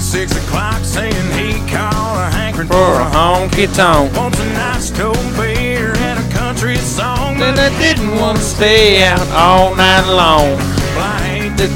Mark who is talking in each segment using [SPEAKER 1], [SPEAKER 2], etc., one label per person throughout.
[SPEAKER 1] six o'clock saying he caught a hankering for
[SPEAKER 2] For a
[SPEAKER 1] a
[SPEAKER 2] honky tonk.
[SPEAKER 1] Wants a nice cold beer and a country song.
[SPEAKER 2] And I didn't want to stay out all night long.
[SPEAKER 1] Well, I ain't
[SPEAKER 2] The
[SPEAKER 1] the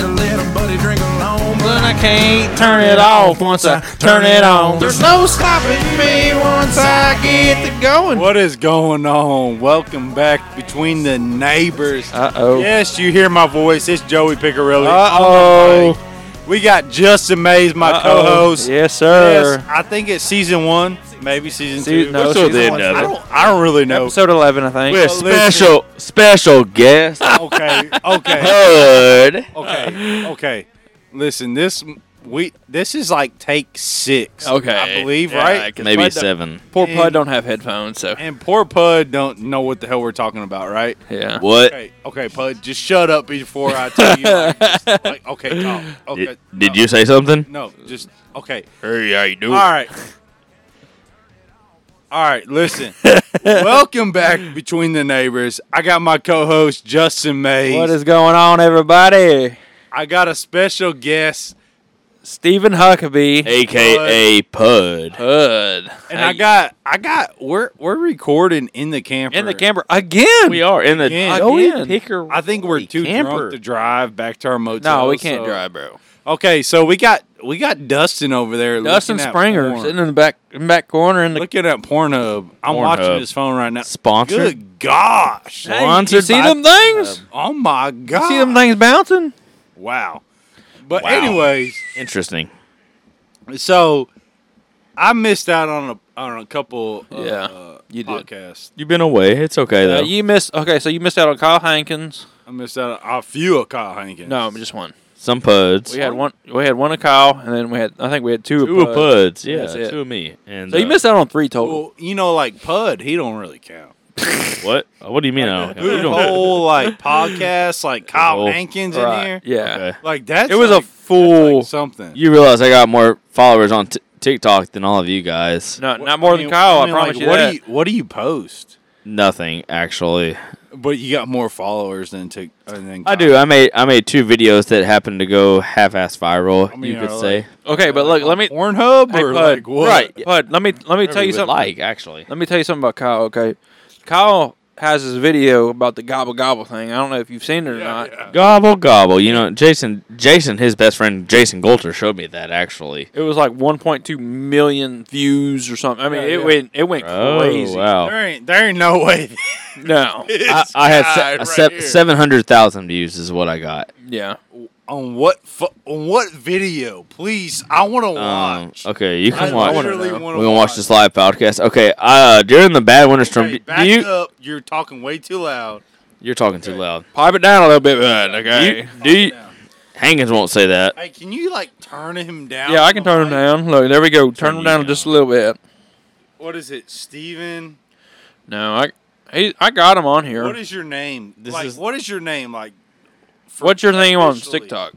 [SPEAKER 1] kind to
[SPEAKER 2] of
[SPEAKER 1] let a buddy drink alone.
[SPEAKER 2] But I can't turn it off once I turn it on. There's no stopping me once I get to going.
[SPEAKER 3] What is going on? Welcome back between the neighbors.
[SPEAKER 2] Uh oh.
[SPEAKER 3] Yes, you hear my voice. It's Joey Picarelli.
[SPEAKER 2] Uh oh.
[SPEAKER 3] we got Justin Mays, my co-host.
[SPEAKER 2] Yes,
[SPEAKER 3] Yes,
[SPEAKER 2] sir.
[SPEAKER 3] I think it's season one, maybe season
[SPEAKER 2] See,
[SPEAKER 3] two.
[SPEAKER 2] no,
[SPEAKER 4] What's up
[SPEAKER 2] she's
[SPEAKER 4] then,
[SPEAKER 2] on-
[SPEAKER 4] Nubby?
[SPEAKER 3] I don't. I don't really know.
[SPEAKER 2] Episode 11, I think.
[SPEAKER 4] We're
[SPEAKER 3] Well,
[SPEAKER 4] special special guest.
[SPEAKER 3] Okay, okay,
[SPEAKER 4] Bud.
[SPEAKER 3] okay, okay. Listen, this we this is like take six. I believe
[SPEAKER 4] Yeah,
[SPEAKER 3] right. 'Cause
[SPEAKER 4] Maybe
[SPEAKER 3] Bud don't-
[SPEAKER 4] seven.
[SPEAKER 2] Poor
[SPEAKER 3] And-
[SPEAKER 2] Pud don't have headphones, so.
[SPEAKER 3] And poor Pud don't know what the hell we're talking about, right?
[SPEAKER 2] Yeah.
[SPEAKER 4] What?
[SPEAKER 3] Okay, okay, Pud, just shut up before I tell you. Like, just, like, okay, talk. Okay.
[SPEAKER 4] Did, did
[SPEAKER 3] talk.
[SPEAKER 4] you say something?
[SPEAKER 3] No, just okay.
[SPEAKER 4] Hey, how you doing?
[SPEAKER 3] All right. All right, listen. Welcome back between the neighbors. I got my co-host Justin Mays.
[SPEAKER 2] What is going on, everybody?
[SPEAKER 3] I got a special guest,
[SPEAKER 2] Stephen Huckabee.
[SPEAKER 4] AKA Pud.
[SPEAKER 2] Pud.
[SPEAKER 3] and I got, I got. We're we're recording in the camper.
[SPEAKER 2] in the camera again.
[SPEAKER 4] We are in the
[SPEAKER 3] Again.
[SPEAKER 2] Joey
[SPEAKER 4] Again.
[SPEAKER 2] Picker-
[SPEAKER 3] I think we're too
[SPEAKER 4] camper.
[SPEAKER 3] drunk to drive back to our motel.
[SPEAKER 2] No, we can't
[SPEAKER 3] so-
[SPEAKER 2] drive, bro.
[SPEAKER 3] Okay, so we got we got Dustin over there.
[SPEAKER 2] Dustin
[SPEAKER 3] looking at
[SPEAKER 2] Springer
[SPEAKER 3] porn.
[SPEAKER 2] sitting in the back in the back corner in the
[SPEAKER 3] looking at Pornhub. I'm watching
[SPEAKER 4] Pornhub.
[SPEAKER 3] his phone right now.
[SPEAKER 4] Sponsor?
[SPEAKER 3] Good gosh.
[SPEAKER 2] Hey, you
[SPEAKER 4] Sponsored
[SPEAKER 2] see
[SPEAKER 4] by
[SPEAKER 2] them things?
[SPEAKER 3] Oh my god.
[SPEAKER 2] You see them things bouncing?
[SPEAKER 3] Wow. But
[SPEAKER 4] Wow.
[SPEAKER 3] anyways,
[SPEAKER 4] Interesting.
[SPEAKER 3] so I missed out on a on a couple uh,
[SPEAKER 2] Yeah,
[SPEAKER 3] uh,
[SPEAKER 2] you did.
[SPEAKER 3] podcasts.
[SPEAKER 4] You've been away. It's okay
[SPEAKER 2] Uh,
[SPEAKER 4] though.
[SPEAKER 2] you missed. Okay, so you missed out on Kyle Hankins.
[SPEAKER 3] I missed out on a few of Kyle Hankins.
[SPEAKER 2] No, just one.
[SPEAKER 4] Some Puds.
[SPEAKER 2] We had one. We had one of Kyle, and then we had. I think we had two.
[SPEAKER 4] two
[SPEAKER 2] of
[SPEAKER 4] of Puds. Yeah,
[SPEAKER 2] That's it.
[SPEAKER 4] two of me. And
[SPEAKER 2] So you
[SPEAKER 4] uh,
[SPEAKER 2] missed out on three total.
[SPEAKER 3] well, you know, like Pud, he don't really count.
[SPEAKER 4] what? Uh, What do you mean? I don't- you
[SPEAKER 3] The
[SPEAKER 4] don't-
[SPEAKER 3] whole like podcast, like Kyle
[SPEAKER 4] whole-
[SPEAKER 3] Hankins
[SPEAKER 2] Right,
[SPEAKER 3] in here,
[SPEAKER 2] Yeah.
[SPEAKER 4] Okay.
[SPEAKER 3] like that's
[SPEAKER 2] It was
[SPEAKER 3] like-
[SPEAKER 2] a
[SPEAKER 3] that's
[SPEAKER 2] full.
[SPEAKER 3] like something.
[SPEAKER 4] You realize I got more followers on t- TikTok than all of you guys.
[SPEAKER 2] no, not more
[SPEAKER 3] I
[SPEAKER 2] than
[SPEAKER 3] mean-
[SPEAKER 2] Kyle. I,
[SPEAKER 3] mean,
[SPEAKER 2] promise
[SPEAKER 3] like,
[SPEAKER 2] you
[SPEAKER 3] what
[SPEAKER 2] that.
[SPEAKER 3] Do you, what do you post?
[SPEAKER 4] Nothing actually.
[SPEAKER 3] But you got more followers than Tik. Than Kyle.
[SPEAKER 4] I do. I made I made two videos that happened to go half-ass viral.
[SPEAKER 3] mean,
[SPEAKER 4] you could
[SPEAKER 3] are
[SPEAKER 4] say.
[SPEAKER 3] like-
[SPEAKER 2] okay, but look, let me.
[SPEAKER 3] Pornhub
[SPEAKER 2] Hey,
[SPEAKER 3] or
[SPEAKER 2] Pud,
[SPEAKER 3] like what?
[SPEAKER 4] right.
[SPEAKER 2] Pud, let me let me
[SPEAKER 4] Whatever
[SPEAKER 2] tell you
[SPEAKER 4] would
[SPEAKER 2] something.
[SPEAKER 4] Like actually.
[SPEAKER 2] Let me tell you something about Kyle. Okay, Kyle has his video about the gobble gobble thing. I don't know if you've seen it or not.
[SPEAKER 4] Gobble gobble. You know, Jason. Jason, his best friend Jason Golter showed me that actually.
[SPEAKER 2] It was like 1.2 million views or something. I mean,
[SPEAKER 3] Yeah,
[SPEAKER 2] it
[SPEAKER 3] yeah.
[SPEAKER 2] went it went crazy.
[SPEAKER 4] Oh wow.
[SPEAKER 3] There ain't there ain't no way.
[SPEAKER 2] No,
[SPEAKER 4] I,
[SPEAKER 3] this
[SPEAKER 4] I had se-
[SPEAKER 3] guy
[SPEAKER 4] a
[SPEAKER 3] right
[SPEAKER 4] se-
[SPEAKER 3] here.
[SPEAKER 4] seven hundred thousand views is what I got.
[SPEAKER 2] yeah.
[SPEAKER 3] on what fu- on what video? Please, I want to
[SPEAKER 4] Um,
[SPEAKER 3] watch.
[SPEAKER 4] okay, you
[SPEAKER 3] I
[SPEAKER 4] can watch. We're
[SPEAKER 3] literally want to
[SPEAKER 4] gonna watch this live podcast. Okay, uh, during the bad winter storm,
[SPEAKER 3] Hey,
[SPEAKER 4] do-
[SPEAKER 3] back
[SPEAKER 4] do you,
[SPEAKER 3] up! You're talking way too loud.
[SPEAKER 4] you're talking too loud.
[SPEAKER 2] Pipe it down a little bit, bud.
[SPEAKER 4] Do
[SPEAKER 2] Okay.
[SPEAKER 4] you, do you,
[SPEAKER 3] down.
[SPEAKER 4] Hankins won't say that.
[SPEAKER 3] Hey, can you like turn him down?
[SPEAKER 2] yeah, I can turn them
[SPEAKER 3] Like,
[SPEAKER 2] down. Look, there we go. Turn them
[SPEAKER 4] you
[SPEAKER 2] down just a little bit.
[SPEAKER 3] What is it, Steven?
[SPEAKER 2] No, I he, I got him on here.
[SPEAKER 3] What is your name?
[SPEAKER 4] This
[SPEAKER 3] like,
[SPEAKER 4] is-
[SPEAKER 3] what is your name? Like, for-
[SPEAKER 2] What's your name on
[SPEAKER 3] officially-
[SPEAKER 2] TikTok?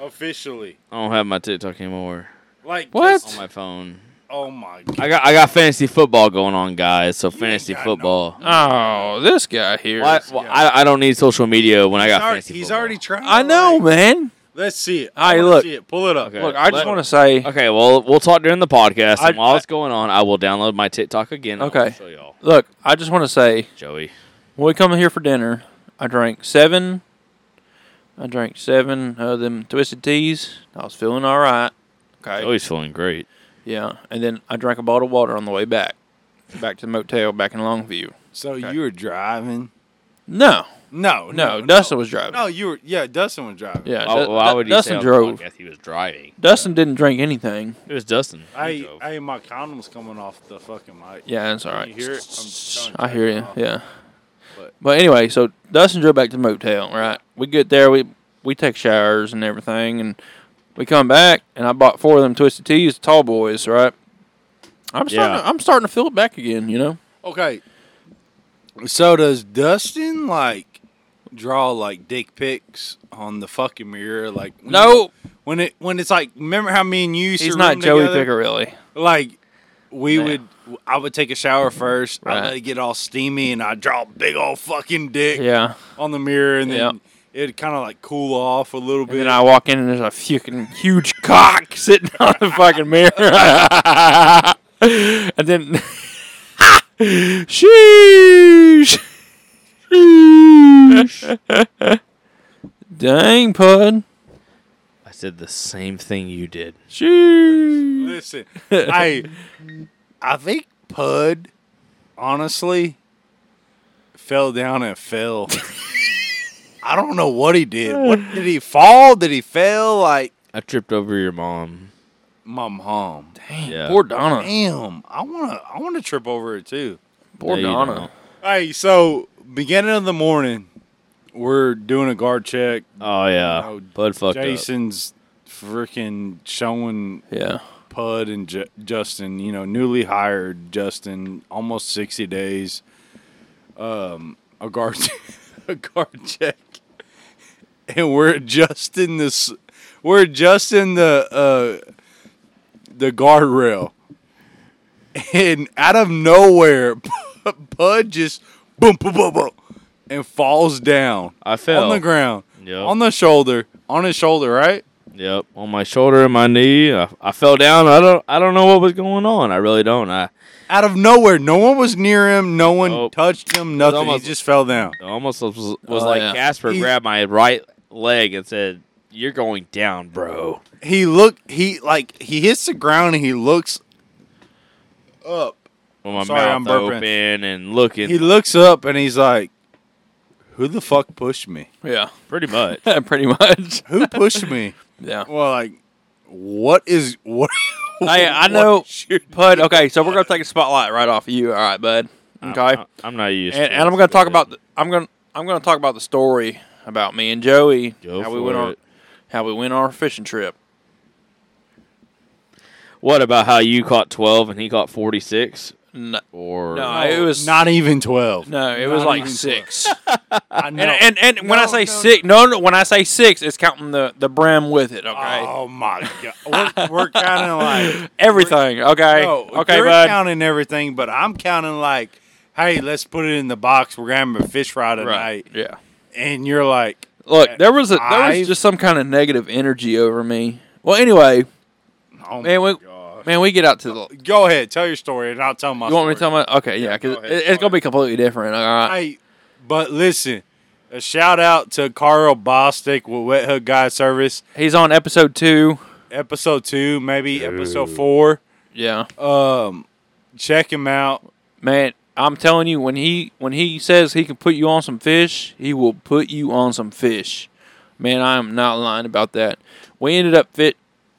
[SPEAKER 3] Officially,
[SPEAKER 4] I don't have my TikTok anymore
[SPEAKER 3] like
[SPEAKER 2] What?
[SPEAKER 3] just-
[SPEAKER 4] on my phone.
[SPEAKER 3] oh my! God.
[SPEAKER 4] I got I got fantasy football going on, guys. So fantasy
[SPEAKER 3] got
[SPEAKER 4] football.
[SPEAKER 2] Oh, this guy here.
[SPEAKER 4] Why- why- I, I don't need social media when I
[SPEAKER 3] He's
[SPEAKER 4] got
[SPEAKER 3] already,
[SPEAKER 4] fantasy.
[SPEAKER 3] he's
[SPEAKER 4] football.
[SPEAKER 3] already trying.
[SPEAKER 2] I know,
[SPEAKER 3] Like,
[SPEAKER 2] man.
[SPEAKER 3] let's see it.
[SPEAKER 2] Hey,
[SPEAKER 3] I wanna
[SPEAKER 2] look.
[SPEAKER 3] see it. Pull it up.
[SPEAKER 4] Okay.
[SPEAKER 2] Look, I just
[SPEAKER 3] Let-
[SPEAKER 2] want to say.
[SPEAKER 4] Okay, well, we'll talk during the podcast.
[SPEAKER 2] I-
[SPEAKER 4] and while
[SPEAKER 2] I-
[SPEAKER 4] it's going on, I will download my TikTok again. and I'll
[SPEAKER 2] Okay.
[SPEAKER 4] show y'all,
[SPEAKER 2] Look, I just want to say
[SPEAKER 4] Joey.
[SPEAKER 2] when we come in here for dinner, I drank seven. I drank seven of them twisted teas. I was feeling all right. Okay.
[SPEAKER 4] Joey's feeling great.
[SPEAKER 2] Yeah, and then I drank a bottle of water on the way back, back to the motel, back in Longview.
[SPEAKER 3] So you were driving?
[SPEAKER 2] No,
[SPEAKER 3] No, Oh,
[SPEAKER 2] no, Dustin was driving.
[SPEAKER 3] No, you were. Yeah, Dustin was driving.
[SPEAKER 2] yeah,
[SPEAKER 4] Why,
[SPEAKER 2] Du-
[SPEAKER 4] why
[SPEAKER 2] Du-
[SPEAKER 4] would you
[SPEAKER 2] Dustin
[SPEAKER 4] say on
[SPEAKER 2] drove.
[SPEAKER 4] the podcast he was driving?
[SPEAKER 2] Dustin didn't drink anything.
[SPEAKER 4] It was Dustin. He
[SPEAKER 3] I,
[SPEAKER 4] drove.
[SPEAKER 3] I, my condom's coming off the fucking mic.
[SPEAKER 2] Yeah, it's all
[SPEAKER 3] Can
[SPEAKER 2] right.
[SPEAKER 3] You hear it? I'm trying to
[SPEAKER 2] I hear
[SPEAKER 3] turn it
[SPEAKER 2] you.
[SPEAKER 3] off.
[SPEAKER 2] Yeah.
[SPEAKER 3] But-
[SPEAKER 2] But anyway, so Dustin drove back to the motel. Right, we get there, we we take showers and everything, and we come back, and I bought four of them twisted teas, tall boys. Right. I'm starting.
[SPEAKER 4] Yeah.
[SPEAKER 2] To, I'm starting to feel it back again. You know.
[SPEAKER 3] Okay. So does Dustin like draw like dick pics on the fucking mirror? Like when-
[SPEAKER 2] No,
[SPEAKER 3] when it when it's like remember how me and you used
[SPEAKER 2] he's
[SPEAKER 3] to
[SPEAKER 2] not
[SPEAKER 3] room
[SPEAKER 2] Joey
[SPEAKER 3] together?
[SPEAKER 2] Piccarelli.
[SPEAKER 3] Like we
[SPEAKER 2] No.
[SPEAKER 3] would, I would take a shower first.
[SPEAKER 2] Right.
[SPEAKER 3] I'd let it get all steamy, and I'd draw a big old fucking dick
[SPEAKER 2] Yeah.
[SPEAKER 3] on the mirror, and then
[SPEAKER 2] Yep.
[SPEAKER 3] it'd kind of like cool off a little
[SPEAKER 2] And
[SPEAKER 3] bit.
[SPEAKER 2] then I walk in and there's a fucking huge cock sitting on the fucking mirror. and then, sheesh, sheesh. Dang, pud,
[SPEAKER 4] I did the same thing you did.
[SPEAKER 2] sheesh.
[SPEAKER 3] Listen, I I think Pud honestly fell down and fell. I don't know what he did. What did he fall? Did he fail? Like
[SPEAKER 4] I tripped over your mom.
[SPEAKER 3] my mom. Damn,
[SPEAKER 4] Yeah.
[SPEAKER 2] Poor Donna.
[SPEAKER 3] damn. I wanna I wanna trip over it too.
[SPEAKER 2] Poor
[SPEAKER 4] No, you
[SPEAKER 2] Donna.
[SPEAKER 4] don't.
[SPEAKER 3] Hey, so beginning of the morning, we're doing a guard check.
[SPEAKER 4] Oh yeah.
[SPEAKER 3] Oh,
[SPEAKER 4] Bud fucked up.
[SPEAKER 3] Jason's freaking showing
[SPEAKER 2] Yeah.
[SPEAKER 3] Pud and J- Justin, you know, newly hired Justin, almost 60 days, um, a guard, a guard check, and we're adjusting this, we're adjusting the uh, the guardrail, and out of nowhere, Pud just boom, boom, boom, boom, and falls down
[SPEAKER 4] I fell.
[SPEAKER 3] on the ground,
[SPEAKER 4] Yep.
[SPEAKER 3] on the shoulder, on his shoulder, right?
[SPEAKER 4] Yep, on my shoulder and my knee. I, I fell down. I don't. I don't know what was going on. I really don't. I,
[SPEAKER 3] out of nowhere. No one was near him. No one
[SPEAKER 4] Oh.
[SPEAKER 3] touched him. Nothing.
[SPEAKER 4] almost-
[SPEAKER 3] he just fell down.
[SPEAKER 4] I almost was, was
[SPEAKER 2] Oh,
[SPEAKER 4] like
[SPEAKER 2] yeah.
[SPEAKER 4] Casper
[SPEAKER 3] He's-
[SPEAKER 4] grabbed my right leg and said, "You're going down, bro."
[SPEAKER 3] He looked. He like he hits the ground and he looks up.
[SPEAKER 4] With my
[SPEAKER 3] Sorry,
[SPEAKER 4] mouth
[SPEAKER 3] I'm burping.
[SPEAKER 4] open and looking,
[SPEAKER 3] He looks up and he's like, "Who the fuck pushed me?
[SPEAKER 2] Yeah.
[SPEAKER 4] pretty much.
[SPEAKER 2] Pretty much.
[SPEAKER 3] Who pushed me?
[SPEAKER 2] Yeah.
[SPEAKER 3] well, like, what is what?
[SPEAKER 2] Hey, I know,
[SPEAKER 3] what's your-
[SPEAKER 2] Pud, okay, so we're going to take a spotlight right off of you. All right, bud. Okay.
[SPEAKER 4] I, am not used.
[SPEAKER 2] and,
[SPEAKER 4] to
[SPEAKER 2] and I'm
[SPEAKER 4] this,
[SPEAKER 2] going to talk
[SPEAKER 4] but
[SPEAKER 2] about the, I'm going to I'm going to talk about the story about me and Joey
[SPEAKER 4] Go
[SPEAKER 2] how we
[SPEAKER 4] for
[SPEAKER 2] went on
[SPEAKER 4] it.
[SPEAKER 2] how we went on our fishing trip.
[SPEAKER 4] what about how you caught 12 and he caught 46
[SPEAKER 2] No,
[SPEAKER 4] or
[SPEAKER 2] No. it was-
[SPEAKER 3] not even twelve.
[SPEAKER 2] no it was
[SPEAKER 3] Not
[SPEAKER 2] like
[SPEAKER 3] even
[SPEAKER 2] six.
[SPEAKER 3] I know.
[SPEAKER 2] And and, and when I
[SPEAKER 3] No,
[SPEAKER 2] say
[SPEAKER 3] no,
[SPEAKER 2] six, no, no, when I say six, it's counting the the brim with it. Okay,
[SPEAKER 3] Oh my god, we're, we're kind of like
[SPEAKER 2] everything. Okay,
[SPEAKER 3] No,
[SPEAKER 2] okay,
[SPEAKER 3] you're
[SPEAKER 2] bud.
[SPEAKER 3] counting everything, but I'm counting like, hey, let's put it in the box. We're gonna have a fish fry tonight,
[SPEAKER 2] Right. Yeah.
[SPEAKER 3] and you're like,
[SPEAKER 2] Look, there was a there
[SPEAKER 3] Five.
[SPEAKER 2] was just some kind of negative energy over me. Well, anyway,
[SPEAKER 3] oh
[SPEAKER 2] man,
[SPEAKER 3] my
[SPEAKER 2] we
[SPEAKER 3] God.
[SPEAKER 2] man we get out to the.
[SPEAKER 3] Go ahead, tell your story, and I'll tell my.
[SPEAKER 2] You want me to tell
[SPEAKER 3] story.
[SPEAKER 2] my okay? Yeah, because
[SPEAKER 3] go ahead,
[SPEAKER 2] it,
[SPEAKER 3] go
[SPEAKER 2] it's gonna be completely different. All right.
[SPEAKER 3] Hey, but listen, a shout out to Carl Bostic with Wet Hook Guide Service,
[SPEAKER 2] He's on episode two.
[SPEAKER 3] episode two, maybe episode four.
[SPEAKER 2] Yeah.
[SPEAKER 3] Um, check him out.
[SPEAKER 2] Man, I'm telling you, when he when he says he can put you on some fish, he will put you on some fish. Man, I am not lying about that. We ended up fit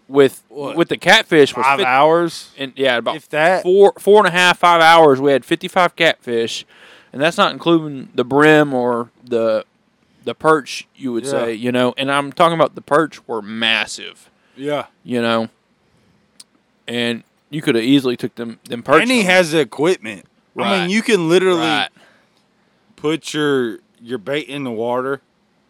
[SPEAKER 2] with with the catfish was
[SPEAKER 3] Five
[SPEAKER 2] fif-
[SPEAKER 3] hours.
[SPEAKER 2] and yeah, about
[SPEAKER 3] If that-
[SPEAKER 2] four four and a half five hours. We had 55 catfish, and that's not including the brim or the the perch. You would
[SPEAKER 3] Yeah.
[SPEAKER 2] say, you know, and I'm talking about the perch were massive,
[SPEAKER 3] Yeah,
[SPEAKER 2] you know, and you could have easily took them them perch.
[SPEAKER 3] and he
[SPEAKER 2] home.
[SPEAKER 3] has the equipment. I
[SPEAKER 2] Right.
[SPEAKER 3] mean, you can literally.
[SPEAKER 2] Right.
[SPEAKER 3] put your your bait in the water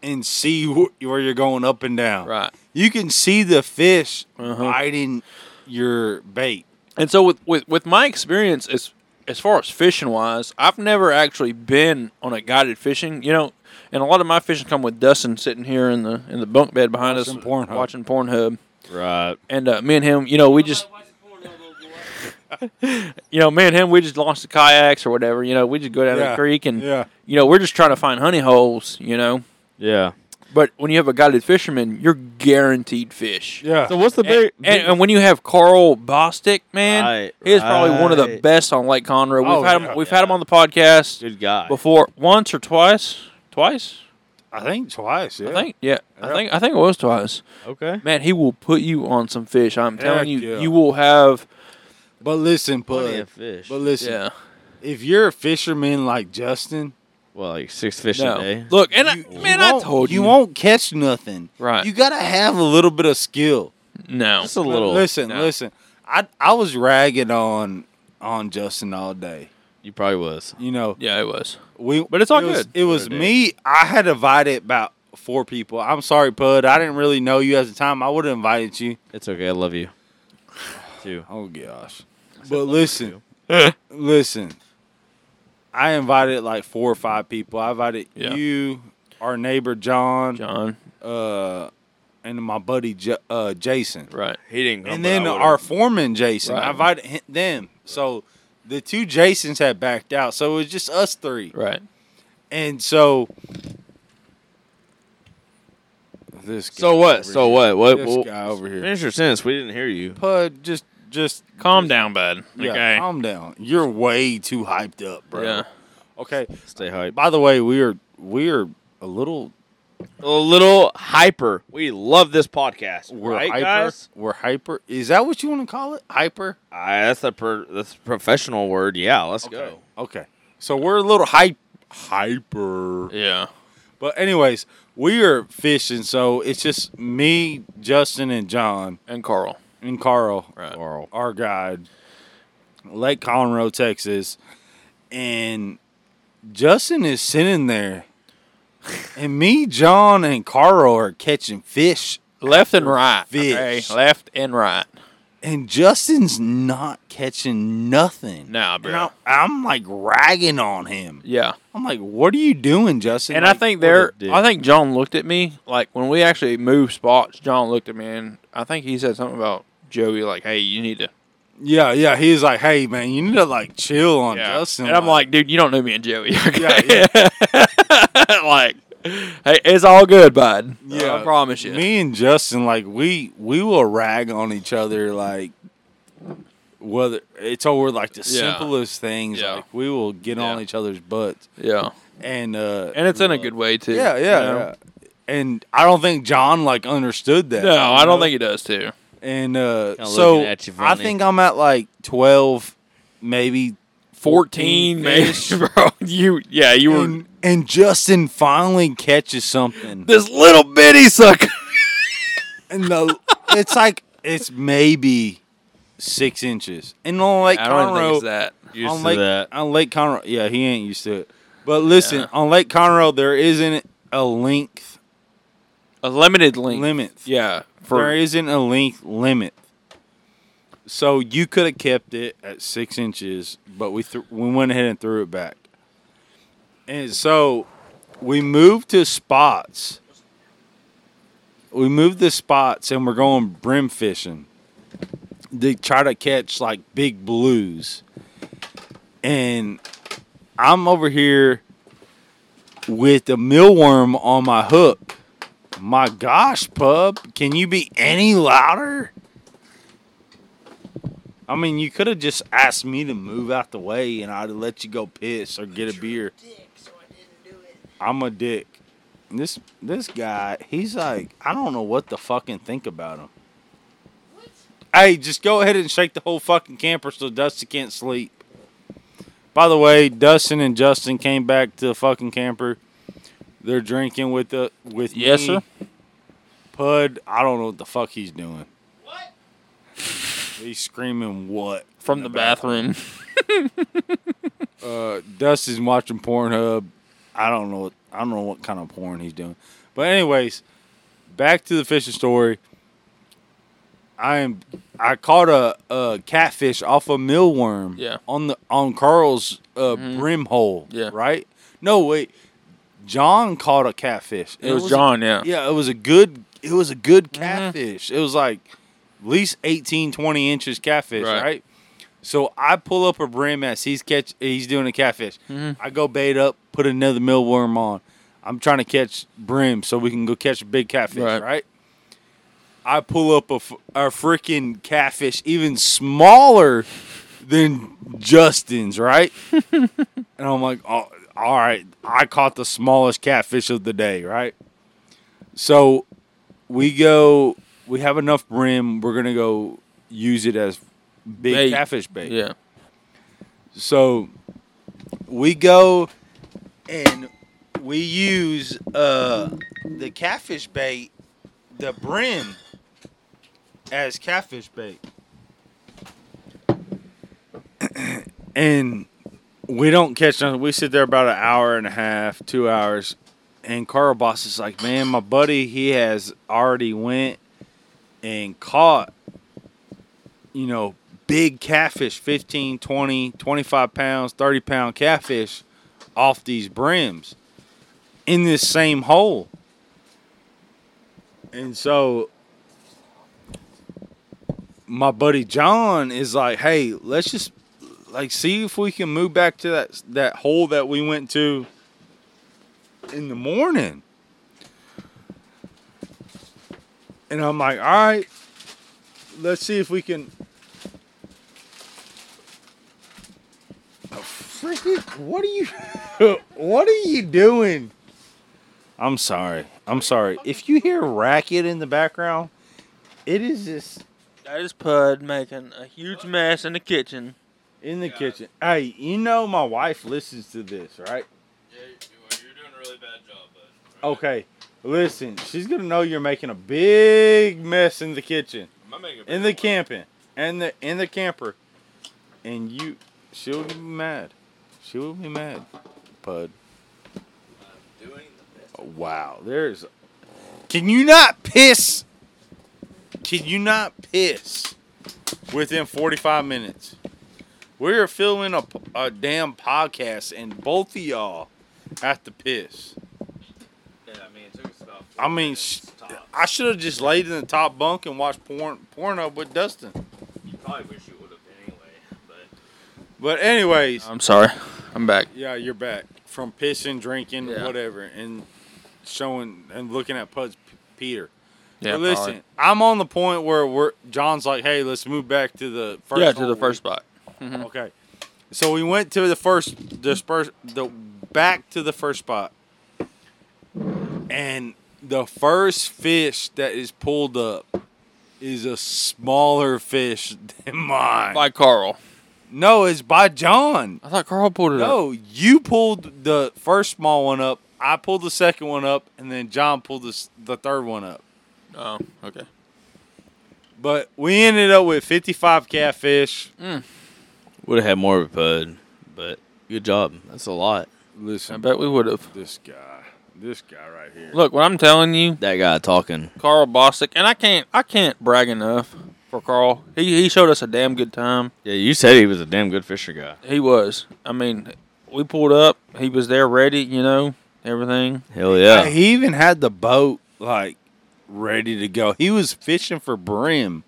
[SPEAKER 3] and see wh- where you're going up and down.
[SPEAKER 2] Right.
[SPEAKER 3] You can see the fish
[SPEAKER 2] Uh-huh.
[SPEAKER 3] biting your bait.
[SPEAKER 2] And so with, with, with my experience as as far as fishing wise, I've never actually been on a guided fishing. You know, and a lot of my fishing come with Dustin sitting here in the in the bunk bed behind
[SPEAKER 3] Watching
[SPEAKER 2] us
[SPEAKER 3] Pornhub.
[SPEAKER 2] watching Pornhub.
[SPEAKER 4] right
[SPEAKER 2] And uh, me and him, you know, we just you know, me and him, we just launched the kayaks or whatever. You know, we just go down
[SPEAKER 3] Yeah.
[SPEAKER 2] the creek and
[SPEAKER 3] Yeah.
[SPEAKER 2] you know, we're just trying to find honey holes. You know,
[SPEAKER 4] yeah
[SPEAKER 2] but when you have a guided fisherman, you're guaranteed fish.
[SPEAKER 3] Yeah.
[SPEAKER 4] so what's the
[SPEAKER 2] And,
[SPEAKER 4] big,
[SPEAKER 2] and, and when you have Carl Bostic, man,
[SPEAKER 4] Right,
[SPEAKER 2] he's probably one of the
[SPEAKER 4] right.
[SPEAKER 2] best on Lake Conroe. We've
[SPEAKER 3] Oh,
[SPEAKER 2] had him.
[SPEAKER 3] yeah.
[SPEAKER 2] We've had him on the podcast
[SPEAKER 4] good guy
[SPEAKER 2] before, once or twice. Twice,
[SPEAKER 3] I think twice. Yeah.
[SPEAKER 2] I think. Yeah, I
[SPEAKER 3] Yeah.
[SPEAKER 2] think. I think it was twice.
[SPEAKER 4] okay
[SPEAKER 2] Man, he will put you on some fish. I'm telling
[SPEAKER 3] Heck
[SPEAKER 2] you,
[SPEAKER 3] yeah.
[SPEAKER 2] you will have.
[SPEAKER 3] But listen,
[SPEAKER 4] plenty
[SPEAKER 3] bud.
[SPEAKER 4] of fish
[SPEAKER 3] But listen,
[SPEAKER 2] Yeah,
[SPEAKER 3] if you're a fisherman like Justin,
[SPEAKER 4] well like six fish a
[SPEAKER 2] no.
[SPEAKER 4] day
[SPEAKER 2] Look, and
[SPEAKER 3] you-
[SPEAKER 2] I,
[SPEAKER 3] you
[SPEAKER 2] man, I
[SPEAKER 3] won't-
[SPEAKER 2] told you,
[SPEAKER 3] you won't catch nothing.
[SPEAKER 2] Right.
[SPEAKER 3] You gotta have a little bit of skill.
[SPEAKER 2] No,
[SPEAKER 4] just a little
[SPEAKER 3] Listen,
[SPEAKER 2] no.
[SPEAKER 3] listen. I I was ragging on on Justin all day.
[SPEAKER 4] you probably was
[SPEAKER 3] You know,
[SPEAKER 2] yeah, it was.
[SPEAKER 3] We,
[SPEAKER 2] But it's all
[SPEAKER 3] it was-
[SPEAKER 2] good.
[SPEAKER 3] it was
[SPEAKER 4] What it
[SPEAKER 3] me. I had invited about four people. I'm sorry, Pud. I didn't really know you at the time. I would have invited you.
[SPEAKER 4] it's okay i love you too
[SPEAKER 3] Oh gosh. But listen, listen. I invited like four or five people. I invited
[SPEAKER 2] Yeah.
[SPEAKER 3] you, our neighbor John,
[SPEAKER 2] John.
[SPEAKER 3] Uh, and my buddy J- uh, Jason.
[SPEAKER 2] Right.
[SPEAKER 4] He didn't. come,
[SPEAKER 3] And
[SPEAKER 4] but I
[SPEAKER 3] then
[SPEAKER 4] would've.
[SPEAKER 3] our foreman Jason.
[SPEAKER 2] Right.
[SPEAKER 3] I invited hi- them. So the two Jasons had backed out. So it was just us three.
[SPEAKER 2] Right.
[SPEAKER 3] And so this guy
[SPEAKER 4] So what?
[SPEAKER 3] over
[SPEAKER 4] So
[SPEAKER 3] here-
[SPEAKER 4] what? What?
[SPEAKER 3] This
[SPEAKER 4] what-
[SPEAKER 3] guy over here.
[SPEAKER 4] Finish your sentence. We didn't hear you.
[SPEAKER 3] Pud just just
[SPEAKER 2] Calm down, bud.
[SPEAKER 3] yeah,
[SPEAKER 2] okay.
[SPEAKER 3] calm down. You're way too hyped up, bro.
[SPEAKER 2] Yeah.
[SPEAKER 3] Okay.
[SPEAKER 4] Stay hype.
[SPEAKER 3] By the way, we are we are a little
[SPEAKER 4] A little hyper. We love this podcast,
[SPEAKER 3] we're
[SPEAKER 4] right,
[SPEAKER 3] hyper.
[SPEAKER 4] guys?
[SPEAKER 3] We're hyper. Is that what you want to call it? Hyper?
[SPEAKER 4] I, that's a per, that's a professional word. Yeah, let's go.
[SPEAKER 3] Okay. So we're a little hype hyper.
[SPEAKER 2] Yeah.
[SPEAKER 3] But anyways, we are fishing, so it's just me, Justin, and John
[SPEAKER 2] And Carl.
[SPEAKER 3] and Carl,
[SPEAKER 2] Right.
[SPEAKER 3] Carl, our guide, Lake Conroe, Texas, and Justin is sitting there, and me, John, and Carl are catching fish,
[SPEAKER 2] Left and right.
[SPEAKER 3] Fish.
[SPEAKER 2] Okay. Left and right.
[SPEAKER 3] and Justin's not catching nothing.
[SPEAKER 2] Nah,
[SPEAKER 3] And
[SPEAKER 2] bro.
[SPEAKER 3] I, am like ragging on him.
[SPEAKER 2] Yeah.
[SPEAKER 3] I'm like, what are you doing, Justin?
[SPEAKER 2] And I
[SPEAKER 3] Like,
[SPEAKER 2] think
[SPEAKER 3] what a
[SPEAKER 2] there,
[SPEAKER 3] dick.
[SPEAKER 2] I think John looked at me like when we actually moved spots. John looked at me, and I think he said something about Joey, like, "Hey, you need to."
[SPEAKER 3] Yeah, yeah. He's like, hey man, you need to like chill on
[SPEAKER 2] Yeah.
[SPEAKER 3] Justin.
[SPEAKER 2] and I'm like, "Dude, you don't know me and Joey."
[SPEAKER 3] Yeah,
[SPEAKER 2] Okay? like, hey, it's all good, bud.
[SPEAKER 3] Yeah.
[SPEAKER 2] I promise you.
[SPEAKER 3] me and Justin, like we we will rag on each other, like whether it's over like the
[SPEAKER 2] Yeah.
[SPEAKER 3] simplest things.
[SPEAKER 2] Yeah.
[SPEAKER 3] Like we will get on
[SPEAKER 2] Yeah.
[SPEAKER 3] each other's butts,
[SPEAKER 2] yeah,
[SPEAKER 3] and uh,
[SPEAKER 2] and it's in a good way too.
[SPEAKER 3] yeah, yeah,
[SPEAKER 2] you know?
[SPEAKER 3] yeah. And I don't think John like understood that.
[SPEAKER 2] No, I
[SPEAKER 3] you
[SPEAKER 2] don't
[SPEAKER 3] know?
[SPEAKER 2] think he does too.
[SPEAKER 3] And uh,
[SPEAKER 4] Kinda
[SPEAKER 3] so
[SPEAKER 4] looking at you
[SPEAKER 3] I
[SPEAKER 4] funny.
[SPEAKER 3] think I'm at like twelve, maybe
[SPEAKER 2] 14 maybe,
[SPEAKER 3] fish.
[SPEAKER 2] bro. You, yeah, you were
[SPEAKER 3] And, and Justin finally catches something.
[SPEAKER 2] this little bitty sucker.
[SPEAKER 3] And the, it's like it's maybe six inches. And on Lake
[SPEAKER 2] I don't even think
[SPEAKER 3] Conroe,
[SPEAKER 2] it's that.
[SPEAKER 4] Used
[SPEAKER 3] on
[SPEAKER 4] to
[SPEAKER 3] Lake
[SPEAKER 4] that.
[SPEAKER 3] on Lake Conroe, yeah, he ain't used to it. But listen,
[SPEAKER 2] Yeah.
[SPEAKER 3] on Lake Conroe, there isn't a length
[SPEAKER 2] A limited length.
[SPEAKER 3] limit.
[SPEAKER 2] Yeah,
[SPEAKER 3] there
[SPEAKER 2] for
[SPEAKER 3] isn't a length limit. So you could have kept it at six inches, but we th- we went ahead and threw it back. And so we moved to spots. We moved to spots, and we're going brim fishing to try to catch like big blues. And I'm over here with a millworm on my hook. My gosh, pub, can you be any louder? I mean, you could have just asked me to move out the way and I'd have let you go piss or get a beer. I'm a dick. This this guy, he's like, I don't know what to fucking think about him. Hey, just go ahead and shake the whole fucking camper so Dusty can't sleep. By the way, Dustin and Justin came back to the fucking camper. They're drinking with the with
[SPEAKER 2] Yes,
[SPEAKER 3] me.
[SPEAKER 2] sir.
[SPEAKER 3] Pud, I don't know what the fuck he's doing. What? He's screaming what
[SPEAKER 2] from
[SPEAKER 3] in
[SPEAKER 2] the bathroom.
[SPEAKER 3] Uh, Dustin's watching Pornhub. I don't know. What, I don't know what kind of porn he's doing. But anyways, back to the fishing story. I am. I caught a, a catfish off a millworm.
[SPEAKER 2] Yeah. Mm-hmm.
[SPEAKER 3] On the on Carl's uh, brim hole.
[SPEAKER 2] Yeah.
[SPEAKER 3] Right. No wait. John caught a catfish.
[SPEAKER 2] It was
[SPEAKER 3] a-
[SPEAKER 2] John, yeah. Mm-hmm.
[SPEAKER 3] yeah, it was a good it was a good catfish. It was like at least 18, 20 inches catfish,
[SPEAKER 2] Right.
[SPEAKER 3] right? So I pull up a brim as he's catch he's doing a catfish.
[SPEAKER 2] Mm-hmm.
[SPEAKER 3] I go bait up, put another millworm on. I'm trying to catch brim so we can go catch a big catfish,
[SPEAKER 2] Right.
[SPEAKER 3] right? I pull up a, f- a freaking catfish even smaller than Justin's, right? and I'm like, oh, all right, I caught the smallest catfish of the day, right? So we go, we have enough brim. We're gonna go use it as big
[SPEAKER 2] Bait.
[SPEAKER 3] catfish bait.
[SPEAKER 2] Yeah.
[SPEAKER 3] So we go and we use uh, the catfish bait, the brim, as catfish bait. and we don't catch nothing. We sit there about an hour and a half, two hours, and Carl Boss is like, "Man, my buddy, he has already went and caught, you know, big catfish, 15, 20, 25 pounds, 30 pound catfish off these brims." in this same hole. And so my buddy John is like, "Hey, let's just like see if we can move back to that that hole that we went to in the morning." And I'm like, "All right, let's see if we can." Freaking, what are you, what are you doing? I'm sorry. I'm sorry. If you hear racket in the background, it is just
[SPEAKER 2] That is Pud making a huge mess in the kitchen.
[SPEAKER 3] in the kitchen. Hey, you know my wife listens to this, right?
[SPEAKER 4] You're doing a really bad job, bud.
[SPEAKER 3] Okay. Listen, she's gonna know you're making a big mess in the kitchen, in the camping, and the in the camper, and you, she'll be mad. She will be mad, Pud. Wow, there's. Can you not piss? Can you not piss within 45 minutes? We're filming a, a damn podcast, and both of y'all have to piss. I mean, sh- I should have just laid in the top bunk and watched porn porno with Dustin. But anyways,
[SPEAKER 2] I'm sorry. I'm back.
[SPEAKER 3] yeah, you're back from pissing, drinking,
[SPEAKER 2] Yeah.
[SPEAKER 3] whatever, and showing and looking at Pud's P- Peter.
[SPEAKER 2] Yeah,
[SPEAKER 3] but listen,
[SPEAKER 2] probably.
[SPEAKER 3] I'm on the point where we're John's like, "Hey, let's move back to the first
[SPEAKER 2] yeah, to
[SPEAKER 3] hole
[SPEAKER 2] the
[SPEAKER 3] we-
[SPEAKER 2] first spot.
[SPEAKER 3] Okay. So we went to the first the first the back to the first spot. And the first fish that is pulled up is a smaller fish than mine.
[SPEAKER 2] By Carl.
[SPEAKER 3] no, it's by John.
[SPEAKER 2] I thought Carl pulled it up.
[SPEAKER 3] No, you pulled the first small one up. I pulled the second one up, and then John pulled the s- the third one up.
[SPEAKER 2] Oh, okay.
[SPEAKER 3] But we ended up with 55 catfish.
[SPEAKER 4] Would have had more of a pud, but good job. That's a lot.
[SPEAKER 2] I
[SPEAKER 3] Listen,
[SPEAKER 2] bet we would have.
[SPEAKER 3] this guy, this guy right here.
[SPEAKER 2] Look, what I'm telling you,
[SPEAKER 4] That guy talking.
[SPEAKER 2] Carl Bostic, and I can't, I can't brag enough for Carl. He he showed us a damn good time.
[SPEAKER 4] Yeah, you said he was a damn good fisher guy.
[SPEAKER 2] He was. I mean, we pulled up. He was there, ready. You know, everything.
[SPEAKER 4] Hell yeah.
[SPEAKER 3] Hey, he even had the boat like ready to go. He was fishing for brim.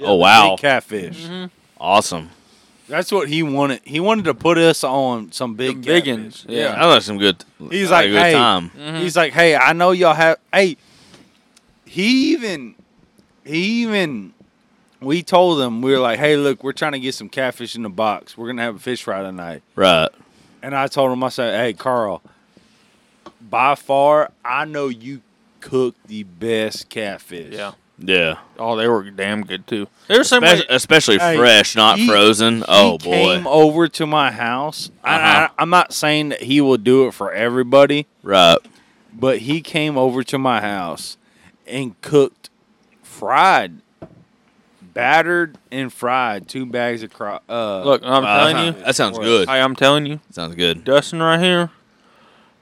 [SPEAKER 4] oh wow.
[SPEAKER 3] Big catfish.
[SPEAKER 4] Awesome.
[SPEAKER 3] That's what he wanted. He wanted to put us on some big Mm-hmm.
[SPEAKER 2] Them big
[SPEAKER 3] catfish.
[SPEAKER 2] uns, yeah.
[SPEAKER 4] That was some good.
[SPEAKER 3] He's
[SPEAKER 4] that was
[SPEAKER 3] like,
[SPEAKER 4] a good
[SPEAKER 3] hey,
[SPEAKER 4] time.
[SPEAKER 3] he's like, hey, I know y'all have. Hey, he even, he even, we told him we were like, hey, look, we're trying to get some catfish in the box. We're gonna have a fish fry tonight.
[SPEAKER 4] Right.
[SPEAKER 3] And I told him, I said, hey, Carl, by far, I know you cook the best catfish.
[SPEAKER 2] Yeah.
[SPEAKER 4] Yeah.
[SPEAKER 2] Oh, they were damn good too. There's some.
[SPEAKER 4] Espe- especially
[SPEAKER 3] Hey,
[SPEAKER 4] fresh, not
[SPEAKER 3] he-
[SPEAKER 4] frozen. Oh boy.
[SPEAKER 3] came over to my house. I,
[SPEAKER 4] Uh-huh.
[SPEAKER 3] I, I'm not saying that he will do it for everybody,
[SPEAKER 4] Right.
[SPEAKER 3] but he came over to my house and cooked fried, battered and fried two bags of cro- uh
[SPEAKER 2] Look, I'm
[SPEAKER 4] Uh,
[SPEAKER 2] telling
[SPEAKER 4] that sounds good.
[SPEAKER 2] you. Hey, I'm telling you,
[SPEAKER 4] Sounds good.
[SPEAKER 2] Dustin right here.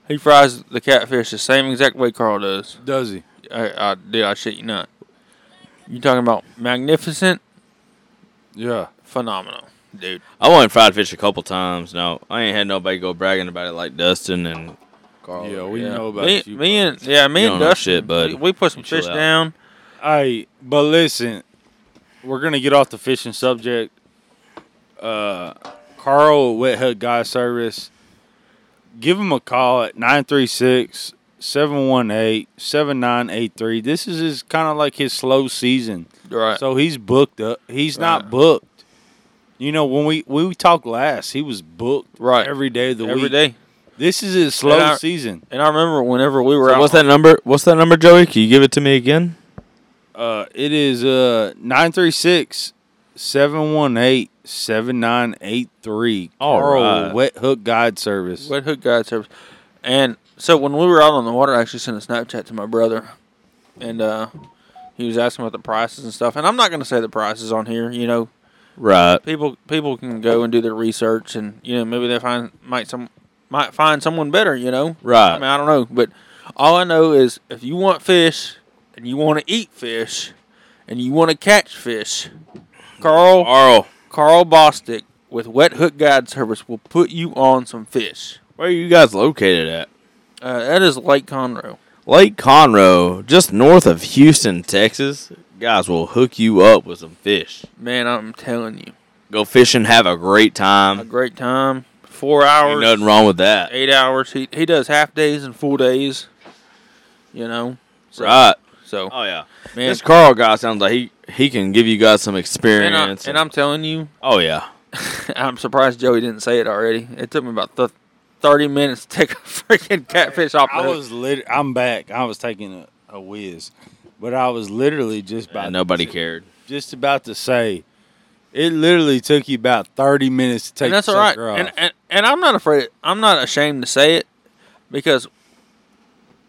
[SPEAKER 2] He fries the catfish the same exact way Carl does.
[SPEAKER 3] does he?
[SPEAKER 2] I, I did. I shit you not. You talking about magnificent,
[SPEAKER 3] Yeah.
[SPEAKER 2] phenomenal, dude.
[SPEAKER 4] I went fried fish a couple times. No, I ain't had nobody go bragging about it like Dustin and Carl.
[SPEAKER 3] Yeah, we
[SPEAKER 2] Yeah.
[SPEAKER 3] know about
[SPEAKER 2] me,
[SPEAKER 3] you.
[SPEAKER 2] me and yeah, me
[SPEAKER 4] You
[SPEAKER 2] and
[SPEAKER 4] don't know
[SPEAKER 2] Dustin.
[SPEAKER 4] shit, bud.
[SPEAKER 2] We, we put some
[SPEAKER 4] You chill
[SPEAKER 2] fish
[SPEAKER 4] out.
[SPEAKER 2] down.
[SPEAKER 3] Hey, but listen, we're gonna get off the fishing subject. Uh, Carl at Wet Hook Guy Service. Give him a call at 936-718-7983. This is his kind of like his slow season.
[SPEAKER 2] Right.
[SPEAKER 3] So he's booked up. He's not
[SPEAKER 2] Right.
[SPEAKER 3] booked. You know, when we when we talked last, he was booked
[SPEAKER 2] Right.
[SPEAKER 3] every day of the
[SPEAKER 2] every
[SPEAKER 3] week.
[SPEAKER 2] day.
[SPEAKER 3] This is his slow
[SPEAKER 2] I-
[SPEAKER 3] season.
[SPEAKER 2] And I remember whenever we were
[SPEAKER 4] So
[SPEAKER 2] out.
[SPEAKER 4] what's that number? What's that number, Joey? Can you give it to me again?
[SPEAKER 3] Uh, it is uh 936 718 7983.
[SPEAKER 4] All
[SPEAKER 3] Carl
[SPEAKER 4] right.
[SPEAKER 3] Wet Hook Guide Service.
[SPEAKER 2] Wet Hook Guide Service. And so when we were out on the water, I actually sent a Snapchat to my brother, and uh, he was asking about the prices and stuff. And I'm not gonna say the prices on here. You know,
[SPEAKER 4] Right.
[SPEAKER 2] people people can go and do their research, and you know maybe they find might some might find someone better. You know,
[SPEAKER 4] Right.
[SPEAKER 2] I mean, I don't know, but all I know is if you want fish and you want to eat fish and you want to catch fish, Carl
[SPEAKER 4] Carl.
[SPEAKER 2] Carl Bostick with Wet Hook Guide Service will put you on some fish.
[SPEAKER 4] Where are you guys located at?
[SPEAKER 2] Uh, that is Lake Conroe.
[SPEAKER 4] Lake Conroe, just north of Houston, Texas. Guys will hook you up with some fish.
[SPEAKER 2] Man, I'm telling you,
[SPEAKER 4] Go fishing, have a great
[SPEAKER 2] a
[SPEAKER 4] time.
[SPEAKER 2] great time. Four hours,
[SPEAKER 4] Ain't nothing wrong with that.
[SPEAKER 2] eight hours. He he does half days and full days. You know, so,
[SPEAKER 4] Right.
[SPEAKER 2] So
[SPEAKER 4] Oh yeah.
[SPEAKER 2] man,
[SPEAKER 4] This Carl guy sounds like he he can give you guys some
[SPEAKER 2] and, I,
[SPEAKER 4] experience.
[SPEAKER 2] and I'm telling you,
[SPEAKER 4] oh yeah.
[SPEAKER 2] I'm surprised Joey didn't say it already. It took me about th- 30 minutes to take a freaking catfish off. the
[SPEAKER 3] I
[SPEAKER 2] hook.
[SPEAKER 3] was lit. I'm back. I was taking a, a whiz, but I was literally just about
[SPEAKER 4] And nobody cared.
[SPEAKER 3] just about to say. It literally took you about thirty minutes to take.
[SPEAKER 2] and that's
[SPEAKER 3] the
[SPEAKER 2] all right.
[SPEAKER 3] sucker off.
[SPEAKER 2] And, and and I'm not afraid. I'm not ashamed to say it because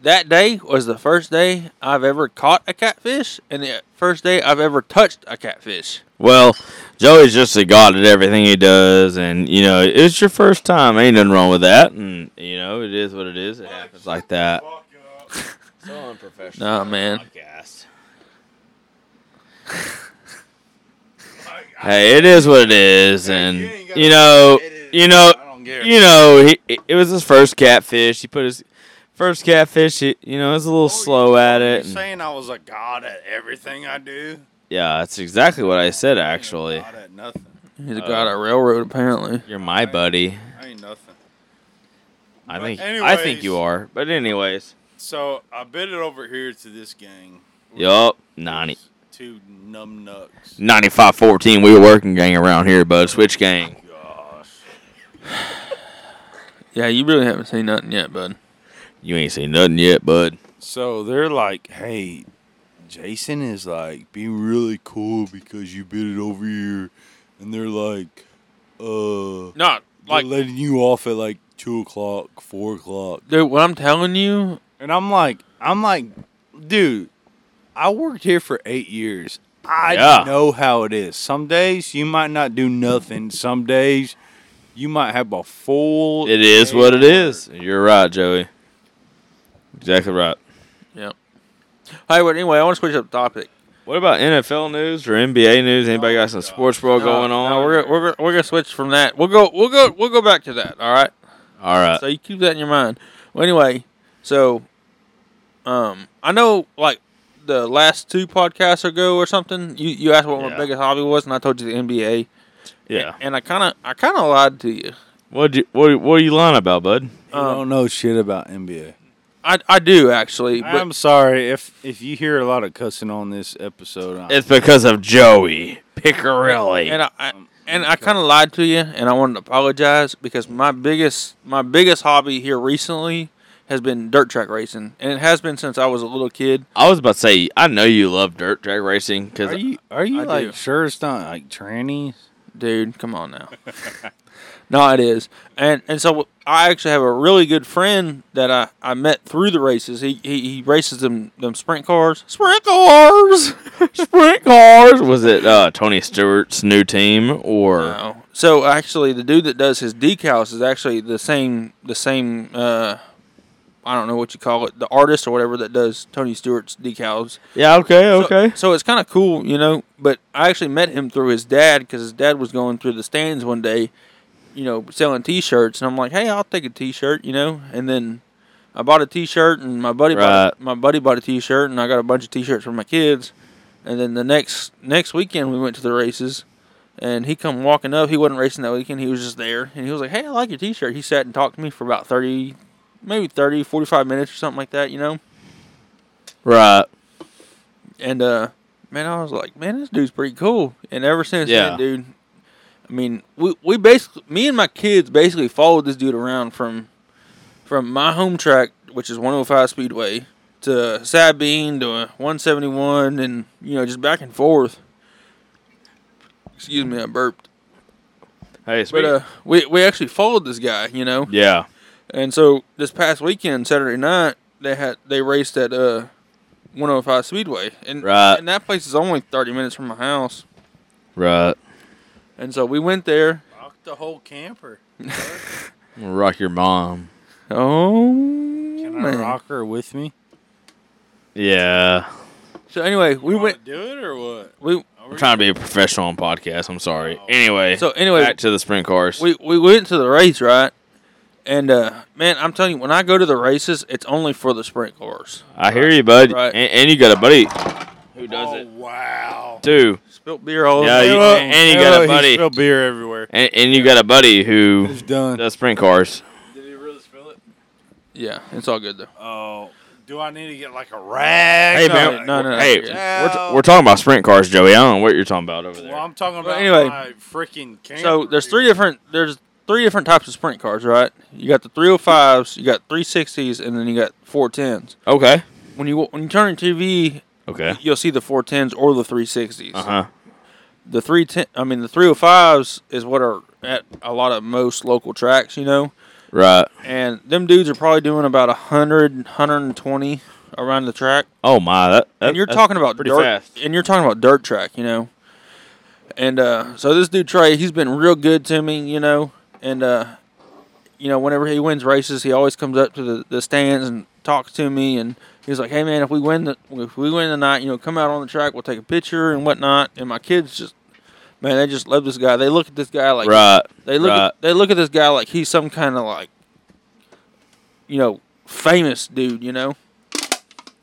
[SPEAKER 2] that day was the first day I've ever caught a catfish, and the first day I've ever touched a catfish.
[SPEAKER 4] Well, Joey's just a god at everything he does, and you know it's your first time. Ain't nothing wrong with that, and you know it is what it is. It happens like that. so unprofessional.
[SPEAKER 2] Nah, man.
[SPEAKER 4] Podcast. hey, it is what it is, and you know, you know, you know, he, it- it was his first catfish. He put his first catfish. He, Oh, you know, was a little slow at it. and-
[SPEAKER 3] I was a god at everything I do.
[SPEAKER 4] yeah, that's exactly what I said. Actually,
[SPEAKER 3] at nothing.
[SPEAKER 2] He's a
[SPEAKER 3] Uh,
[SPEAKER 2] god of railroad, apparently.
[SPEAKER 4] you're my buddy.
[SPEAKER 3] I ain't nothing.
[SPEAKER 4] I
[SPEAKER 3] But
[SPEAKER 4] think I
[SPEAKER 3] anyways-
[SPEAKER 4] think you are. But anyways,
[SPEAKER 3] So I bet it over here to this gang.
[SPEAKER 4] yup, 90,
[SPEAKER 3] Two numb nucks.
[SPEAKER 4] 95 14 We were working gang around here, bud. Switch gang.
[SPEAKER 3] Gosh.
[SPEAKER 2] Yeah, you really haven't seen nothing yet, bud.
[SPEAKER 4] You ain't seen nothing yet, bud.
[SPEAKER 3] So they're like, hey, Jason is like, be really cool because you bit it over here. And they're like, uh,
[SPEAKER 2] Not
[SPEAKER 3] they're letting you off at like two o'clock, four o'clock.
[SPEAKER 2] dude. What I'm telling you,
[SPEAKER 3] And I'm like, I'm like, dude, I worked here for eight years. I
[SPEAKER 4] Yeah.
[SPEAKER 3] know how it is. Some days you might not do nothing. Some days you might have a full.
[SPEAKER 4] It is
[SPEAKER 3] day
[SPEAKER 4] what it
[SPEAKER 3] of
[SPEAKER 4] is. You're right, Joey. Exactly right.
[SPEAKER 2] hey, but anyway, I want to switch up the topic.
[SPEAKER 4] What about NFL news or NBA news? Anybody got some sports world going
[SPEAKER 2] No,
[SPEAKER 4] on?
[SPEAKER 2] No, we're gonna, we're gonna, we're gonna switch from that. We'll go we'll go we'll go back to that. All right.
[SPEAKER 4] All right.
[SPEAKER 2] So you keep that in your mind. Well, anyway, so um, I know like the last two podcasts ago or something, you, you asked what my
[SPEAKER 4] Yeah.
[SPEAKER 2] biggest hobby was, and I told you the NBA.
[SPEAKER 4] yeah.
[SPEAKER 2] And I kind of I kind of lied to you.
[SPEAKER 4] What you what what are you lying about, bud?
[SPEAKER 3] You don't know shit about NBA.
[SPEAKER 2] I, I do actually. But
[SPEAKER 3] I'm sorry if if you hear a lot of cussing on this episode. I-
[SPEAKER 4] It's because of Joey Piccarelli.
[SPEAKER 2] and I, I and I kind of lied to you, and I wanted to apologize because my biggest my biggest hobby here recently has been dirt track racing, and it has been since I was a little kid.
[SPEAKER 4] I was about to say, I know you love dirt drag racing because
[SPEAKER 3] are you are you
[SPEAKER 2] I
[SPEAKER 3] like
[SPEAKER 2] do.
[SPEAKER 3] sure it's not like trannies?
[SPEAKER 2] dude come on now no it is and and so i actually have a really good friend that i i met through the races he he, he races them them sprint cars sprint cars
[SPEAKER 4] sprint cars. Was it uh, Tony Stewart's new team or
[SPEAKER 2] No. so actually the dude that does his decals is actually the same the same uh i don't know what you call it the artist or whatever that does tony stewart's decals
[SPEAKER 4] Yeah, okay,
[SPEAKER 2] So- So, it's kind of cool, you know. But I actually met him through his dad because his dad was going through the stands one day, you know, selling T-shirts, and I'm like, hey, I'll take a T-shirt, you know. And then I bought a T-shirt, and my buddy
[SPEAKER 4] Right.
[SPEAKER 2] bought, my buddy bought a T-shirt, and I got a bunch of T-shirts for my kids. And then the next next weekend we went to the races, and he come walking up. He wasn't racing that weekend. He was just there, and he was like, hey, I like your T-shirt. He sat and talked to me for about thirty. Maybe 30, 45 minutes or something like that, you know?
[SPEAKER 4] right.
[SPEAKER 2] And uh man, I was like, man, this dude's pretty cool. And ever since
[SPEAKER 4] Yeah.
[SPEAKER 2] then, dude, I mean, we we basically me and my kids basically followed this dude around from from my home track, which is 105 Speedway, to Sabine to 171 and you know, just back and forth. Excuse me, I burped.
[SPEAKER 4] Hey,
[SPEAKER 2] But uh we we actually followed this guy, you know.
[SPEAKER 4] yeah,
[SPEAKER 2] And so this past weekend, Saturday night, they had they raced at uh 105 Speedway, and
[SPEAKER 4] Right.
[SPEAKER 2] and that place is only 30 minutes from my house.
[SPEAKER 4] right.
[SPEAKER 2] And so we went there.
[SPEAKER 3] Fuck the whole camper.
[SPEAKER 4] Rock your mom.
[SPEAKER 2] Oh
[SPEAKER 3] Can
[SPEAKER 2] man.
[SPEAKER 3] I rock her with me?
[SPEAKER 4] Yeah,
[SPEAKER 2] So anyway, we went.
[SPEAKER 3] do it or what?
[SPEAKER 2] We
[SPEAKER 4] I'm trying to be a professional on podcast. I'm sorry. Anyway,
[SPEAKER 2] so anyway
[SPEAKER 4] back to the sprint cars.
[SPEAKER 2] we we went to the race right, And uh, man, I'm telling you, when I go to the races, it's only for the sprint cars.
[SPEAKER 4] I hear you, bud.
[SPEAKER 2] Right.
[SPEAKER 4] And, and you got a buddy who does it
[SPEAKER 3] Oh, wow.
[SPEAKER 4] too.
[SPEAKER 2] Spilt beer all
[SPEAKER 4] Yeah,
[SPEAKER 2] over.
[SPEAKER 4] you-
[SPEAKER 2] me.
[SPEAKER 4] and you got a buddy.
[SPEAKER 3] Spill beer everywhere.
[SPEAKER 4] And, and you got a buddy who
[SPEAKER 3] It's done.
[SPEAKER 4] does sprint cars.
[SPEAKER 3] Did he really spill it?
[SPEAKER 2] yeah, it's all good though.
[SPEAKER 3] Oh, do I need to get like a rag?
[SPEAKER 4] Hey,
[SPEAKER 2] No,
[SPEAKER 4] man.
[SPEAKER 2] no, no, no.
[SPEAKER 4] hey,
[SPEAKER 2] Yeah.
[SPEAKER 4] we're, t- we're talking about sprint cars, Joey. I don't know what you're talking about over
[SPEAKER 3] Well,
[SPEAKER 4] there.
[SPEAKER 3] I'm talking about
[SPEAKER 2] anyway,
[SPEAKER 3] my freaking camper.
[SPEAKER 2] So there's
[SPEAKER 3] dude.
[SPEAKER 2] three different there's three different types of sprint cars, right? You got the 305s, you got 360s, and then you got 410s.
[SPEAKER 4] Okay.
[SPEAKER 2] When you when you turn on TV,
[SPEAKER 4] Okay.
[SPEAKER 2] you'll see the 410s or the 360s.
[SPEAKER 4] Uh huh.
[SPEAKER 2] The 310 I mean the 305s is what are at a lot of most local tracks, you know.
[SPEAKER 4] Right.
[SPEAKER 2] And them dudes are probably doing about 100 120 around the track.
[SPEAKER 4] Oh my. That, that,
[SPEAKER 2] and you're
[SPEAKER 4] that's
[SPEAKER 2] talking about
[SPEAKER 4] pretty
[SPEAKER 2] dirt,
[SPEAKER 4] fast.
[SPEAKER 2] and you're talking about dirt track, you know. And uh, so this dude Trey, he's been real good to me, you know. And uh, you know, whenever he wins races, he always comes up to the, the stands and talks to me, and he's like, "Hey man, if we win the if we win tonight, you know, come out on the track, we'll take a picture and whatnot." And my kids just, man, they just love this guy. They look at this guy like
[SPEAKER 4] Right.
[SPEAKER 2] they look
[SPEAKER 4] Right.
[SPEAKER 2] at, they look at this guy like he's some kind of like, you know, famous dude, you know.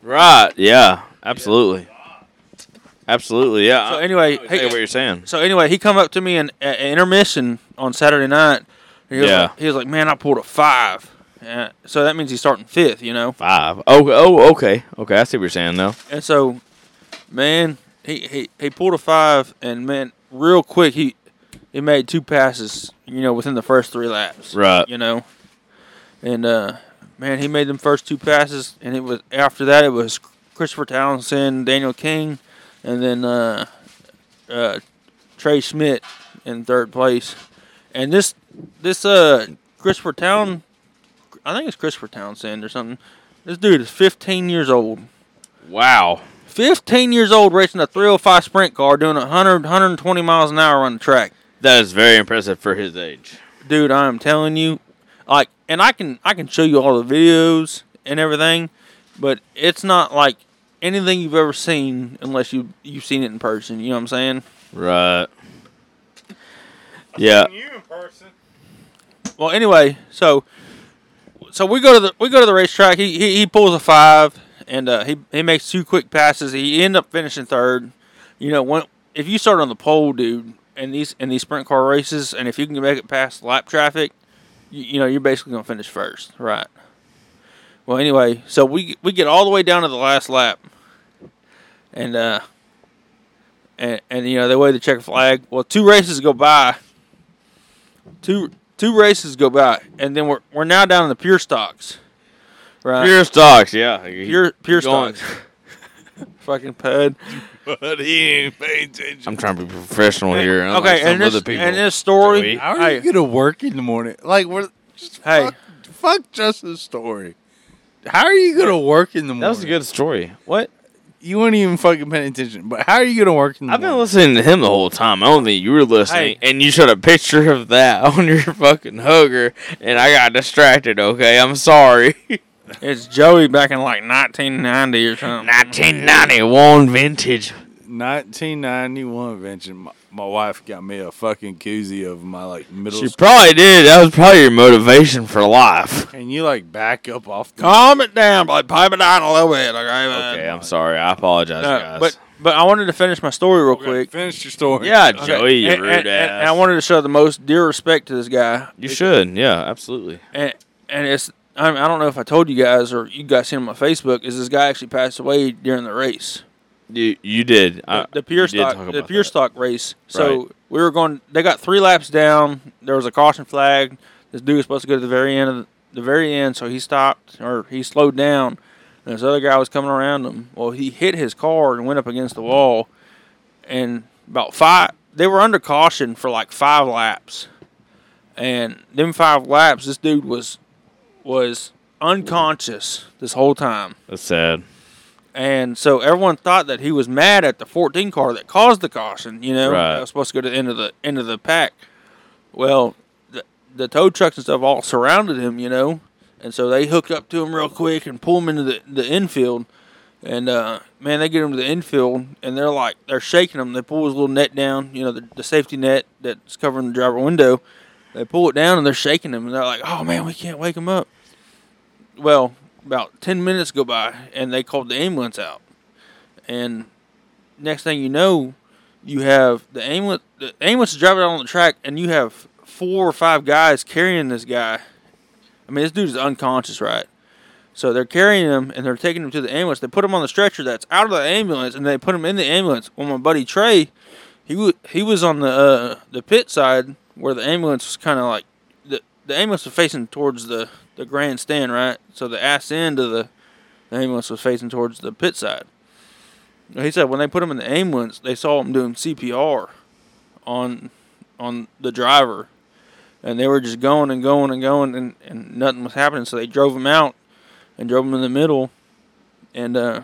[SPEAKER 4] Right. Yeah. Absolutely. Absolutely. Yeah.
[SPEAKER 2] So anyway,
[SPEAKER 4] I, I
[SPEAKER 2] hey-
[SPEAKER 4] get what you're saying.
[SPEAKER 2] So anyway, he come up to me in at at intermission on Saturday night. He was,
[SPEAKER 4] Yeah.
[SPEAKER 2] like, he was like, "Man, I pulled a five. Uh, so that means he's starting fifth, you know.
[SPEAKER 4] Five. Oh. Oh. Okay. Okay. I see what you're saying now.
[SPEAKER 2] And so, man, he, he he pulled a five, and man, real quick he he made two passes, you know, within the first three laps,
[SPEAKER 4] Right.
[SPEAKER 2] You know, and uh, man, he made them first two passes, and it was after that it was Christopher Townsend, Daniel King, and then uh, uh, Trey Schmidt in third place, and this this uh Christopher Town, I think it's Christopher Townsend or something. This dude is 15 years old.
[SPEAKER 4] Wow.
[SPEAKER 2] 15 years old racing a 305 sprint car doing 100 120 miles an hour on the track
[SPEAKER 4] That is very impressive for his age.
[SPEAKER 2] dude i'm telling you like and i can i can show you all the videos and everything but it's not like anything you've ever seen unless you you've seen it in person you know what i'm saying
[SPEAKER 4] Right. Yeah.
[SPEAKER 3] You in person?
[SPEAKER 2] well anyway so so we go to the we go to the racetrack he he, he pulls a five and uh, he he makes two quick passes he end up finishing third you know when if you start on the pole dude and these in these sprint car races and if you can make it past lap traffic you, you know you're basically gonna finish first right well anyway so we we get all the way down to the last lap and uh and, and you know they wave the checker flag well two races go by two two races go by, and then we're we're now down in the pure stocks, right?
[SPEAKER 4] Pure stocks. Yeah.
[SPEAKER 2] pure, pure
[SPEAKER 4] going.
[SPEAKER 2] stocks. Fucking pud.
[SPEAKER 3] But he ain't paying attention.
[SPEAKER 4] I'm trying to be professional here. unlike
[SPEAKER 2] okay,
[SPEAKER 4] some
[SPEAKER 2] and this
[SPEAKER 4] other people.
[SPEAKER 2] and this story.
[SPEAKER 4] Joey.
[SPEAKER 3] How are
[SPEAKER 2] Hey,
[SPEAKER 3] you gonna work in the morning? Like we're just
[SPEAKER 2] Hey.
[SPEAKER 3] fuck, fuck Justin's story. How are you gonna work in the morning?
[SPEAKER 4] that was a good story. What?
[SPEAKER 3] You weren't even fucking paying attention. But how are you gonna work in the
[SPEAKER 4] I've been
[SPEAKER 3] morning?
[SPEAKER 4] listening to him the whole time. I don't think you were listening. And you showed a picture of that on your fucking hugger, and I got distracted, okay? I'm sorry.
[SPEAKER 2] it's Joey back in like 1990 or something.
[SPEAKER 4] 1991 vintage.
[SPEAKER 3] 1991 invention. My, my wife got me a fucking koozie of my like middle.
[SPEAKER 4] She
[SPEAKER 3] school-
[SPEAKER 4] probably did. That was probably your motivation for life.
[SPEAKER 3] Can you like back up off the?
[SPEAKER 2] Calm it down, but pipe it down a little bit. Okay, man?
[SPEAKER 4] Okay, I'm sorry. I apologize,
[SPEAKER 2] No,
[SPEAKER 4] guys.
[SPEAKER 2] Uh, but but I wanted to finish my story real
[SPEAKER 3] Okay,
[SPEAKER 2] quick.
[SPEAKER 3] Finish your story.
[SPEAKER 4] yeah,
[SPEAKER 2] Okay,
[SPEAKER 4] Joey, you
[SPEAKER 2] and,
[SPEAKER 4] rude
[SPEAKER 2] and-
[SPEAKER 4] ass.
[SPEAKER 2] and- and I wanted to show the most dear respect to this guy
[SPEAKER 4] you should. Yeah, absolutely.
[SPEAKER 2] and and it's I, mean, I don't know if I told you guys or you guys seen him on Facebook is this guy actually passed away during the race
[SPEAKER 4] You you did. I-
[SPEAKER 2] the, the pure
[SPEAKER 4] you did talk
[SPEAKER 2] stock the
[SPEAKER 4] about
[SPEAKER 2] pure
[SPEAKER 4] that.
[SPEAKER 2] stock race so
[SPEAKER 4] Right.
[SPEAKER 2] we were going they got three laps down there was a caution flag this dude was supposed to go to the very end of the, the very end so he stopped or he slowed down and this other guy was coming around him well he hit his car and went up against the wall and about five they were under caution for like five laps and them five laps this dude was was unconscious this whole time
[SPEAKER 4] That's sad.
[SPEAKER 2] and so everyone thought that he was mad at the 14 car that caused the caution you know
[SPEAKER 4] Right.
[SPEAKER 2] that was supposed to go to the end of the end of the pack well the, the tow trucks and stuff all surrounded him you know and so they hook up to him real quick and pull him into the, the infield and uh, man they get him to the infield and they're like they're shaking him they pull his little net down you know the, the safety net that's covering the driver window They pull it down and they're shaking him. And they're like, "Oh man, we can't wake him up." Well, about ten minutes go by, and they called the ambulance out. And next thing you know, you have the ambulance. The ambulance is driving out on the track, and you have four or five guys carrying this guy. I mean, this dude is unconscious, right? So they're carrying him and they're taking him to the ambulance. They put him on the stretcher that's out of the ambulance, and they put him in the ambulance. Well, my buddy Trey, he wa he was on the uh, the pit side where the ambulance was kind of like the the ambulance was facing towards the the grandstand, right? So the ass end of the, the ambulance was facing towards the pit side. He said when they put him in the ambulance, they saw him doing CPR on on the driver, and they were just going and going and going, and, and nothing was happening. So they drove him out and drove him in the middle, and uh,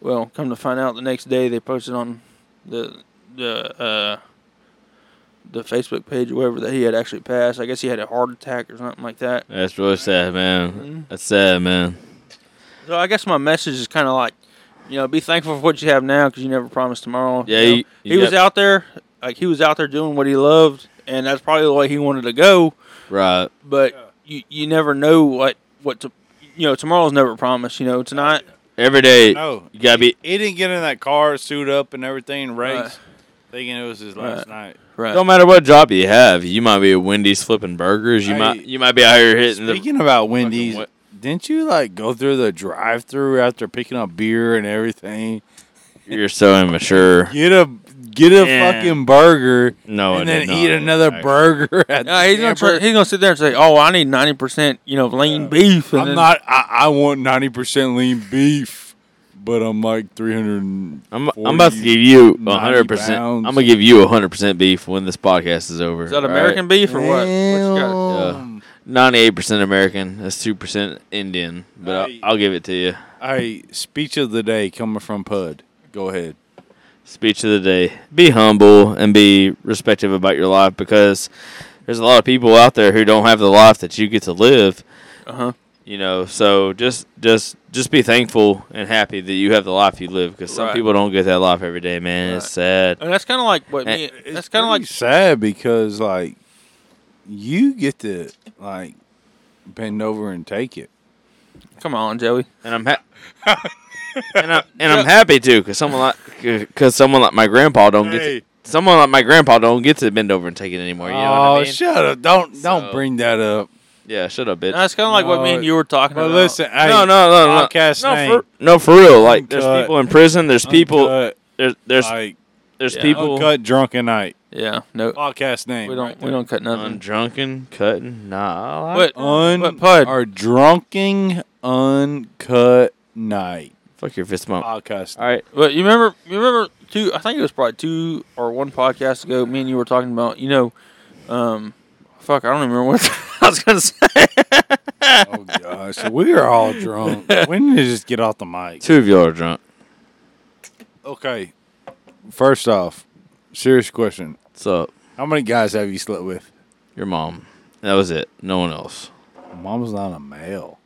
[SPEAKER 2] well, come to find out, the next day they posted on the the uh, the Facebook page, or whatever, that he had actually passed. I guess he had a heart attack or something like that.
[SPEAKER 4] That's really sad,
[SPEAKER 2] Mm-hmm.
[SPEAKER 4] man. That's sad, man.
[SPEAKER 2] So I guess my message is kind of like, you know, be thankful for what you have now because you never promised tomorrow.
[SPEAKER 4] Yeah,
[SPEAKER 2] you know?
[SPEAKER 4] you-
[SPEAKER 2] he,
[SPEAKER 4] you
[SPEAKER 2] was
[SPEAKER 4] got-
[SPEAKER 2] out there, like he was out there doing what he loved, and that's probably the way he wanted to go.
[SPEAKER 4] Right.
[SPEAKER 2] But you you never know what what to, you know, tomorrow's never promised. You know, tonight.
[SPEAKER 4] Every day,
[SPEAKER 2] Oh.
[SPEAKER 3] No,
[SPEAKER 4] you gotta be.
[SPEAKER 3] He didn't get in that car, suit up, and everything, race,
[SPEAKER 2] Right.
[SPEAKER 3] thinking it was his last night.
[SPEAKER 2] Right.
[SPEAKER 4] Don't matter what job you have, you might be at Wendy's flipping burgers. You
[SPEAKER 3] Hey,
[SPEAKER 4] might you might be out here hitting the.
[SPEAKER 3] Speaking about Wendy's,
[SPEAKER 4] what-
[SPEAKER 3] didn't you like go through the drive-through after picking up beer and everything?
[SPEAKER 4] You're so immature.
[SPEAKER 3] Get a get a
[SPEAKER 4] Yeah.
[SPEAKER 3] fucking burger
[SPEAKER 4] No, I
[SPEAKER 3] and then
[SPEAKER 4] did not.
[SPEAKER 3] eat another
[SPEAKER 4] Actually.
[SPEAKER 3] burger. At
[SPEAKER 2] Yeah,
[SPEAKER 3] the
[SPEAKER 2] uh, he's gonna try,
[SPEAKER 3] hamburger.
[SPEAKER 2] he's gonna sit there and say, "Oh, I need ninety percent, you know, lean beef." And
[SPEAKER 3] I'm
[SPEAKER 2] then-
[SPEAKER 3] not. I, I want ninety percent lean beef, but I'm like three hundred.
[SPEAKER 4] I'm, I'm about to give you 100.
[SPEAKER 3] 90
[SPEAKER 4] percent I'm
[SPEAKER 3] pounds.
[SPEAKER 4] gonna give you 100 percent beef when this podcast is over.
[SPEAKER 2] Is that American beef or what? What you got?
[SPEAKER 4] 98 percent American. That's two percent Indian, but
[SPEAKER 3] Hey.
[SPEAKER 4] I'll, I'll give it to you.
[SPEAKER 3] Hey, speech of the day coming from Pud. Go ahead.
[SPEAKER 4] speech of the day be humble and be respective about your life because there's a lot of people out there who don't have the life that you get to live
[SPEAKER 2] Uh-huh.
[SPEAKER 4] you know so just just just be thankful and happy that you have the life you live because some
[SPEAKER 2] Right.
[SPEAKER 4] people don't get that life every day man it's sad
[SPEAKER 2] And that's kind of like what me.
[SPEAKER 4] It's
[SPEAKER 2] That's kind of like
[SPEAKER 3] sad because like you get to like bend over and take it.
[SPEAKER 2] Come on, Joey.
[SPEAKER 4] and i'm happy and, I, and i'm happy too because someone like because someone like my grandpa don't
[SPEAKER 3] Hey.
[SPEAKER 4] get to, someone like my grandpa don't get to bend over and take it anymore you know what i
[SPEAKER 3] oh,
[SPEAKER 4] mean
[SPEAKER 3] shut up! Don't
[SPEAKER 4] So-
[SPEAKER 3] don't bring that up.
[SPEAKER 4] yeah shut up bitch
[SPEAKER 2] That's kind of like what me
[SPEAKER 3] No,
[SPEAKER 2] and you were talking
[SPEAKER 3] But
[SPEAKER 2] about.
[SPEAKER 3] listen, hey,
[SPEAKER 4] no, no, no, no.
[SPEAKER 3] podcast
[SPEAKER 4] no,
[SPEAKER 3] name.
[SPEAKER 4] For, no, for real. Like, there's
[SPEAKER 3] Uncut.
[SPEAKER 4] people in prison. There's people.
[SPEAKER 3] uncut,
[SPEAKER 4] There's there's
[SPEAKER 3] like
[SPEAKER 4] there's
[SPEAKER 2] Yeah.
[SPEAKER 4] people
[SPEAKER 3] uncut drunken night
[SPEAKER 2] yeah, no,
[SPEAKER 3] podcast name.
[SPEAKER 2] we don't we don't cut nothing.
[SPEAKER 4] undrunken, cutting. Nah, I like
[SPEAKER 2] But
[SPEAKER 3] Un
[SPEAKER 2] but Pud,
[SPEAKER 3] or drunken uncut night
[SPEAKER 4] fuck your fist
[SPEAKER 2] Uh,
[SPEAKER 4] bump.
[SPEAKER 3] podcast.
[SPEAKER 4] All right,
[SPEAKER 2] but you remember you remember two? I think it was probably two or one podcast ago. Me and you were talking about you know, um, fuck, I don't even remember what I was gonna say.
[SPEAKER 3] Oh gosh, we are all drunk. When did you just get off the mic?
[SPEAKER 4] two of y'all are drunk.
[SPEAKER 3] Okay, first off, serious question:
[SPEAKER 4] What's up?
[SPEAKER 3] How many guys have you slept with?
[SPEAKER 4] Your mom. That was it. No one else.
[SPEAKER 3] Mom's not a male.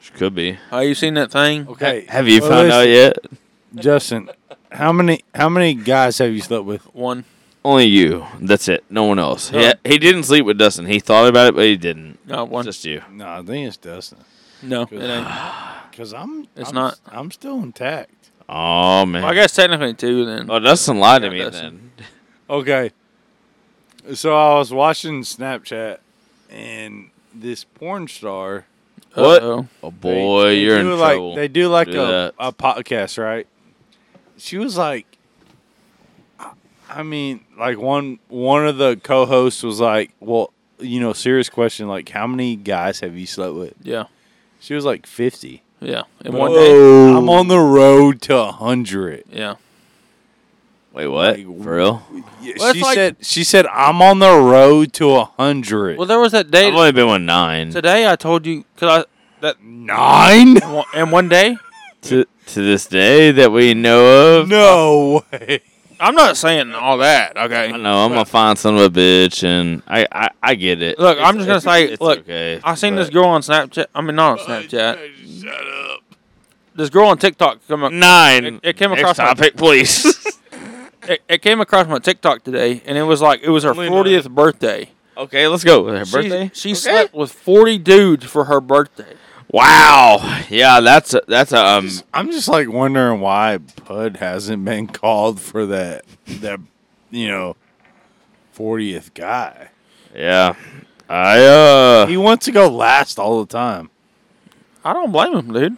[SPEAKER 4] She could be.
[SPEAKER 2] Have you seen that thing?
[SPEAKER 3] Okay,
[SPEAKER 4] Have you
[SPEAKER 3] well,
[SPEAKER 4] found out
[SPEAKER 3] uh, listen,
[SPEAKER 4] yet?
[SPEAKER 3] Justin? How many how many guys have you slept with?
[SPEAKER 2] One.
[SPEAKER 4] Only you. That's it. No one else. Yeah, he, didn't sleep with Dustin. He thought about it, but he didn't.
[SPEAKER 2] No, one.
[SPEAKER 4] Just you.
[SPEAKER 3] No, I think it's Dustin.
[SPEAKER 2] No, it ain't.
[SPEAKER 3] Cause I'm
[SPEAKER 2] It's
[SPEAKER 3] I'm-
[SPEAKER 2] not.
[SPEAKER 3] I'm still intact.
[SPEAKER 4] Oh man.
[SPEAKER 2] Well, I guess technically two. Then
[SPEAKER 3] Uh,
[SPEAKER 4] oh, Dustin lied to
[SPEAKER 2] Yeah,
[SPEAKER 4] me
[SPEAKER 2] Dustin.
[SPEAKER 4] then.
[SPEAKER 3] Okay. So I was watching Snapchat, and this porn star.
[SPEAKER 4] What?
[SPEAKER 2] Uh-oh.
[SPEAKER 4] Oh
[SPEAKER 3] they-
[SPEAKER 4] boy,
[SPEAKER 3] they
[SPEAKER 4] you're in
[SPEAKER 3] do like,
[SPEAKER 4] trouble.
[SPEAKER 3] They do like
[SPEAKER 4] Do
[SPEAKER 3] a,
[SPEAKER 4] that.
[SPEAKER 3] a podcast, right? She was like, I- I mean, like one one of the co-hosts was like, well, you know, serious question, like how many guys have you slept with?
[SPEAKER 2] Yeah,
[SPEAKER 3] She was like fifty.
[SPEAKER 2] yeah. In
[SPEAKER 3] But
[SPEAKER 2] one
[SPEAKER 3] I'm
[SPEAKER 2] day.
[SPEAKER 3] like, I'm on the road to hundred.
[SPEAKER 2] Yeah.
[SPEAKER 4] Wait, what?
[SPEAKER 3] Like,
[SPEAKER 4] For real?
[SPEAKER 2] Well,
[SPEAKER 3] she
[SPEAKER 2] it's like-
[SPEAKER 3] said, she said, I'm on the road to hundred.
[SPEAKER 2] Well, there was that day.
[SPEAKER 4] I've only been with nine. To,
[SPEAKER 2] Today I told you because I
[SPEAKER 3] Nine?
[SPEAKER 2] that and one day
[SPEAKER 4] to, this day that we know of.
[SPEAKER 3] No way.
[SPEAKER 2] I'm not saying all that.
[SPEAKER 4] I
[SPEAKER 2] Okay,
[SPEAKER 4] know I'm gonna find son of a bitch, and I I, I get it.
[SPEAKER 2] Look, I'm just gonna say,
[SPEAKER 4] it's
[SPEAKER 2] look,
[SPEAKER 4] okay,
[SPEAKER 2] I seen this
[SPEAKER 4] but-
[SPEAKER 2] girl on Snapchat. I mean, not on Snapchat.
[SPEAKER 3] Shut up.
[SPEAKER 2] This girl on TikTok. Come
[SPEAKER 3] Mm.
[SPEAKER 2] up,
[SPEAKER 4] nine.
[SPEAKER 2] It- it came
[SPEAKER 4] Next
[SPEAKER 2] across my-
[SPEAKER 4] topic, please.
[SPEAKER 2] it, it came across my TikTok today, and it was like it was her
[SPEAKER 3] Only
[SPEAKER 2] 40th birthday,
[SPEAKER 4] Okay, let's go. Her
[SPEAKER 2] She-
[SPEAKER 4] birthday?
[SPEAKER 2] She
[SPEAKER 4] Okay.
[SPEAKER 2] slept with forty dudes for her birthday.
[SPEAKER 4] Wow. Yeah, that's a, that's a um,
[SPEAKER 3] I'm just like wondering why Pud hasn't been called for that that you know fortieth guy.
[SPEAKER 4] yeah. I uh
[SPEAKER 3] He wants to go last all the time.
[SPEAKER 2] I don't blame him, dude.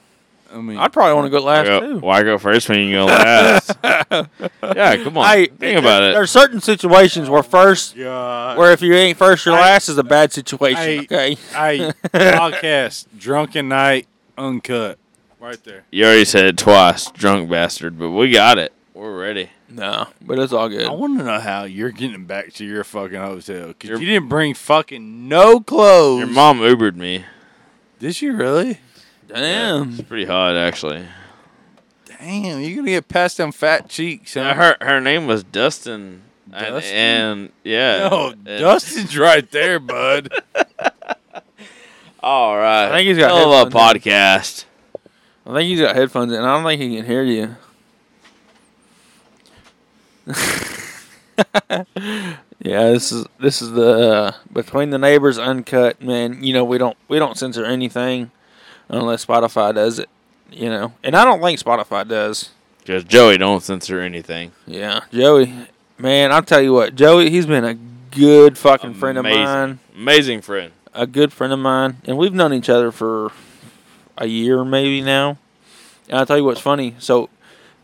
[SPEAKER 3] I mean,
[SPEAKER 2] I'd probably want to go last
[SPEAKER 4] go,
[SPEAKER 2] too.
[SPEAKER 4] why go first when you go last? yeah, come on.
[SPEAKER 2] Hey,
[SPEAKER 4] think about
[SPEAKER 2] There are
[SPEAKER 4] it.
[SPEAKER 2] certain situations where first,
[SPEAKER 3] God.
[SPEAKER 2] where if you ain't first, your
[SPEAKER 3] I-
[SPEAKER 2] last is a bad situation.
[SPEAKER 3] Hey.
[SPEAKER 2] okay.
[SPEAKER 3] I podcast drunken night uncut right there.
[SPEAKER 4] You already said it twice, drunk bastard, but we got it. We're ready.
[SPEAKER 2] No, but it's all good.
[SPEAKER 3] I want to know how you're getting back to your fucking hotel because
[SPEAKER 4] Your-
[SPEAKER 3] you didn't bring fucking no clothes.
[SPEAKER 4] Your mom Ubered me.
[SPEAKER 3] Did she really?
[SPEAKER 2] Damn.
[SPEAKER 4] Pretty hot actually.
[SPEAKER 3] Damn, you're gonna get past them fat cheeks.
[SPEAKER 4] Yeah,
[SPEAKER 3] Huh?
[SPEAKER 4] her her name was Dustin. And-
[SPEAKER 3] Dustin?
[SPEAKER 4] And, yeah.
[SPEAKER 3] No,
[SPEAKER 4] And-
[SPEAKER 3] Oh, Dustin's right there, bud.
[SPEAKER 4] All right.
[SPEAKER 2] I think he's got
[SPEAKER 4] Hell of a
[SPEAKER 2] headphones
[SPEAKER 4] podcast.
[SPEAKER 2] I think he's got headphones in. I don't think he can hear you. yeah, this is this is the uh, between the neighbors uncut man. You know we don't we don't censor anything unless Spotify does it. You know, and I don't think Spotify does.
[SPEAKER 4] Because Joey don't censor anything.
[SPEAKER 2] Yeah, Joey, man, I'll tell you what, Joey, he's been a good fucking friend of
[SPEAKER 4] Amazing.
[SPEAKER 2] mine,
[SPEAKER 4] Amazing friend.
[SPEAKER 2] a good friend of mine, and we've known each other for a year maybe now. And I'll tell you what's funny. So,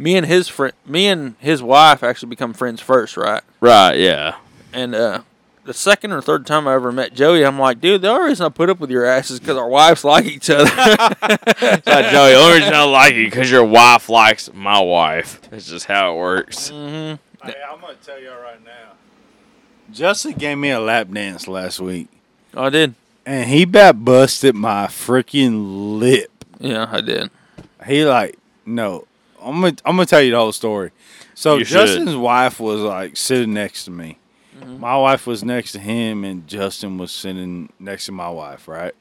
[SPEAKER 2] me and his friend, me and his wife actually become friends first, right?
[SPEAKER 4] Right, yeah.
[SPEAKER 2] And uh, the second or third time I ever met Joey, I'm like, dude, the only reason I put up with your ass is because our wives like each other.
[SPEAKER 4] Not Joey, the only reason I like you because your wife likes my wife. That's just how it works.
[SPEAKER 3] Hey, I'm gonna tell y'all right now. Justin gave me a lap dance last week,
[SPEAKER 2] I did.
[SPEAKER 3] and he about busted my freaking lip.
[SPEAKER 2] Yeah, I did.
[SPEAKER 3] He like, no, I'm gonna I'm gonna tell you the whole story. So
[SPEAKER 4] You should. Mm-hmm.
[SPEAKER 3] Justin's wife was like sitting next to me. My wife was next to him, and Justin was sitting next to my wife, right?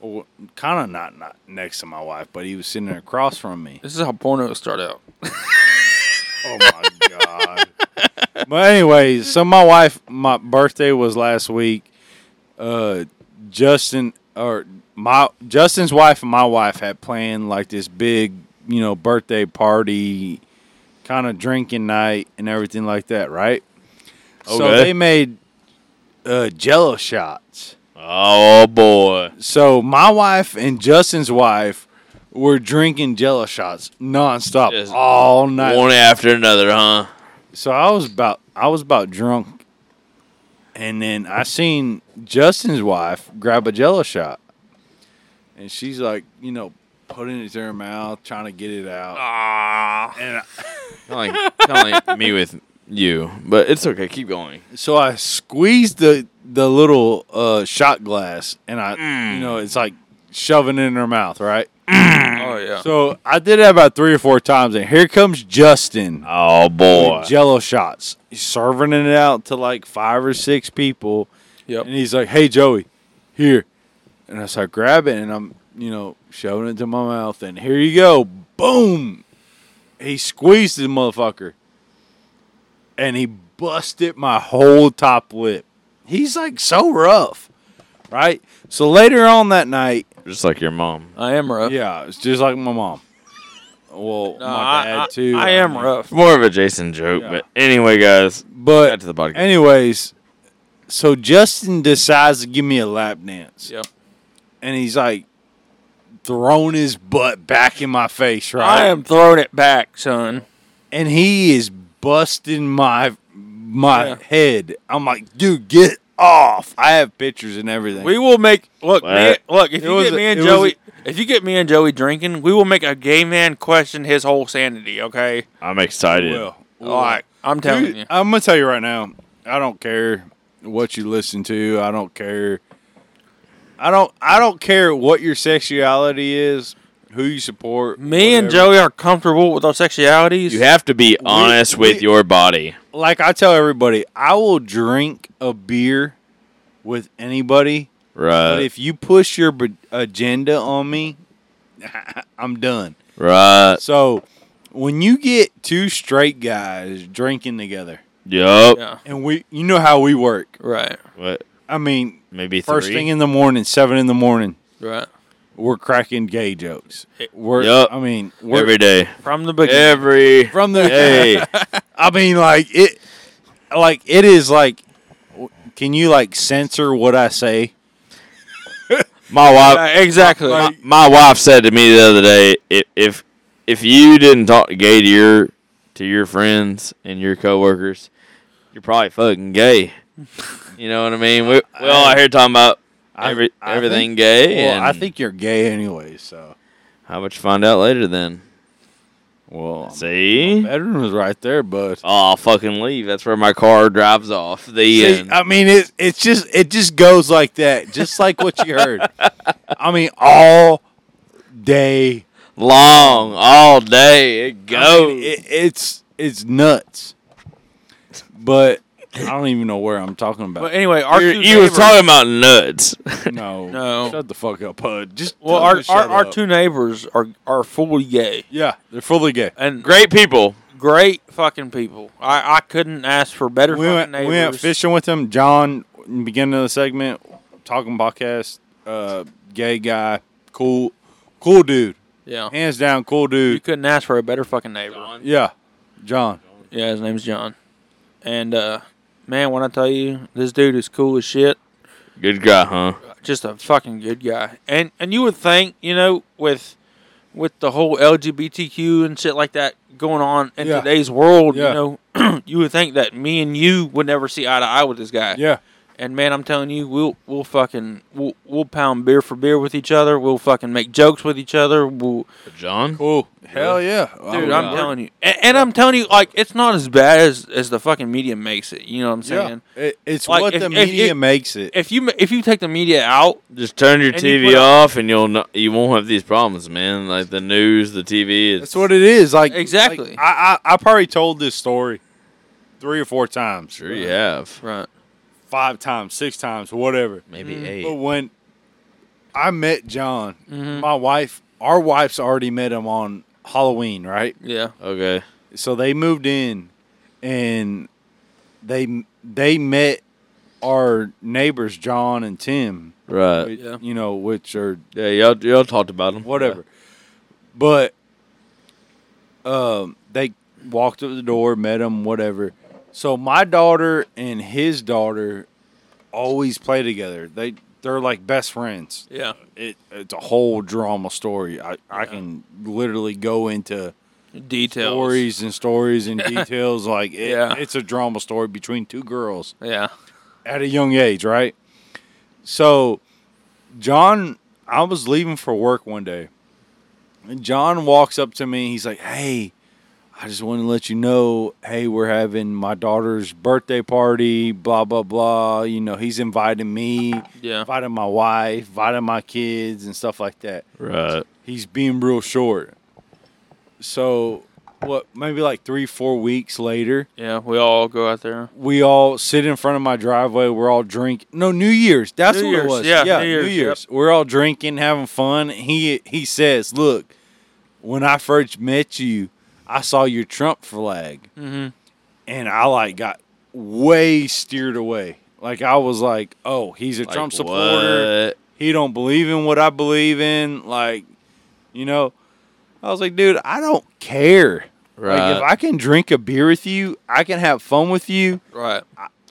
[SPEAKER 3] Or kind of not not next to my wife, but he was sitting across from me.
[SPEAKER 2] This is how pornos start out.
[SPEAKER 3] Oh my god. But anyways, so my wife, my birthday was last week. Uh, Justin or my Justin's wife and my wife had planned like this big, you know, birthday party, kind of drinking night and everything like that, right? So
[SPEAKER 4] Okay.
[SPEAKER 3] they made uh, Jello shots.
[SPEAKER 4] Oh, boy.
[SPEAKER 3] So my wife and Justin's wife were drinking Jello shots nonstop
[SPEAKER 4] Just
[SPEAKER 3] all night.
[SPEAKER 4] One after another, huh?
[SPEAKER 3] So I was about I was about drunk, and then I seen Justin's wife grab a Jello shot, and she's like, you know, putting it to her mouth, trying to get it out. And
[SPEAKER 4] Kind of like, kinda like me with you. But it's okay. Keep going.
[SPEAKER 3] I, so I squeezed the the little uh, shot glass, and I, you know, it's like shoving it in her mouth, right?
[SPEAKER 2] Oh yeah.
[SPEAKER 3] So I did that about three or four times, and here comes Justin.
[SPEAKER 4] Oh, boy.
[SPEAKER 3] with Jello shots, He's serving it out to like five or six people.
[SPEAKER 2] Yep.
[SPEAKER 3] And he's like, "Hey Joey, here," and I start grabbing, and I'm you know shoving it to my mouth, and here you go, boom! He squeezed the motherfucker, and he busted my whole top lip. He's like so rough, right? So later on that night,
[SPEAKER 4] Just like your mom.
[SPEAKER 2] I am rough.
[SPEAKER 3] yeah, it's just like my mom. Well,
[SPEAKER 2] No,
[SPEAKER 3] my
[SPEAKER 2] I-
[SPEAKER 3] dad
[SPEAKER 2] I-
[SPEAKER 3] too.
[SPEAKER 2] I am rough.
[SPEAKER 4] More of a Jason joke. But anyway, guys,
[SPEAKER 3] But
[SPEAKER 4] Back to the podcast.
[SPEAKER 3] Anyways, so Justin decides to give me a lap dance,
[SPEAKER 2] Yep.
[SPEAKER 3] and he's like throwing his butt back in my face, right?
[SPEAKER 2] I am throwing it back, son.
[SPEAKER 3] and he is busting my my
[SPEAKER 2] Yeah.
[SPEAKER 3] head. I'm like, dude, get off! I have pictures and everything.
[SPEAKER 2] We will make look, me,
[SPEAKER 4] What?
[SPEAKER 2] look. If
[SPEAKER 3] It
[SPEAKER 2] you
[SPEAKER 3] was
[SPEAKER 2] get
[SPEAKER 3] a-
[SPEAKER 2] me and
[SPEAKER 3] it was
[SPEAKER 2] Joey, if you get me and Joey drinking, we will make a gay man question his whole sanity. Okay,
[SPEAKER 4] I'm excited.
[SPEAKER 3] will. We'll-
[SPEAKER 2] all right. I'm telling
[SPEAKER 3] Dude,
[SPEAKER 2] you,
[SPEAKER 3] I'm gonna tell you right now. I don't care what you listen to. I don't care. I don't. I don't care what your sexuality is, who you support.
[SPEAKER 2] me and
[SPEAKER 3] whatever.
[SPEAKER 2] Joey are comfortable with our sexualities.
[SPEAKER 4] You have to be honest with
[SPEAKER 3] we-
[SPEAKER 4] your body.
[SPEAKER 3] like I tell everybody, I will drink a beer with anybody, but
[SPEAKER 4] Right.
[SPEAKER 3] if you push your b- agenda on me, I'm done.
[SPEAKER 4] Right.
[SPEAKER 3] So when you get two straight guys drinking together,
[SPEAKER 4] Yup.
[SPEAKER 2] yeah,
[SPEAKER 3] and we, you know how we work.
[SPEAKER 2] right.
[SPEAKER 4] What?
[SPEAKER 3] I mean,
[SPEAKER 4] Maybe
[SPEAKER 3] first
[SPEAKER 4] three.
[SPEAKER 3] thing in the morning, seven in the morning,
[SPEAKER 2] Right.
[SPEAKER 3] we're cracking gay jokes. We're,
[SPEAKER 4] Yup.
[SPEAKER 3] I mean, we're,
[SPEAKER 4] every day.
[SPEAKER 2] From the beginning.
[SPEAKER 4] Every
[SPEAKER 3] from the
[SPEAKER 4] day.
[SPEAKER 3] I mean, like it, like it is like. w- Can you like censor what I say?
[SPEAKER 4] My wife.
[SPEAKER 2] Uh, exactly.
[SPEAKER 4] my, my wife said to me the other day, if if if you didn't talk gay to your to your friends and your coworkers, you're probably fucking gay. You know what I mean? We, we all out here talking about
[SPEAKER 3] I-
[SPEAKER 4] every,
[SPEAKER 3] I
[SPEAKER 4] everything
[SPEAKER 3] think-
[SPEAKER 4] gay.
[SPEAKER 3] Well,
[SPEAKER 4] and
[SPEAKER 3] I think you're gay anyway. So,
[SPEAKER 4] How about you find out later then?
[SPEAKER 3] well,
[SPEAKER 4] See?
[SPEAKER 3] bedroom is right there, but
[SPEAKER 4] Oh, I'll fucking leave. That's where my car drives off. The end.
[SPEAKER 3] I mean, it it's just it just goes like that, just like what you heard. I mean, all day
[SPEAKER 4] Long all day. It goes.
[SPEAKER 3] I mean, it, it's it's nuts. But I don't even know where I'm talking about.
[SPEAKER 2] But anyway, our
[SPEAKER 4] You're-
[SPEAKER 2] two
[SPEAKER 4] you was
[SPEAKER 2] neighbors-
[SPEAKER 4] talking about nuts.
[SPEAKER 3] no,
[SPEAKER 2] No.
[SPEAKER 3] shut the fuck up, Hud. Just
[SPEAKER 2] Well,
[SPEAKER 3] tell
[SPEAKER 2] our
[SPEAKER 3] me to
[SPEAKER 2] our,
[SPEAKER 3] shut
[SPEAKER 2] our
[SPEAKER 3] up.
[SPEAKER 2] two neighbors are are fully gay
[SPEAKER 3] yeah, they're fully gay.
[SPEAKER 2] and great,
[SPEAKER 4] Great people.
[SPEAKER 2] great fucking people. I, I couldn't ask for better
[SPEAKER 3] We
[SPEAKER 2] fucking
[SPEAKER 3] went, we
[SPEAKER 2] neighbors.
[SPEAKER 3] went fishing with them. John, in the beginning of the segment, talking podcast, uh, gay guy, cool, cool dude,
[SPEAKER 2] Yeah,
[SPEAKER 3] hands down, cool
[SPEAKER 2] you
[SPEAKER 3] dude.
[SPEAKER 2] couldn't ask for a better fucking neighbor.
[SPEAKER 3] Yeah, John.
[SPEAKER 2] Yeah, his name's John. And uh, man, when I tell you, this dude is cool as shit.
[SPEAKER 4] Good guy, huh?
[SPEAKER 2] Just a fucking good guy. And and you would think, you know, with with the whole LGBTQ and shit like that going on in
[SPEAKER 3] Yeah.
[SPEAKER 2] today's world,
[SPEAKER 3] Yeah.
[SPEAKER 2] you know, you would think that me and you would never see eye to eye with this guy.
[SPEAKER 3] Yeah,
[SPEAKER 2] And man, I'm telling you, we'll we'll fucking we'll, we'll pound beer for beer with each other. We'll fucking make jokes with each other. We'll,
[SPEAKER 4] John?
[SPEAKER 3] cool. Hell yeah,
[SPEAKER 2] dude,
[SPEAKER 3] I
[SPEAKER 2] I'm
[SPEAKER 3] would-
[SPEAKER 2] telling you, and, and I'm telling you, like it's not as bad as as the fucking media makes it. You know what I'm
[SPEAKER 3] Yeah,
[SPEAKER 2] saying?
[SPEAKER 3] It- it's
[SPEAKER 2] Like,
[SPEAKER 3] what
[SPEAKER 2] if-
[SPEAKER 3] the
[SPEAKER 2] if-
[SPEAKER 3] media
[SPEAKER 2] if-
[SPEAKER 3] makes it.
[SPEAKER 2] If you if you take the media out,
[SPEAKER 4] Just turn your
[SPEAKER 2] And you
[SPEAKER 4] TV
[SPEAKER 2] put up-
[SPEAKER 4] off, and you'll not, you won't have these problems, man. Like the news, the TV. It's,
[SPEAKER 3] That's what it is. Like
[SPEAKER 2] Exactly.
[SPEAKER 3] like, I, I I probably told this story three or four times,
[SPEAKER 4] sure you have.
[SPEAKER 2] right?
[SPEAKER 3] five times, six times, whatever.
[SPEAKER 4] Maybe
[SPEAKER 3] But
[SPEAKER 4] eight.
[SPEAKER 3] when I met John, my wife, our wives already met him on Halloween, right?
[SPEAKER 2] Yeah,
[SPEAKER 4] Okay.
[SPEAKER 3] So they moved in, and they they met our neighbors, John and Tim.
[SPEAKER 4] Right.
[SPEAKER 3] which-
[SPEAKER 2] Yeah.
[SPEAKER 3] You know, which are
[SPEAKER 4] Yeah. Y'all, y'all talked about them.
[SPEAKER 3] whatever. But um, they walked up the door, met him, whatever. So my daughter and his daughter always play together. They they're like best friends.
[SPEAKER 2] yeah,
[SPEAKER 3] It, it's a whole drama story. I, I can literally go into
[SPEAKER 2] details.
[SPEAKER 3] stories and stories and details. like it,
[SPEAKER 2] Yeah.
[SPEAKER 3] it's a drama story between two girls
[SPEAKER 2] Yeah,
[SPEAKER 3] at a young age, right? So, John, I was leaving for work one day, and John walks up to me. He's like, "Hey, I just want to let you know, hey, we're having my daughter's birthday party. Blah blah blah. You know, he's inviting me,
[SPEAKER 2] yeah,
[SPEAKER 3] inviting my wife, inviting my kids, and stuff like that.
[SPEAKER 4] Right.
[SPEAKER 3] He's being real short. So, what? Maybe like three, four weeks later."
[SPEAKER 2] yeah. We all go out there.
[SPEAKER 3] we all sit in front of my driveway. We're all drink. No, New Year's. That's
[SPEAKER 2] New
[SPEAKER 3] what
[SPEAKER 2] Year's,
[SPEAKER 3] it was.
[SPEAKER 2] yeah, New
[SPEAKER 3] New
[SPEAKER 2] Year's,
[SPEAKER 3] Year's. We're all drinking, having fun. He he says, "Look, when I first met you, I saw your Trump flag,
[SPEAKER 2] Mm-hmm.
[SPEAKER 3] and I like got way steered away. Like I was like, oh, he's a
[SPEAKER 4] Like,
[SPEAKER 3] Trump supporter.
[SPEAKER 4] what?
[SPEAKER 3] He don't believe in what I believe in. Like, you know." I was like, dude, I don't care. Like, if
[SPEAKER 4] Right.
[SPEAKER 3] I can drink a beer with you, I can have fun with you.
[SPEAKER 2] Right.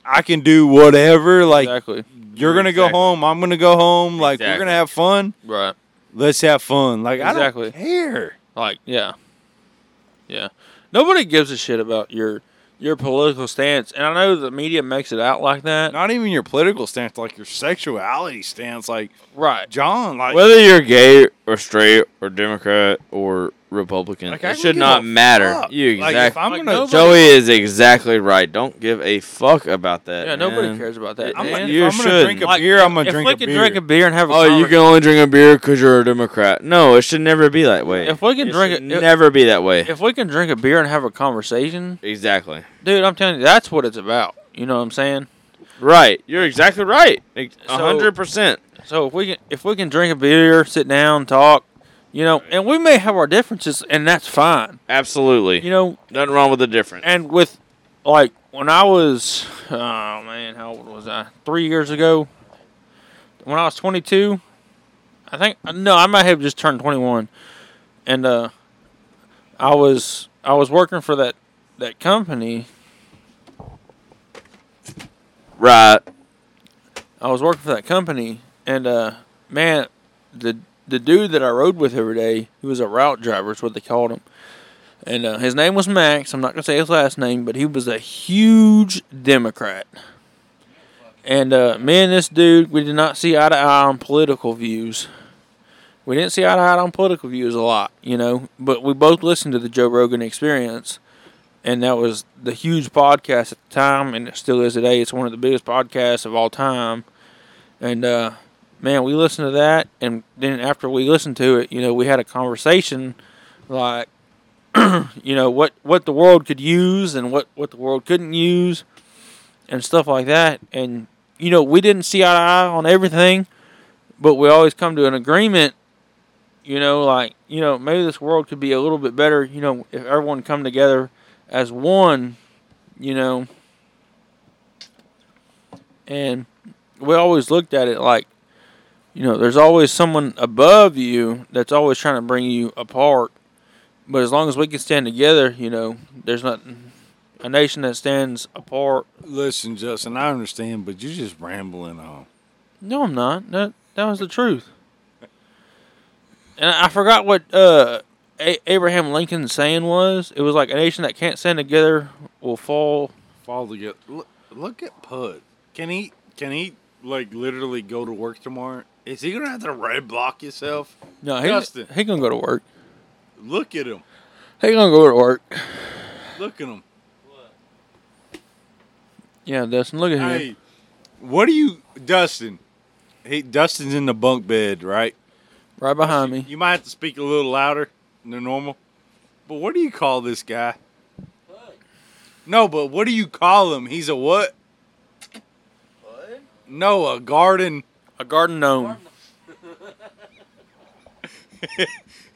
[SPEAKER 3] I can do whatever. Like
[SPEAKER 2] exactly.
[SPEAKER 3] you're gonna go
[SPEAKER 4] Exactly.
[SPEAKER 3] home, I'm gonna go home. Like we're
[SPEAKER 4] Exactly.
[SPEAKER 3] gonna have fun.
[SPEAKER 2] Right.
[SPEAKER 3] Let's have fun. Like
[SPEAKER 2] Exactly.
[SPEAKER 3] I don't care.
[SPEAKER 2] Like yeah, yeah. Nobody gives a shit about your your political stance, and I know the media makes it out like that.
[SPEAKER 3] Not even your political stance, like your sexuality stance. Like
[SPEAKER 2] Right.
[SPEAKER 3] John, like
[SPEAKER 4] Whether you're gay or straight or Democrat or Republican,
[SPEAKER 3] Like, I
[SPEAKER 4] it
[SPEAKER 3] don't
[SPEAKER 4] should
[SPEAKER 3] give
[SPEAKER 4] not
[SPEAKER 3] a
[SPEAKER 4] matter.
[SPEAKER 3] fuck.
[SPEAKER 4] You
[SPEAKER 3] Like,
[SPEAKER 4] exactly.
[SPEAKER 3] if I'm
[SPEAKER 2] Like,
[SPEAKER 3] gonna,
[SPEAKER 2] nobody-
[SPEAKER 4] Joey is exactly right. Don't give a fuck about that.
[SPEAKER 2] Yeah, nobody
[SPEAKER 4] man.
[SPEAKER 2] cares about that.
[SPEAKER 4] I'm
[SPEAKER 2] man.
[SPEAKER 3] like,
[SPEAKER 4] you
[SPEAKER 3] if I'm gonna
[SPEAKER 4] shouldn't.
[SPEAKER 3] drink a
[SPEAKER 2] Like,
[SPEAKER 3] beer, I'm gonna
[SPEAKER 2] if
[SPEAKER 3] drink
[SPEAKER 2] we
[SPEAKER 3] a
[SPEAKER 2] can
[SPEAKER 3] beer.
[SPEAKER 2] drink a beer and have a
[SPEAKER 4] Oh, you
[SPEAKER 2] conver-
[SPEAKER 4] can only drink a beer because you're a Democrat. No, it should never be that way.
[SPEAKER 2] If we can
[SPEAKER 4] It
[SPEAKER 2] drink it-
[SPEAKER 4] should
[SPEAKER 2] if-
[SPEAKER 4] never be that way.
[SPEAKER 2] if we can drink a beer and have a conversation,
[SPEAKER 4] exactly.
[SPEAKER 2] dude, I'm telling you, that's what it's about. You know what I'm saying?
[SPEAKER 4] Right. You're exactly right. A
[SPEAKER 2] So-
[SPEAKER 4] hundred percent.
[SPEAKER 2] So if we can if we can drink a beer, sit down, talk, you know, and we may have our differences, and that's fine.
[SPEAKER 4] Absolutely.
[SPEAKER 2] You know,
[SPEAKER 4] Nothing wrong with the difference.
[SPEAKER 2] and with like when I was, oh man, how old was I? Three years ago, when I was 22, I think no, I might have just turned 21, and uh, I was I was working for that that company.
[SPEAKER 4] Right.
[SPEAKER 2] I was working for that company, and uh, man, the the dude that I rode with every day, he was a route driver, is what they called him, and uh, his name was Max. I'm not gonna say his last name, but he was a huge Democrat. And uh, me and this dude, we did not see eye to eye on political views. We didn't see eye to eye on political views a lot, you know, but we both listened to the Joe Rogan Experience, and that was the huge podcast at the time, and it still is today. It's one of the biggest podcasts of all time. And uh, man, we listened to that, and then after we listened to it, you know, we had a conversation like, you know, what what the world could use and what what the world couldn't use, and stuff like that. And you know, we didn't see eye to eye on everything, but we always come to an agreement. You know, like you know, maybe this world could be a little bit better. You know, if everyone come together as one, you know. And we always looked at it like, you know, there's always someone above you that's always trying to bring you apart. But as long as we can stand together, you know, there's not a nation that stands apart.
[SPEAKER 3] Listen, Justin, I understand, but you're just rambling on.
[SPEAKER 2] No, I'm not. That that was the truth. And I forgot what uh, a- Abraham Lincoln's saying was. It was like a nation that can't stand together will fall.
[SPEAKER 3] Fall together. Look, look at Pud. Can he? Can he like literally go to work tomorrow? Is he gonna have to red block yourself?
[SPEAKER 2] No, he,
[SPEAKER 3] Justin.
[SPEAKER 2] he gonna go to work.
[SPEAKER 3] Look at him.
[SPEAKER 2] He gonna go to work.
[SPEAKER 3] Look at him.
[SPEAKER 2] Yeah, Dustin, look at him.
[SPEAKER 3] Hey, what do you, Dustin? Hey, Dustin's in the bunk bed, right?
[SPEAKER 2] right behind me.
[SPEAKER 3] You might have to speak a little louder than normal. But what do you call this guy? No, but what do you call him? He's a what? No, a garden.
[SPEAKER 2] A garden gnome.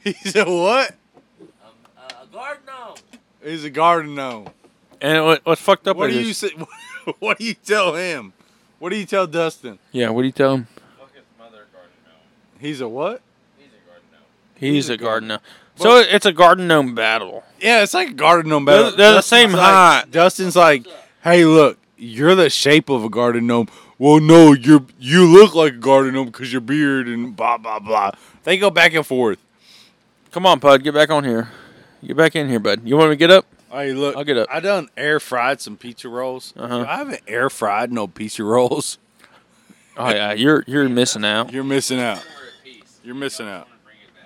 [SPEAKER 3] He's a what?
[SPEAKER 5] A guard gnome.
[SPEAKER 3] He's a garden gnome.
[SPEAKER 2] And what, what's fucked up
[SPEAKER 3] What
[SPEAKER 2] with
[SPEAKER 3] do you
[SPEAKER 2] this?
[SPEAKER 3] say? What do you tell him? What do you tell Dustin?
[SPEAKER 2] Yeah, what do you tell him?
[SPEAKER 3] He's a what?
[SPEAKER 2] He's, a garden gnome. So it- it's a garden gnome battle.
[SPEAKER 3] Yeah, it's like a garden gnome. Battle.
[SPEAKER 2] They're- they're the same
[SPEAKER 3] like-
[SPEAKER 2] height.
[SPEAKER 3] Dustin's like, hey, look, you're the shape of a garden gnome. Well, no, you you look like a garden gnome because your beard and blah blah blah. They go back and forth.
[SPEAKER 2] Come on, Pud, get back on here. Get back in here, bud. You want me to get up?
[SPEAKER 3] Hey, look,
[SPEAKER 2] I'll get up.
[SPEAKER 3] I done air fried some pizza rolls.
[SPEAKER 2] Uh-huh.
[SPEAKER 3] I haven't air fried no pizza rolls.
[SPEAKER 2] Oh yeah, you're you're missing out.
[SPEAKER 3] You're missing out. You're missing out.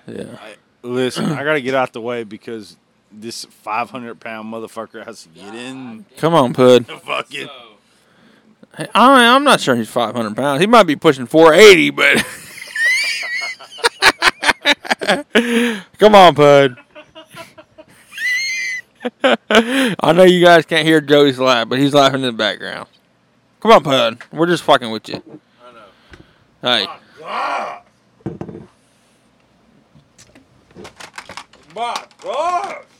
[SPEAKER 2] Yeah.
[SPEAKER 3] Listen, I gotta get out the way because this 500 pound motherfucker has to get in.
[SPEAKER 2] Come on, Pud.
[SPEAKER 3] The fucking.
[SPEAKER 2] I I'm not sure he's 500 pounds. He might be pushing 480, but. Come on, Pud. I know you guys can't hear Joey's laugh, but he's laughing in the background. Come on, Pud. We're just fucking with you. I know. Hey.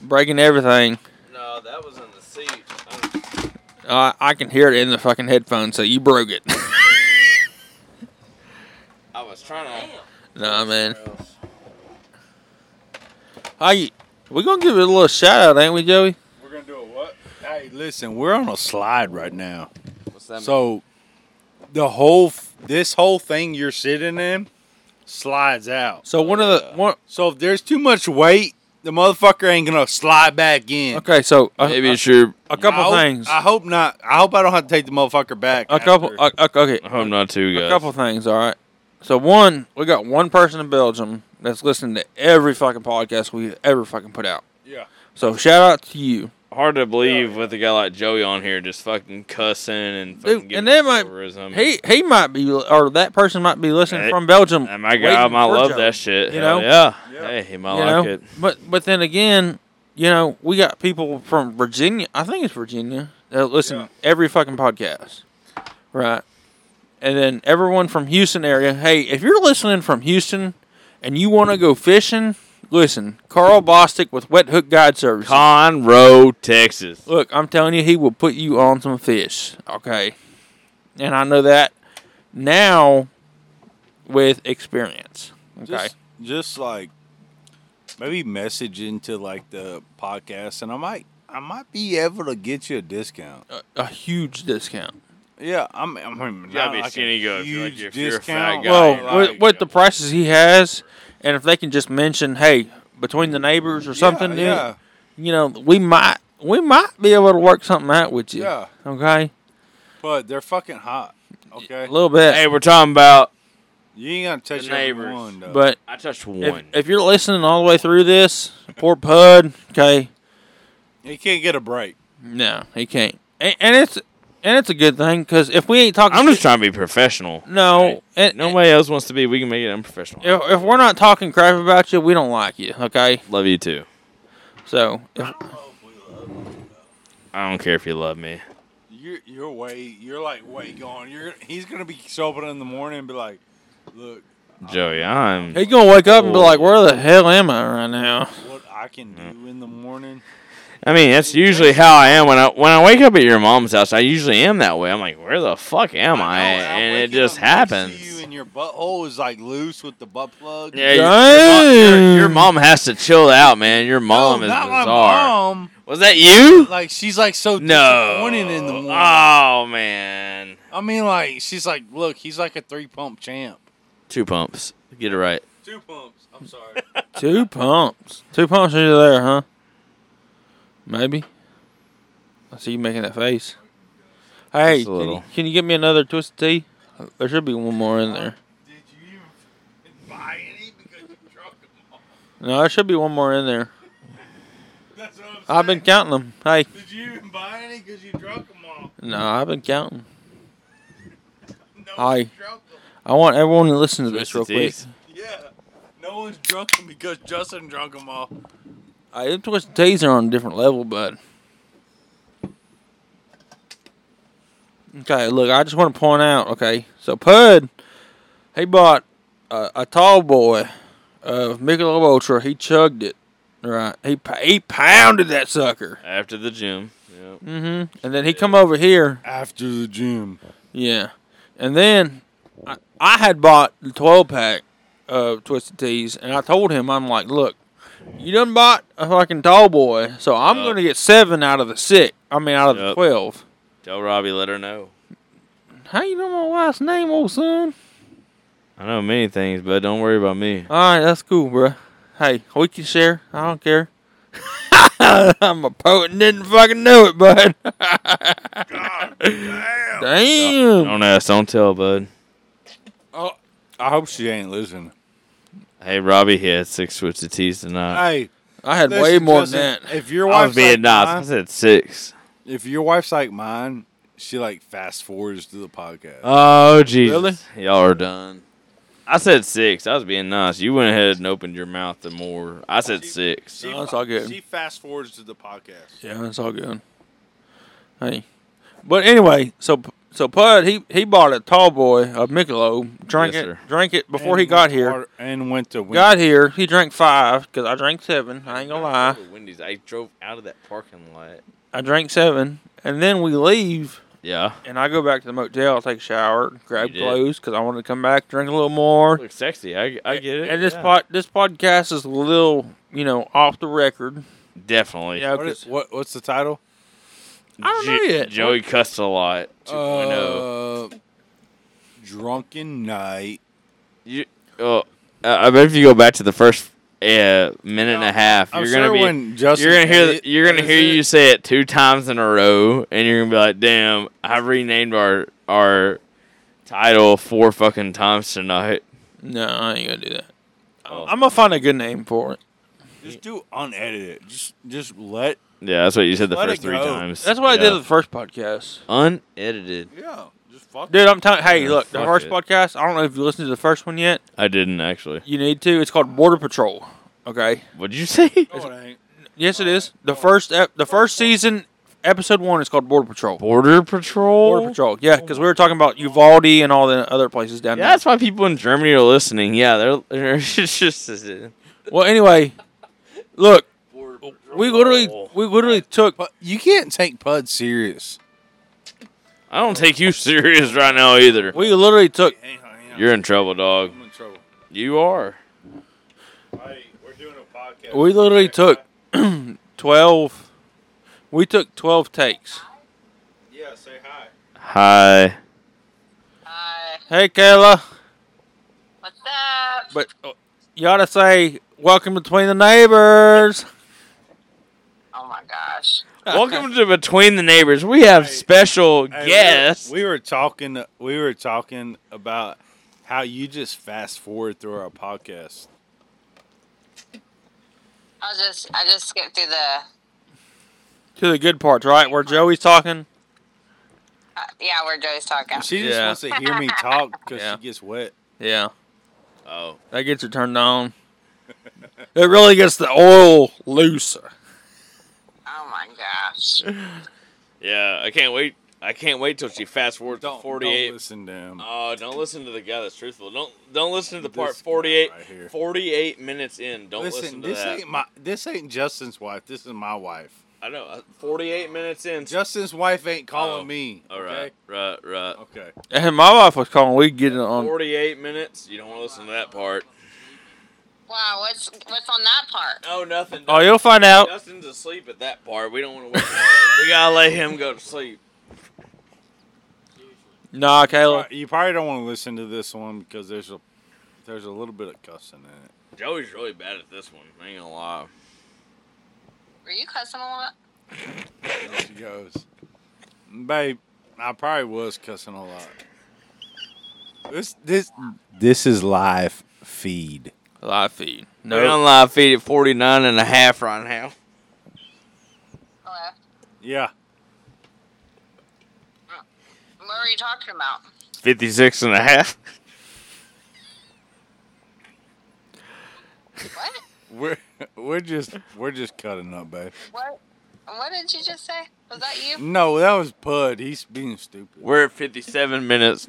[SPEAKER 2] Breaking everything.
[SPEAKER 5] No, that was in the seat.
[SPEAKER 2] Uh, I can hear it in the fucking headphones, so you broke it.
[SPEAKER 5] I was trying to.
[SPEAKER 2] Nah, man. How you? We're gonna give it a little shout out, ain't we, Joey?
[SPEAKER 3] We're gonna do a what? Hey, listen, we're on a slide right now.
[SPEAKER 5] What's that mean?
[SPEAKER 3] So the whole f- this whole thing you're sitting in slides out.
[SPEAKER 2] So one of the one.
[SPEAKER 3] So if there's too much weight, the motherfucker ain't gonna slide back in.
[SPEAKER 2] Okay, so a,
[SPEAKER 4] Maybe
[SPEAKER 2] a,
[SPEAKER 4] it's your.
[SPEAKER 2] a
[SPEAKER 3] I
[SPEAKER 2] couple
[SPEAKER 3] hope-
[SPEAKER 2] things.
[SPEAKER 3] I hope not. I hope I don't have to take the motherfucker back.
[SPEAKER 2] A couple.
[SPEAKER 3] after.
[SPEAKER 2] A, a- okay,
[SPEAKER 4] I hope not too, guys.
[SPEAKER 2] a couple things. All right. So one, we got one person in Belgium that's listening to every fucking podcast we ever fucking put out.
[SPEAKER 3] yeah.
[SPEAKER 2] So shout out to you.
[SPEAKER 4] Hard to believe with a guy like Joey on here just fucking cussing and fucking
[SPEAKER 2] Dude,
[SPEAKER 4] giving
[SPEAKER 2] and that might
[SPEAKER 4] terrorism.
[SPEAKER 2] he he might be or that person might be listening
[SPEAKER 4] Hey,
[SPEAKER 2] from Belgium.
[SPEAKER 4] And my
[SPEAKER 2] waiting
[SPEAKER 4] guy might
[SPEAKER 2] for
[SPEAKER 4] love
[SPEAKER 2] Joe.
[SPEAKER 4] that shit.
[SPEAKER 2] you
[SPEAKER 4] You know?
[SPEAKER 2] know?
[SPEAKER 4] yeah.
[SPEAKER 3] Yeah.
[SPEAKER 4] Hey, he might
[SPEAKER 2] you
[SPEAKER 4] like
[SPEAKER 2] know?
[SPEAKER 4] it.
[SPEAKER 2] But but then again, you know, we got people from Virginia. I think it's Virginia that listen
[SPEAKER 3] Yeah.
[SPEAKER 2] every fucking podcast, right? And then everyone from Houston area. Hey, if you're listening from Houston and you want to go fishing Listen, Carl Bostic with Wet Hook Guide Services.
[SPEAKER 4] Conroe, Texas.
[SPEAKER 2] Look, I'm telling you, he will put you on some fish. Okay. And I know that now with experience. Okay.
[SPEAKER 3] Just, just like maybe message into like the podcast, and I might I might be able to get you a discount.
[SPEAKER 2] a, a huge discount.
[SPEAKER 3] Yeah, I'm. I'm
[SPEAKER 4] Uh, You gotta be
[SPEAKER 3] like
[SPEAKER 4] skinny good if you're, like,
[SPEAKER 3] huge
[SPEAKER 4] if you're a fat
[SPEAKER 3] discount,
[SPEAKER 4] guy.
[SPEAKER 2] Well,
[SPEAKER 3] but,
[SPEAKER 4] Right,
[SPEAKER 2] with,
[SPEAKER 3] like,
[SPEAKER 2] with the prices he has, and if they can just mention, hey, between the neighbors or something,
[SPEAKER 3] Yeah, yeah.
[SPEAKER 2] you know, we might we might be able to work something out with you.
[SPEAKER 3] Yeah.
[SPEAKER 2] Okay.
[SPEAKER 3] but they're fucking hot. Okay,
[SPEAKER 2] A little bit.
[SPEAKER 4] Hey, we're talking about.
[SPEAKER 3] you ain't gonna touch
[SPEAKER 4] The neighbors.
[SPEAKER 3] everyone though.
[SPEAKER 2] but
[SPEAKER 4] I touched
[SPEAKER 2] if,
[SPEAKER 4] one.
[SPEAKER 2] if you're listening all the way through this, poor Pud. Okay.
[SPEAKER 3] you can't get a break.
[SPEAKER 2] No, he can't. And, and it's and it's a good thing because if we ain't talking,
[SPEAKER 4] I'm just
[SPEAKER 2] shit-
[SPEAKER 4] trying to be professional.
[SPEAKER 2] No,
[SPEAKER 4] okay?
[SPEAKER 2] and-
[SPEAKER 4] nobody else wants to be. We can make it unprofessional.
[SPEAKER 2] If, if we're not talking crap about you, we don't like you. Okay,
[SPEAKER 4] Love you too.
[SPEAKER 2] so if,
[SPEAKER 4] I don't care if you love me.
[SPEAKER 3] You're you're way you're like way gone. You're he's gonna be sober in the morning and be like, look,
[SPEAKER 4] Joey, I'm.
[SPEAKER 2] he's gonna wake up and be like, "Where the hell am I right now?"
[SPEAKER 3] what I can
[SPEAKER 4] Mm-hmm.
[SPEAKER 3] do in the morning.
[SPEAKER 4] I mean, that's usually how I am when I when I wake up at your mom's house. I usually am that way. I'm like, where the fuck am I?
[SPEAKER 3] know, I'll
[SPEAKER 4] And it
[SPEAKER 3] wake you
[SPEAKER 4] just
[SPEAKER 3] up and I
[SPEAKER 4] happens.
[SPEAKER 3] See you and your butthole is like loose with the butt plug.
[SPEAKER 4] Yeah, your, your, mom, your, your
[SPEAKER 2] Damn.
[SPEAKER 4] mom has to chill out, man. Your
[SPEAKER 3] No,
[SPEAKER 4] mom is
[SPEAKER 3] Oh, not my
[SPEAKER 4] bizarre.
[SPEAKER 3] mom.
[SPEAKER 4] Was that you?
[SPEAKER 3] Like she's like so
[SPEAKER 4] No.
[SPEAKER 3] disappointed in the morning.
[SPEAKER 2] Ah.
[SPEAKER 4] Oh man.
[SPEAKER 3] I mean, like she's like, look, he's like a three pump champ.
[SPEAKER 4] Two pumps. Get it right.
[SPEAKER 3] Two pumps. I'm sorry.
[SPEAKER 2] Two pumps, two pumps are there, huh? Maybe. I see you making that face. Hey,
[SPEAKER 4] Just a
[SPEAKER 2] can you,
[SPEAKER 4] little.
[SPEAKER 2] can you get me another twisted tea? There should be one more in there.
[SPEAKER 3] Did you even buy any because you drunk them all?
[SPEAKER 2] No, there should be one more in there.
[SPEAKER 3] That's what I'm saying.
[SPEAKER 2] I've been counting them. Hey,
[SPEAKER 3] Did you even buy any because you drunk them all?
[SPEAKER 2] no, I've been counting.
[SPEAKER 3] No
[SPEAKER 2] Aye.
[SPEAKER 3] one's drunk them.
[SPEAKER 2] I want everyone to listen to this
[SPEAKER 4] Mr.
[SPEAKER 2] real quick.
[SPEAKER 4] Tease.
[SPEAKER 3] Yeah. No one's drunk them because Justin drunk them all.
[SPEAKER 2] I them twisted teas are on a different level, but okay. Look, I just want to point out. Okay, so Pud, he bought a, a tall boy of Michelob Ultra. He chugged it. Right, he p- he pounded that sucker.
[SPEAKER 4] After the gym. Yep.
[SPEAKER 2] Mm-hmm. And then he come over here.
[SPEAKER 3] After the gym.
[SPEAKER 2] Yeah, and then I, I had bought the twelve pack of Twisted Teas, and I told him I'm like, look, you done bought a fucking tall boy, so I'm
[SPEAKER 4] Yup.
[SPEAKER 2] gonna get seven out of the six. I mean, out of the
[SPEAKER 4] Yup.
[SPEAKER 2] twelve.
[SPEAKER 4] Tell Robbie, let her know.
[SPEAKER 2] How you know my wife's name, old son?
[SPEAKER 4] I know many things, but don't worry about me.
[SPEAKER 2] All right, that's cool, bruh. Hey, we can share. I don't care. I'm a poet and didn't fucking know it, bud. damn.
[SPEAKER 4] Don't ask, don't tell, bud.
[SPEAKER 3] I hope she ain't listening.
[SPEAKER 4] Hey Robbie, he had six twisted teas tonight.
[SPEAKER 3] Hey,
[SPEAKER 2] I had
[SPEAKER 3] listen,
[SPEAKER 2] way more
[SPEAKER 3] Justin,
[SPEAKER 2] than that.
[SPEAKER 3] If your
[SPEAKER 4] I was
[SPEAKER 3] wife's
[SPEAKER 4] being
[SPEAKER 3] like
[SPEAKER 4] nice. I
[SPEAKER 3] mine,
[SPEAKER 4] said six.
[SPEAKER 3] if your wife's like mine, she like fast forwards to the podcast.
[SPEAKER 2] Uh.
[SPEAKER 4] Oh Jesus! Really? Y'all are done. I said six. I was being nice. You went ahead and opened your mouth and more. I said six.
[SPEAKER 3] She
[SPEAKER 2] No, it's
[SPEAKER 3] fa-
[SPEAKER 2] all good.
[SPEAKER 3] She fast forwards to the podcast.
[SPEAKER 2] Yeah, that's all good. Hey, but anyway, so so Pud he he bought a tall boy of Michelob, drank
[SPEAKER 4] Yes,
[SPEAKER 2] it,
[SPEAKER 4] sir.
[SPEAKER 2] drank it before
[SPEAKER 3] And
[SPEAKER 2] he got
[SPEAKER 3] went
[SPEAKER 2] here.
[SPEAKER 3] hard- and went to win.
[SPEAKER 2] Got here, he drank five because I drank seven. I ain't gonna lie,
[SPEAKER 4] Wendy's. I drove out of that parking lot.
[SPEAKER 2] I drank seven, and then we leave,
[SPEAKER 4] Yeah.
[SPEAKER 2] and I go back to the motel, take a shower, grab
[SPEAKER 4] You did.
[SPEAKER 2] clothes because I wanted to come back, drink a little more.
[SPEAKER 4] Looks sexy. I, I get it.
[SPEAKER 2] And this
[SPEAKER 4] yeah.
[SPEAKER 2] pod this podcast is a little you know off the record.
[SPEAKER 4] definitely.
[SPEAKER 2] You know,
[SPEAKER 3] What is,
[SPEAKER 2] 'cause-
[SPEAKER 3] what, what's the title?
[SPEAKER 2] I don't know yet.
[SPEAKER 4] Joey cussed a lot. 2.0.
[SPEAKER 3] Uh, drunken night.
[SPEAKER 4] You, oh, I I bet if you go back to the first uh, minute and a half,
[SPEAKER 3] I'm
[SPEAKER 4] you're
[SPEAKER 3] sure
[SPEAKER 4] gonna be
[SPEAKER 3] when Justin
[SPEAKER 4] you're gonna hear
[SPEAKER 3] edit-
[SPEAKER 4] you're gonna hear
[SPEAKER 3] edits
[SPEAKER 4] you say it two times in a row, and you're gonna be like, "Damn, I renamed our our title four fucking times tonight."
[SPEAKER 2] No, I ain't gonna do that.
[SPEAKER 4] Oh.
[SPEAKER 2] I'm gonna find a good name for it.
[SPEAKER 3] Just do unedited. Just just let.
[SPEAKER 4] Yeah, that's what you said the
[SPEAKER 3] Let
[SPEAKER 4] first
[SPEAKER 3] it
[SPEAKER 4] three
[SPEAKER 3] go.
[SPEAKER 4] times.
[SPEAKER 2] That's what I
[SPEAKER 4] Yeah.
[SPEAKER 2] did with the first podcast.
[SPEAKER 4] unedited.
[SPEAKER 3] Yeah. Just fuck.
[SPEAKER 2] Dude, I'm telling. Hey,
[SPEAKER 4] Yeah,
[SPEAKER 2] look, the
[SPEAKER 4] fuck
[SPEAKER 2] first
[SPEAKER 4] it.
[SPEAKER 2] podcast. I don't know if you listened to the first one yet.
[SPEAKER 4] I didn't actually.
[SPEAKER 2] You need to. It's called Border Patrol. Okay.
[SPEAKER 4] What'd you say?
[SPEAKER 2] Oh.
[SPEAKER 3] No, it ain't.
[SPEAKER 2] Yes, it is. The first ep- the first season, episode one is called Border Patrol.
[SPEAKER 4] Border patrol.
[SPEAKER 2] Border Patrol. Yeah, because we were talking about Uvalde and all the other places down
[SPEAKER 4] Yeah, that's why people in Germany are listening. Yeah, they're, they're it's just
[SPEAKER 2] Well, anyway, look, we literally we literally took
[SPEAKER 3] But you can't take Pud serious.
[SPEAKER 4] I don't take you serious right now either.
[SPEAKER 2] we literally took
[SPEAKER 4] You're in trouble, dog.
[SPEAKER 3] in trouble.
[SPEAKER 4] You are.
[SPEAKER 3] Hey, we're doing a podcast.
[SPEAKER 2] we literally took twelve. We took twelve takes.
[SPEAKER 3] Yeah, say hi.
[SPEAKER 4] Hi.
[SPEAKER 6] Hi.
[SPEAKER 2] Hey, Kayla,
[SPEAKER 6] What's up?
[SPEAKER 2] but uh, you ought to say welcome between the neighbors.
[SPEAKER 6] Oh my gosh.
[SPEAKER 4] Welcome to Between the Neighbors. We have
[SPEAKER 3] Hey.
[SPEAKER 4] special guests.
[SPEAKER 3] We were, talking. We were talking about how you just fast forward through our podcast.
[SPEAKER 6] I was just I just skipped through the
[SPEAKER 2] To the good parts, right? Where Joey's talking.
[SPEAKER 6] uh, yeah where Joey's talking.
[SPEAKER 3] She just
[SPEAKER 2] Yeah.
[SPEAKER 3] wants to hear me talk because
[SPEAKER 2] Yeah.
[SPEAKER 3] she gets wet.
[SPEAKER 2] Yeah,
[SPEAKER 4] oh.
[SPEAKER 2] that gets her turned on. It really gets the oil loose.
[SPEAKER 6] Oh my gosh.
[SPEAKER 4] Yeah, I can't wait. I can't wait till she fast forwards to
[SPEAKER 3] Don't,
[SPEAKER 4] 48.
[SPEAKER 3] don't listen to him.
[SPEAKER 4] Oh, don't listen to the guy that's truthful. Don't don't listen to the
[SPEAKER 3] This
[SPEAKER 4] part
[SPEAKER 3] guy
[SPEAKER 4] 48,
[SPEAKER 3] right here.
[SPEAKER 4] 48 minutes in. Don't listen,
[SPEAKER 3] Listen,
[SPEAKER 4] to
[SPEAKER 3] this
[SPEAKER 4] that.
[SPEAKER 3] ain't my. This ain't Justin's wife. This is my wife.
[SPEAKER 4] I know. uh, 48 minutes in.
[SPEAKER 3] Justin's wife ain't calling
[SPEAKER 4] Oh,
[SPEAKER 3] me.
[SPEAKER 4] All right, right, right.
[SPEAKER 3] Okay. okay.
[SPEAKER 2] And my wife was calling. We get it on.
[SPEAKER 4] 48 minutes. You don't want to listen to that part.
[SPEAKER 6] Wow, what's what's on that part?
[SPEAKER 4] Oh, nothing.
[SPEAKER 2] Oh, you'll find out.
[SPEAKER 4] Justin's asleep at that part. We don't want to wake him up. We gotta let him go to sleep.
[SPEAKER 2] Nah, Kayla.
[SPEAKER 3] Well, You probably don't want to listen to this one because there's a there's a little bit of cussing in it.
[SPEAKER 4] Joey's really bad at this one. I ain't gonna lie.
[SPEAKER 6] Were you cussing a lot?
[SPEAKER 3] And she goes, "Babe, I probably was cussing a lot." This this this is live feed.
[SPEAKER 2] Live feed.
[SPEAKER 4] We're on
[SPEAKER 2] No.
[SPEAKER 4] live feed at 49 and a half right now.
[SPEAKER 6] Hello.
[SPEAKER 3] Yeah,
[SPEAKER 6] What were you talking about?
[SPEAKER 4] 56 and a half.
[SPEAKER 6] What?
[SPEAKER 3] we're we're just we're just cutting up, babe.
[SPEAKER 6] What? What did you just say? Was that
[SPEAKER 4] Mm.
[SPEAKER 6] you?
[SPEAKER 3] No, that was Pud. He's being stupid.
[SPEAKER 4] We're at 57 minutes.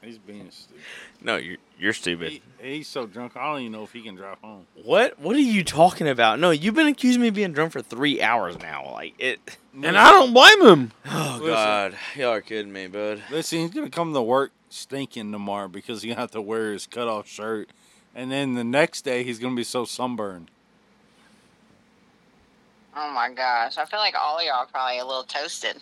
[SPEAKER 3] He's being stupid.
[SPEAKER 4] No, you're, you're stupid.
[SPEAKER 3] He, he's so drunk. I don't even know if he can drive home.
[SPEAKER 4] What? What are you talking about? No, you've been accusing me of being drunk for three hours now. Like it.
[SPEAKER 2] And I don't blame him.
[SPEAKER 4] Oh
[SPEAKER 3] Listen.
[SPEAKER 4] God, y'all are kidding me, bud.
[SPEAKER 3] Listen, he's gonna come to work stinking tomorrow because he's gonna have to wear his cutoff shirt, and then the next day he's gonna be so sunburned.
[SPEAKER 6] Oh my gosh. I feel like all of y'all are probably a little toasted.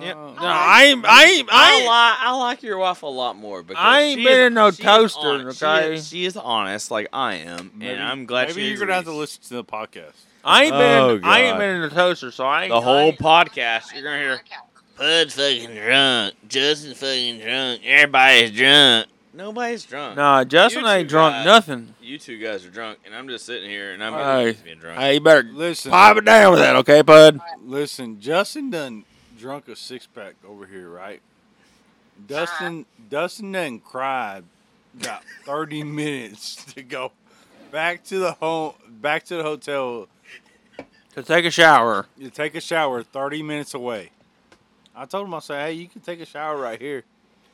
[SPEAKER 2] Yeah.
[SPEAKER 3] Oh.
[SPEAKER 2] No, I ain't. I ain't. I
[SPEAKER 4] I
[SPEAKER 2] ain't.
[SPEAKER 4] like I like your wife a lot more because
[SPEAKER 2] I ain't
[SPEAKER 4] she
[SPEAKER 2] been
[SPEAKER 4] is-
[SPEAKER 2] in no
[SPEAKER 4] she is
[SPEAKER 2] toaster,
[SPEAKER 4] honest. She
[SPEAKER 2] okay?
[SPEAKER 4] is- She is, honest, like I am,
[SPEAKER 3] Maybe-
[SPEAKER 4] and I'm glad.
[SPEAKER 3] Maybe
[SPEAKER 4] she
[SPEAKER 3] you're gonna have to
[SPEAKER 4] agrees.
[SPEAKER 3] listen to the podcast.
[SPEAKER 2] I ain't been.
[SPEAKER 4] Oh,
[SPEAKER 2] in, I ain't
[SPEAKER 4] God.
[SPEAKER 2] been in a toaster, so I ain't.
[SPEAKER 4] The whole podcast,
[SPEAKER 6] Right,
[SPEAKER 4] you're gonna hear
[SPEAKER 6] okay.
[SPEAKER 4] Pud's fucking drunk, Justin's fucking drunk, everybody's drunk. Nobody's drunk.
[SPEAKER 2] Nah, Justin
[SPEAKER 4] You two
[SPEAKER 2] ain't drunk
[SPEAKER 4] guys.
[SPEAKER 2] nothing.
[SPEAKER 4] You two guys are drunk, and I'm just sitting here, and I'm
[SPEAKER 2] Hey.
[SPEAKER 4] being drunk.
[SPEAKER 2] Hey, you better
[SPEAKER 3] Listen,
[SPEAKER 2] pipe it down with that, okay, bud?
[SPEAKER 3] listen. Justin done drunk a six pack over here, right? Dustin, Dustin done cried about thirty minutes to go back to the home, back to the hotel
[SPEAKER 2] To take a shower.
[SPEAKER 3] to take a shower. Thirty minutes away. I told him, I said, "Hey, you can take a shower right here."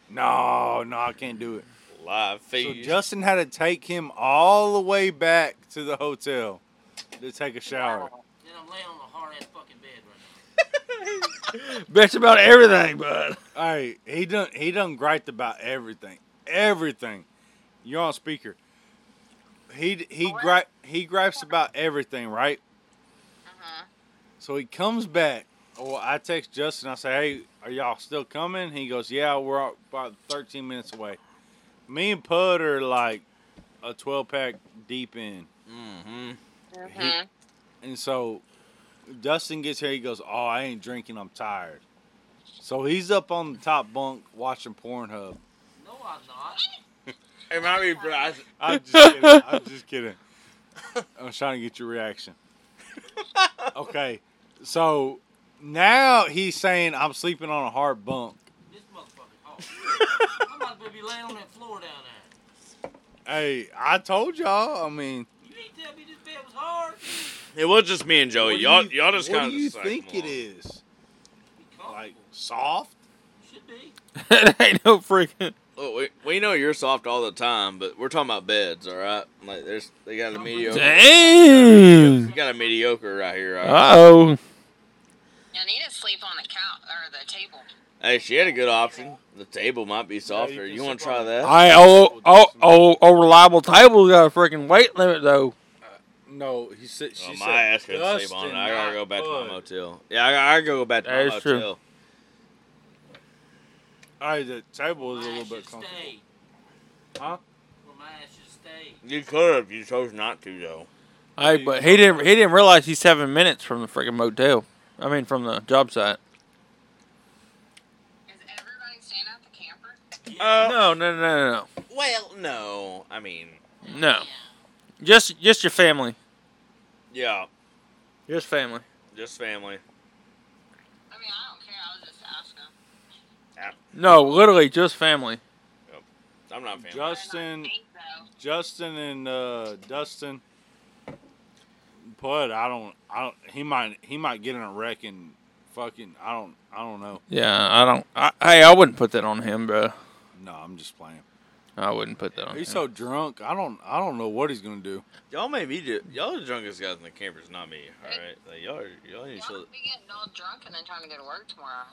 [SPEAKER 3] No, no, I can't do it.
[SPEAKER 4] Live
[SPEAKER 3] So
[SPEAKER 4] feed.
[SPEAKER 3] Justin had to take him all the way back to the hotel to take a shower.
[SPEAKER 5] Then I'm laying on a hard ass fucking bed right now.
[SPEAKER 2] Bitch about everything, bud.
[SPEAKER 3] Hey, he done he done griped about everything. Everything. You're on speaker. He he gripe he gripes about everything, right? So he comes back. Well, I text Justin. I say, "Hey, are y'all still coming?" He goes, "Yeah, we're about 13 minutes away." Me and Pud are like a 12 pack deep in.
[SPEAKER 4] Mm-hmm.
[SPEAKER 6] Mhm.
[SPEAKER 3] And so Dustin gets here. He goes, "Oh, I ain't drinking. I'm tired." So he's up on the top bunk watching Pornhub.
[SPEAKER 5] No, I'm not.
[SPEAKER 4] It might be, but I,
[SPEAKER 3] I'm just kidding. I'm just kidding. I was trying to get your reaction. Okay, so now he's saying I'm sleeping on a hard bunk.
[SPEAKER 5] This motherfucker's hot. I might as well be laying on that floor down there.
[SPEAKER 3] Hey, I told y'all. I mean,
[SPEAKER 5] You ain't tell me this bed was hard.
[SPEAKER 4] it was just me and Joey.
[SPEAKER 3] what do
[SPEAKER 4] Y'all,
[SPEAKER 3] you-
[SPEAKER 4] y'all just
[SPEAKER 3] what
[SPEAKER 4] kind of.
[SPEAKER 3] do you think it is?
[SPEAKER 5] Be
[SPEAKER 3] Like
[SPEAKER 5] comfortable.
[SPEAKER 3] soft?
[SPEAKER 5] Should be.
[SPEAKER 2] it ain't no freaking.
[SPEAKER 4] Oh, we, we We know you're soft all the time, but we're talking about beds, all right? Like there's they got a mediocre.
[SPEAKER 2] Dang.
[SPEAKER 4] We got a mediocre right here. all right?
[SPEAKER 2] Uh oh.
[SPEAKER 6] You need to sleep on the couch or the table.
[SPEAKER 4] hey, she had a good option. The table might be softer. you want to try that?
[SPEAKER 2] I oh oh oh oh reliable table got a freaking weight limit though.
[SPEAKER 3] No, he said she
[SPEAKER 4] Well,
[SPEAKER 3] said
[SPEAKER 4] my ass couldn't sleep on it.
[SPEAKER 3] Dustin,
[SPEAKER 4] I gotta go
[SPEAKER 3] not
[SPEAKER 4] back to
[SPEAKER 3] Bud.
[SPEAKER 4] my motel. Yeah, I, I gotta go back to my
[SPEAKER 2] That is true.
[SPEAKER 4] motel.
[SPEAKER 3] All right, the table is a
[SPEAKER 5] My
[SPEAKER 3] little
[SPEAKER 5] ass
[SPEAKER 3] bit
[SPEAKER 5] should
[SPEAKER 3] comfortable.
[SPEAKER 5] stay.
[SPEAKER 3] Huh?
[SPEAKER 5] Where my ass should stay.
[SPEAKER 4] You could have. You chose not to, though.
[SPEAKER 2] I but he didn't he didn't realize he's seven minutes from the freaking motel. I mean from the job site.
[SPEAKER 6] Is everybody staying out the camper?
[SPEAKER 2] No no no no
[SPEAKER 4] well, no. I mean,
[SPEAKER 2] no no. Just just your family.
[SPEAKER 4] yeah,
[SPEAKER 2] Just family.
[SPEAKER 4] just family.
[SPEAKER 6] I mean, I don't care. I was just asking.
[SPEAKER 2] No, literally just family.
[SPEAKER 4] I'm not family.
[SPEAKER 3] Justin,
[SPEAKER 6] I think though.
[SPEAKER 3] Justin, and uh, Dustin. But I don't. I don't. He might. He might get in a wreck and fucking. I don't. I don't know.
[SPEAKER 2] Yeah, I don't. I, hey, I wouldn't put that on him, bro.
[SPEAKER 3] No, I'm just playing.
[SPEAKER 2] I wouldn't put that on
[SPEAKER 3] He's
[SPEAKER 2] him.
[SPEAKER 3] so drunk. I don't. I don't know what he's gonna do.
[SPEAKER 4] y'all may be ju- y'all the drunkest guys in the campers, not me. All right, like, y'all, are- y'all need
[SPEAKER 6] Y'all
[SPEAKER 4] to.
[SPEAKER 6] don't be getting all drunk and then trying to go to work tomorrow.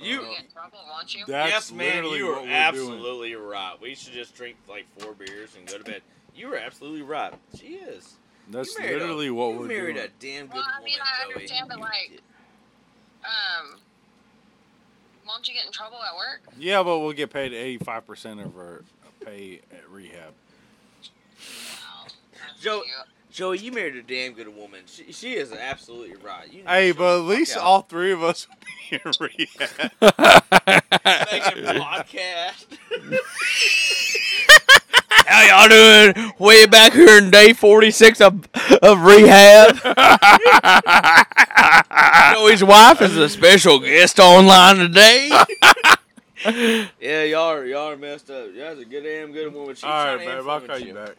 [SPEAKER 4] You,
[SPEAKER 6] You get in trouble, won't you?
[SPEAKER 3] That-
[SPEAKER 4] yes,
[SPEAKER 3] That's
[SPEAKER 4] man,
[SPEAKER 3] literally
[SPEAKER 4] you
[SPEAKER 3] what
[SPEAKER 4] are
[SPEAKER 3] we're
[SPEAKER 4] absolutely right. We should just drink like four beers and go to bed. You were absolutely right. She is.
[SPEAKER 3] That's
[SPEAKER 4] You married a-
[SPEAKER 3] literally what
[SPEAKER 4] you
[SPEAKER 3] we're
[SPEAKER 4] married
[SPEAKER 3] doing.
[SPEAKER 4] a damn good
[SPEAKER 6] Well, I
[SPEAKER 4] woman,
[SPEAKER 6] mean, I
[SPEAKER 4] Joey.
[SPEAKER 6] understand, but,
[SPEAKER 4] You
[SPEAKER 6] like,
[SPEAKER 4] did.
[SPEAKER 6] Um, won't you get in trouble at work?
[SPEAKER 3] Yeah, but we'll get paid eighty five percent of our pay at rehab.
[SPEAKER 6] That's
[SPEAKER 4] Joe-
[SPEAKER 6] cute.
[SPEAKER 4] Joey, you married a damn good woman. She, she is absolutely right. You
[SPEAKER 3] Hey,
[SPEAKER 4] shut
[SPEAKER 3] but at
[SPEAKER 4] the fuck
[SPEAKER 3] least
[SPEAKER 4] out.
[SPEAKER 3] all three of us will be in rehab.
[SPEAKER 4] Make a podcast. How y'all doing? Way back here in day forty six of of rehab. Joey's wife is a special guest online today. yeah, y'all are, y'all are messed up. Y'all's a good damn good woman. She's
[SPEAKER 3] all right,
[SPEAKER 4] trying to
[SPEAKER 3] babe. I'll
[SPEAKER 4] influence
[SPEAKER 3] call you back.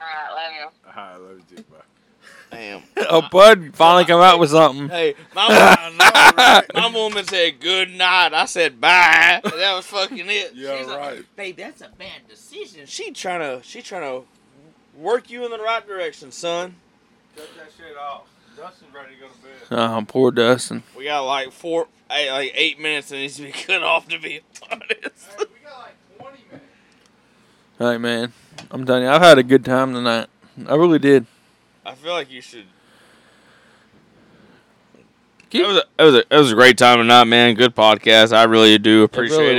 [SPEAKER 6] All right, love you.
[SPEAKER 3] All right, love you too. Bye.
[SPEAKER 4] Damn.
[SPEAKER 2] oh, Bud finally come out with something.
[SPEAKER 4] Hey, my, wo- my woman said good night. I said bye. And that was fucking it.
[SPEAKER 3] Yeah,
[SPEAKER 4] She's like,
[SPEAKER 3] right.
[SPEAKER 4] Babe, that's a bad decision. She trying to she trying to work you in the right direction, son.
[SPEAKER 3] Cut that shit off. Dustin's ready to go to bed.
[SPEAKER 2] Oh, poor Dustin.
[SPEAKER 4] We got like four, eight, like eight minutes that needs to be cut off. To be honest,
[SPEAKER 3] we got like twenty minutes.
[SPEAKER 2] Hey, man, I'm telling you, I've had a good time tonight. I really did.
[SPEAKER 4] I feel like you should.
[SPEAKER 2] Keep-
[SPEAKER 4] It was a, it was a, it was a great time tonight, man. Good podcast. I really do appreciate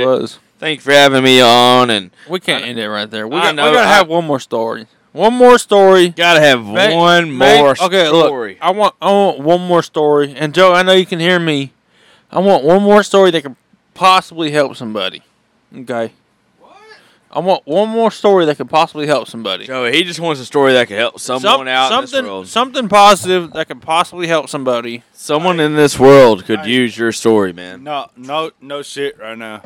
[SPEAKER 2] it.
[SPEAKER 4] it.
[SPEAKER 2] Really was.
[SPEAKER 4] Thank you for having me on, and
[SPEAKER 2] We can't end it right there. We
[SPEAKER 4] I
[SPEAKER 2] got,
[SPEAKER 4] know,
[SPEAKER 2] we gotta
[SPEAKER 4] I-
[SPEAKER 2] have one more story. One more story.
[SPEAKER 4] gotta have
[SPEAKER 2] Make-
[SPEAKER 4] one
[SPEAKER 2] make-
[SPEAKER 4] more
[SPEAKER 2] okay,
[SPEAKER 4] story.
[SPEAKER 2] Look, I want I want one more story. And Joe, I know you can hear me. I want one more story that could possibly help somebody. Okay. I want one more story that could possibly help somebody.
[SPEAKER 4] Joey, he just wants a story that could help someone
[SPEAKER 2] Some-
[SPEAKER 4] out
[SPEAKER 2] something
[SPEAKER 4] in this world.
[SPEAKER 2] something positive that could possibly help somebody.
[SPEAKER 4] someone in this world could
[SPEAKER 3] Hey.
[SPEAKER 4] use your story, man.
[SPEAKER 3] No, no, no shit right now.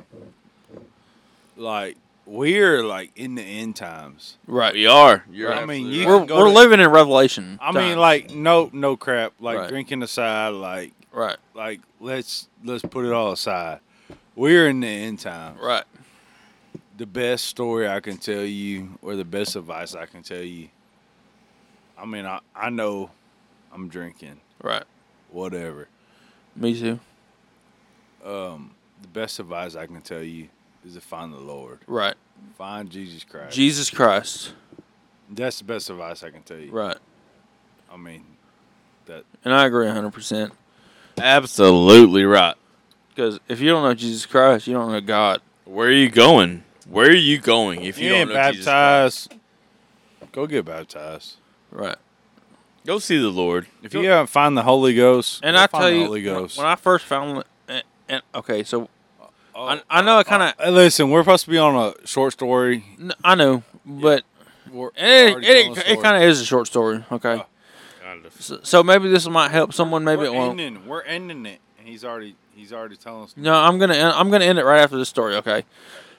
[SPEAKER 3] Like we're like in the end times.
[SPEAKER 2] Right.
[SPEAKER 4] We are. You're
[SPEAKER 3] I mean,
[SPEAKER 4] absolutely
[SPEAKER 3] you
[SPEAKER 4] right.
[SPEAKER 2] We're,
[SPEAKER 3] can go
[SPEAKER 2] we're
[SPEAKER 3] to-
[SPEAKER 2] living in Revelation.
[SPEAKER 3] I
[SPEAKER 2] times.
[SPEAKER 3] mean, like no, no crap. Like
[SPEAKER 2] Right.
[SPEAKER 3] drinking aside. Like,
[SPEAKER 2] right,
[SPEAKER 3] like let's let's put it all aside. We're in the end time.
[SPEAKER 2] right.
[SPEAKER 3] The best story I can tell you, or the best advice I can tell you. I mean, I I know, I'm drinking
[SPEAKER 2] Right.
[SPEAKER 3] whatever.
[SPEAKER 2] Me too.
[SPEAKER 3] Um, the best advice I can tell you is to find the Lord,
[SPEAKER 2] Right.
[SPEAKER 3] find Jesus Christ.
[SPEAKER 2] Jesus Christ.
[SPEAKER 3] That's the best advice I can tell you.
[SPEAKER 2] Right.
[SPEAKER 3] I mean, that
[SPEAKER 2] And I agree 100%.
[SPEAKER 4] absolutely right.
[SPEAKER 2] Because if you don't know Jesus Christ, you don't know God.
[SPEAKER 4] Where are you going? Where are you going if you, don't know Jesus Christ?
[SPEAKER 3] go get baptized.
[SPEAKER 2] Right.
[SPEAKER 4] Go see the Lord.
[SPEAKER 3] If you haven't found the Holy Ghost,
[SPEAKER 2] And
[SPEAKER 3] go
[SPEAKER 2] I
[SPEAKER 3] find
[SPEAKER 2] tell
[SPEAKER 3] the
[SPEAKER 2] you,
[SPEAKER 3] Holy Ghost.
[SPEAKER 2] when I first found, and, and okay, so
[SPEAKER 3] Oh,
[SPEAKER 2] I, I know I kind of,
[SPEAKER 3] Hey, listen, we're supposed to be on a short story.
[SPEAKER 2] I know, but
[SPEAKER 3] We're,
[SPEAKER 2] and
[SPEAKER 3] we're
[SPEAKER 2] it
[SPEAKER 3] already
[SPEAKER 2] it,
[SPEAKER 3] telling a
[SPEAKER 2] it,
[SPEAKER 3] story. Oh,
[SPEAKER 2] kind of is a short story. Okay, so, so maybe this might help someone. Maybe it
[SPEAKER 3] we're
[SPEAKER 2] won't.
[SPEAKER 3] ending. We're ending it, and he's already he's already telling us.
[SPEAKER 2] No, I'm gonna end, I'm gonna end it right after this story. Okay,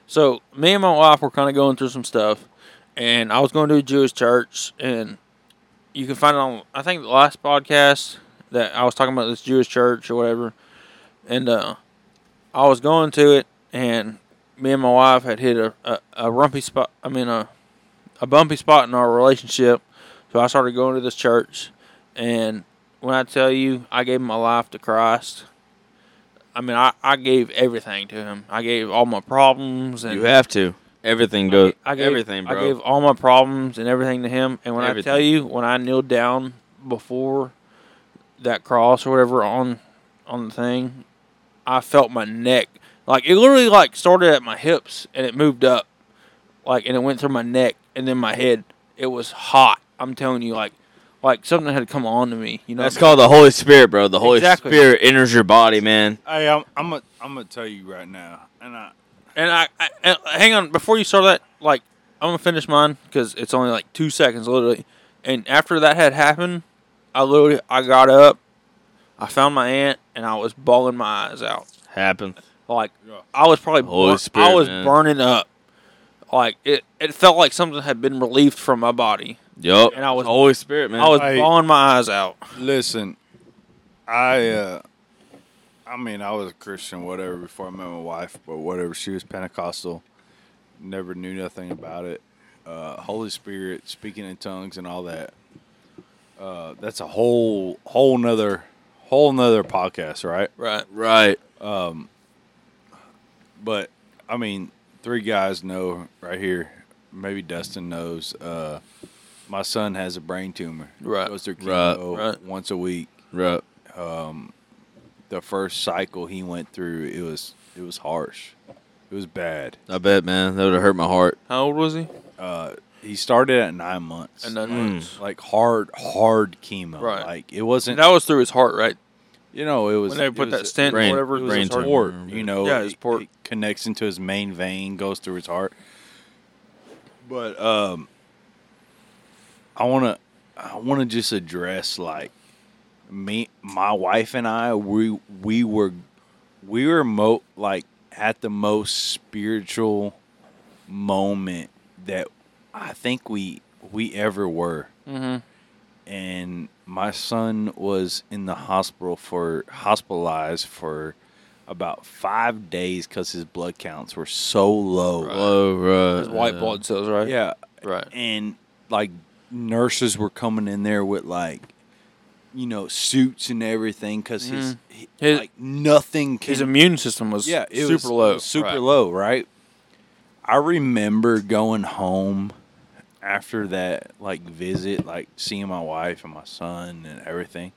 [SPEAKER 2] so me and my wife were kind of going through some stuff, and I was going to a Jewish church, and you can find it on I think the last podcast that I was talking about this Jewish church or whatever, and uh, I was going to it, and me and my wife had hit a, a, a rumpy spot. I mean, a a bumpy spot in our relationship. So I started going to this church, and when I tell you, I gave my life to Christ. I mean, I, I gave everything to Him. I gave all my problems and
[SPEAKER 4] You have to. Everything goes.
[SPEAKER 2] I gave
[SPEAKER 4] everything, bro.
[SPEAKER 2] I gave all my problems and everything to him. And when
[SPEAKER 4] Everything.
[SPEAKER 2] I tell you, when I kneeled down before that cross or whatever on on the thing, I felt my neck like it literally like started at my hips and it moved up, like and it went through my neck and then my head. It was hot. I'm telling you, like like something had come on to me. You know,
[SPEAKER 4] That's called the Holy Spirit, bro. The Holy
[SPEAKER 2] Exactly.
[SPEAKER 4] Spirit enters your body, man.
[SPEAKER 3] Hey, I'm I'm gonna I'm gonna tell you right now, and I
[SPEAKER 2] And I, I and hang on before you start that. Like I'm gonna finish mine because it's only like two seconds literally. And after that had happened, I literally I got up, I found my aunt, and I was bawling my eyes out.
[SPEAKER 4] Happens.
[SPEAKER 2] Like I was probably
[SPEAKER 4] Holy
[SPEAKER 2] bur- I
[SPEAKER 4] Spirit,
[SPEAKER 2] was
[SPEAKER 4] man.
[SPEAKER 2] burning up. Like it, it felt like something had been relieved from my body.
[SPEAKER 4] Yup.
[SPEAKER 2] And I was-
[SPEAKER 4] Holy Spirit, man.
[SPEAKER 2] I was
[SPEAKER 3] I-
[SPEAKER 2] bawling my eyes out.
[SPEAKER 3] listen. I uh, I mean, I was a Christian, whatever, before I met my wife, but whatever. She was Pentecostal, never knew nothing about it. Uh, Holy Spirit, speaking in tongues, and all that. Uh, that's a whole whole nother whole nother podcast, right?
[SPEAKER 2] Right.
[SPEAKER 4] right.
[SPEAKER 3] But I mean, three guys know right here. Maybe Dustin knows. Uh, my son has a brain tumor.
[SPEAKER 2] Right.
[SPEAKER 3] Goes through
[SPEAKER 4] Right.
[SPEAKER 3] chemo
[SPEAKER 2] Right.
[SPEAKER 3] once a week.
[SPEAKER 4] Right.
[SPEAKER 3] The first cycle he went through, it was it was harsh. It was bad.
[SPEAKER 4] I bet, man. That would have hurt my heart.
[SPEAKER 2] How old was he?
[SPEAKER 3] Uh, he started at nine months.
[SPEAKER 2] And then-
[SPEAKER 4] Hmm.
[SPEAKER 3] like hard, hard chemo.
[SPEAKER 2] Right.
[SPEAKER 3] Like it wasn't.
[SPEAKER 2] that was through his heart, right?
[SPEAKER 3] you know, it was.
[SPEAKER 2] When they
[SPEAKER 3] it
[SPEAKER 2] put
[SPEAKER 3] was
[SPEAKER 2] that stent,
[SPEAKER 4] brain-
[SPEAKER 2] or whatever, it was
[SPEAKER 4] brain
[SPEAKER 2] his
[SPEAKER 4] tumor.
[SPEAKER 2] heart.
[SPEAKER 3] port. You know,
[SPEAKER 2] Yeah, his
[SPEAKER 3] it-
[SPEAKER 2] port.
[SPEAKER 3] it connects into his main vein, goes through his heart. But um, I want to, I want to just address like me, my wife and I. We we were, we were mo like at the most spiritual moment that I think we we ever were
[SPEAKER 2] Mm-hmm.
[SPEAKER 3] and my son was in the hospital for hospitalized for about five days because his blood counts were so low.
[SPEAKER 4] Whoa, right.
[SPEAKER 2] His white blood cells, right?
[SPEAKER 3] Yeah,
[SPEAKER 2] Right.
[SPEAKER 3] and like nurses were coming in there with like you know suits and everything because his, he-
[SPEAKER 2] Mm-hmm. His-
[SPEAKER 3] like nothing can
[SPEAKER 2] His immune system was
[SPEAKER 3] yeah it
[SPEAKER 2] super
[SPEAKER 3] was
[SPEAKER 2] low.
[SPEAKER 3] super
[SPEAKER 2] Right.
[SPEAKER 3] low right. I remember going home after that like visit, like seeing my wife and my son and everything.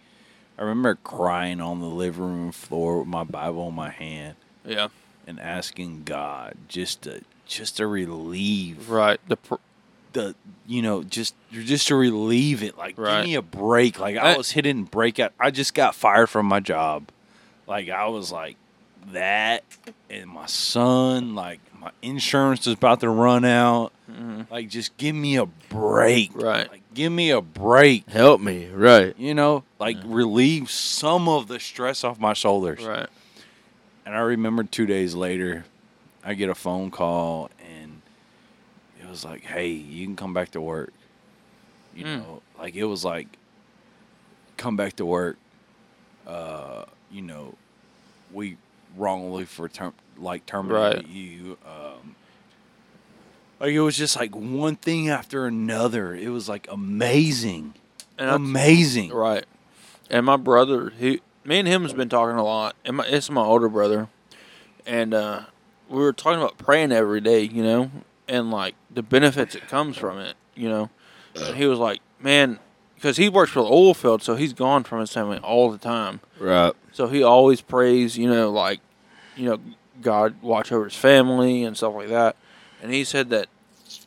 [SPEAKER 3] I remember crying on the living room floor with my Bible in my hand
[SPEAKER 2] Yeah.
[SPEAKER 3] and asking God just to just to relieve
[SPEAKER 2] Right. The pr-
[SPEAKER 3] the you know just just to relieve it like
[SPEAKER 2] Right.
[SPEAKER 3] give me a break like I
[SPEAKER 2] I-
[SPEAKER 3] was hitting breakout I just got fired from my job like I was like that and my son like my insurance is about to run out like just give me a break
[SPEAKER 2] Mm-hmm. Right.
[SPEAKER 3] like give me a break
[SPEAKER 4] Help me. Right.
[SPEAKER 3] you know like relieve some of the stress off my shoulders
[SPEAKER 2] right.
[SPEAKER 3] and I remember two days later, I get a phone call and it was like, hey, you can come back to work. You
[SPEAKER 2] Mm.
[SPEAKER 3] know, like it was like, come back to work. Uh, you know, we wrongly for term like terminated
[SPEAKER 2] Right.
[SPEAKER 3] you. Um, like it was just like one thing after another. It was like amazing,
[SPEAKER 2] And I-
[SPEAKER 3] amazing.
[SPEAKER 2] right. And my brother, he, me and him has been talking a lot. And my, it's my older brother, and uh, we were talking about praying every day, you know, and like the benefits that comes from it, you know. And he was like, man, because he works for the oil field, so he's gone from his family all the time.
[SPEAKER 4] Right.
[SPEAKER 2] So he always prays, you know, like, you know, God watch over his family and stuff like that. And he said that,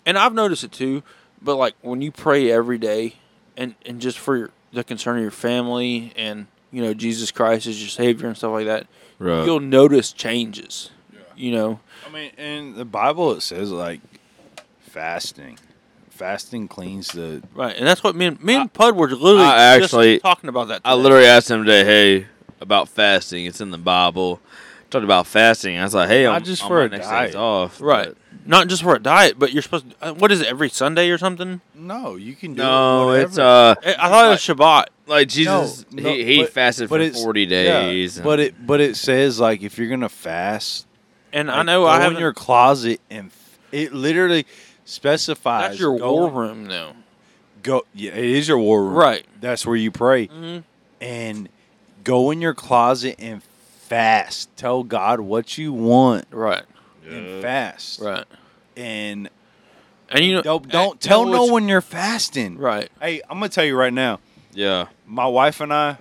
[SPEAKER 2] and I've noticed it too. But like when you pray every day, and and just for your, the concern of your family, and you know Jesus Christ is your Savior and stuff like that,
[SPEAKER 4] Right.
[SPEAKER 2] you'll notice changes. You know,
[SPEAKER 3] I mean, in the Bible it says like fasting. Fasting cleans the
[SPEAKER 2] right? And that's what me and me and Pud were literally
[SPEAKER 4] I
[SPEAKER 2] just
[SPEAKER 4] actually-
[SPEAKER 2] talking about that.
[SPEAKER 4] I
[SPEAKER 2] today.
[SPEAKER 4] literally asked him today, hey, about fasting. It's in the Bible. Talked about fasting. I was like, hey,
[SPEAKER 3] Not
[SPEAKER 4] I'm
[SPEAKER 3] just
[SPEAKER 4] on
[SPEAKER 3] for
[SPEAKER 4] my
[SPEAKER 3] a
[SPEAKER 4] next
[SPEAKER 3] diet.
[SPEAKER 4] day's off.
[SPEAKER 2] right, not just for a diet, but you're supposed. To, uh, what is it every Sunday or something?
[SPEAKER 3] No, you can
[SPEAKER 4] but-
[SPEAKER 3] do
[SPEAKER 4] No,
[SPEAKER 3] it
[SPEAKER 4] it's uh
[SPEAKER 2] I I thought it was Shabbat.
[SPEAKER 4] like Jesus he, he fasted for forty days. and-
[SPEAKER 3] but it but it says like if you're gonna fast,
[SPEAKER 2] And I
[SPEAKER 3] Like,
[SPEAKER 2] know
[SPEAKER 3] go
[SPEAKER 2] I
[SPEAKER 3] in
[SPEAKER 2] haven't.
[SPEAKER 3] your closet and f- it literally specifies.
[SPEAKER 2] that's your
[SPEAKER 3] go-
[SPEAKER 2] war room, though.
[SPEAKER 3] Go. Yeah, it is your war room.
[SPEAKER 2] Right. Mm-hmm.
[SPEAKER 3] That's where you pray. And go in your closet and fast. Tell God what you want
[SPEAKER 2] Right.
[SPEAKER 3] and fast.
[SPEAKER 2] Right.
[SPEAKER 3] And
[SPEAKER 2] And you know,
[SPEAKER 3] don't don't tell
[SPEAKER 2] know
[SPEAKER 3] no
[SPEAKER 2] what's-
[SPEAKER 3] one you're fasting.
[SPEAKER 2] Right.
[SPEAKER 3] Hey, I'm gonna tell you right now.
[SPEAKER 4] Yeah.
[SPEAKER 3] my wife and I,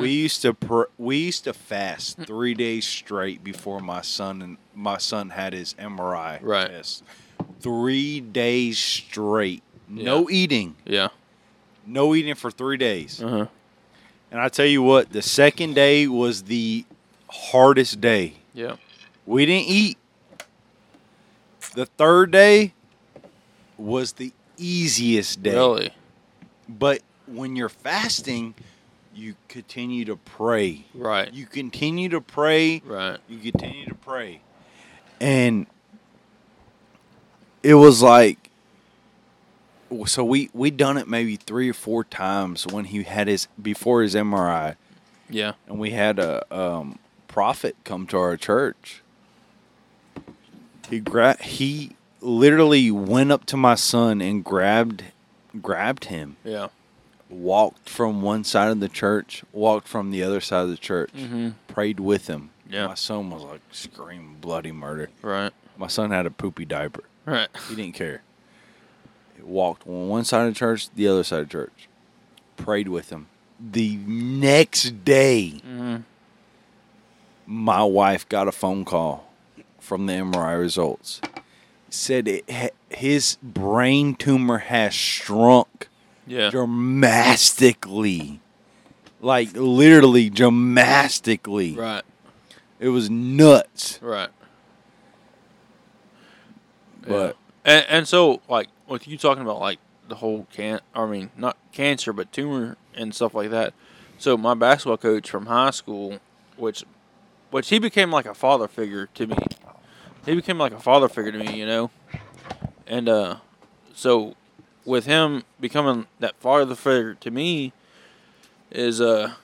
[SPEAKER 3] we used to pr- we used to fast three days straight before my son and my son had his MRI.
[SPEAKER 2] Right.
[SPEAKER 3] Test. Three days straight, no eating,
[SPEAKER 2] Yeah.
[SPEAKER 3] no eating for three days.
[SPEAKER 2] Uh huh.
[SPEAKER 3] And I tell you what, the second day was the hardest day.
[SPEAKER 2] Yeah.
[SPEAKER 3] We didn't eat. The third day was the easiest day.
[SPEAKER 2] Really.
[SPEAKER 3] But when you're fasting, you continue to pray.
[SPEAKER 2] Right.
[SPEAKER 3] You continue to pray.
[SPEAKER 2] Right.
[SPEAKER 3] You continue to pray. And it was like so we we done it maybe 3 or 4 times when he had his before his MRI
[SPEAKER 2] Yeah.
[SPEAKER 3] and we had a um, prophet come to our church. He gra- he literally went up to my son and grabbed grabbed him
[SPEAKER 2] Yeah.
[SPEAKER 3] walked from one side of the church, walked from the other side of the church, prayed with him.
[SPEAKER 2] Yeah.
[SPEAKER 3] My son was like screaming bloody murder.
[SPEAKER 2] Right.
[SPEAKER 3] My son had a poopy diaper.
[SPEAKER 2] Right.
[SPEAKER 3] He didn't care. He walked on one side of the church, the other side of the church, prayed with him. The next day, my wife got a phone call from the MRI results. Said it, ha- his brain tumor has shrunk
[SPEAKER 2] Yeah.
[SPEAKER 3] dramatically. Like literally dramatically.
[SPEAKER 2] Right.
[SPEAKER 3] It was nuts.
[SPEAKER 2] Right.
[SPEAKER 3] But
[SPEAKER 2] And, and so, like, with you talking about, like, the whole can I mean, not cancer, but tumor and stuff like that. So, my basketball coach from high school, which, which he became like a father figure to me. He became like a father figure to me, you know? And, uh, so with him becoming that father figure to me is, uh,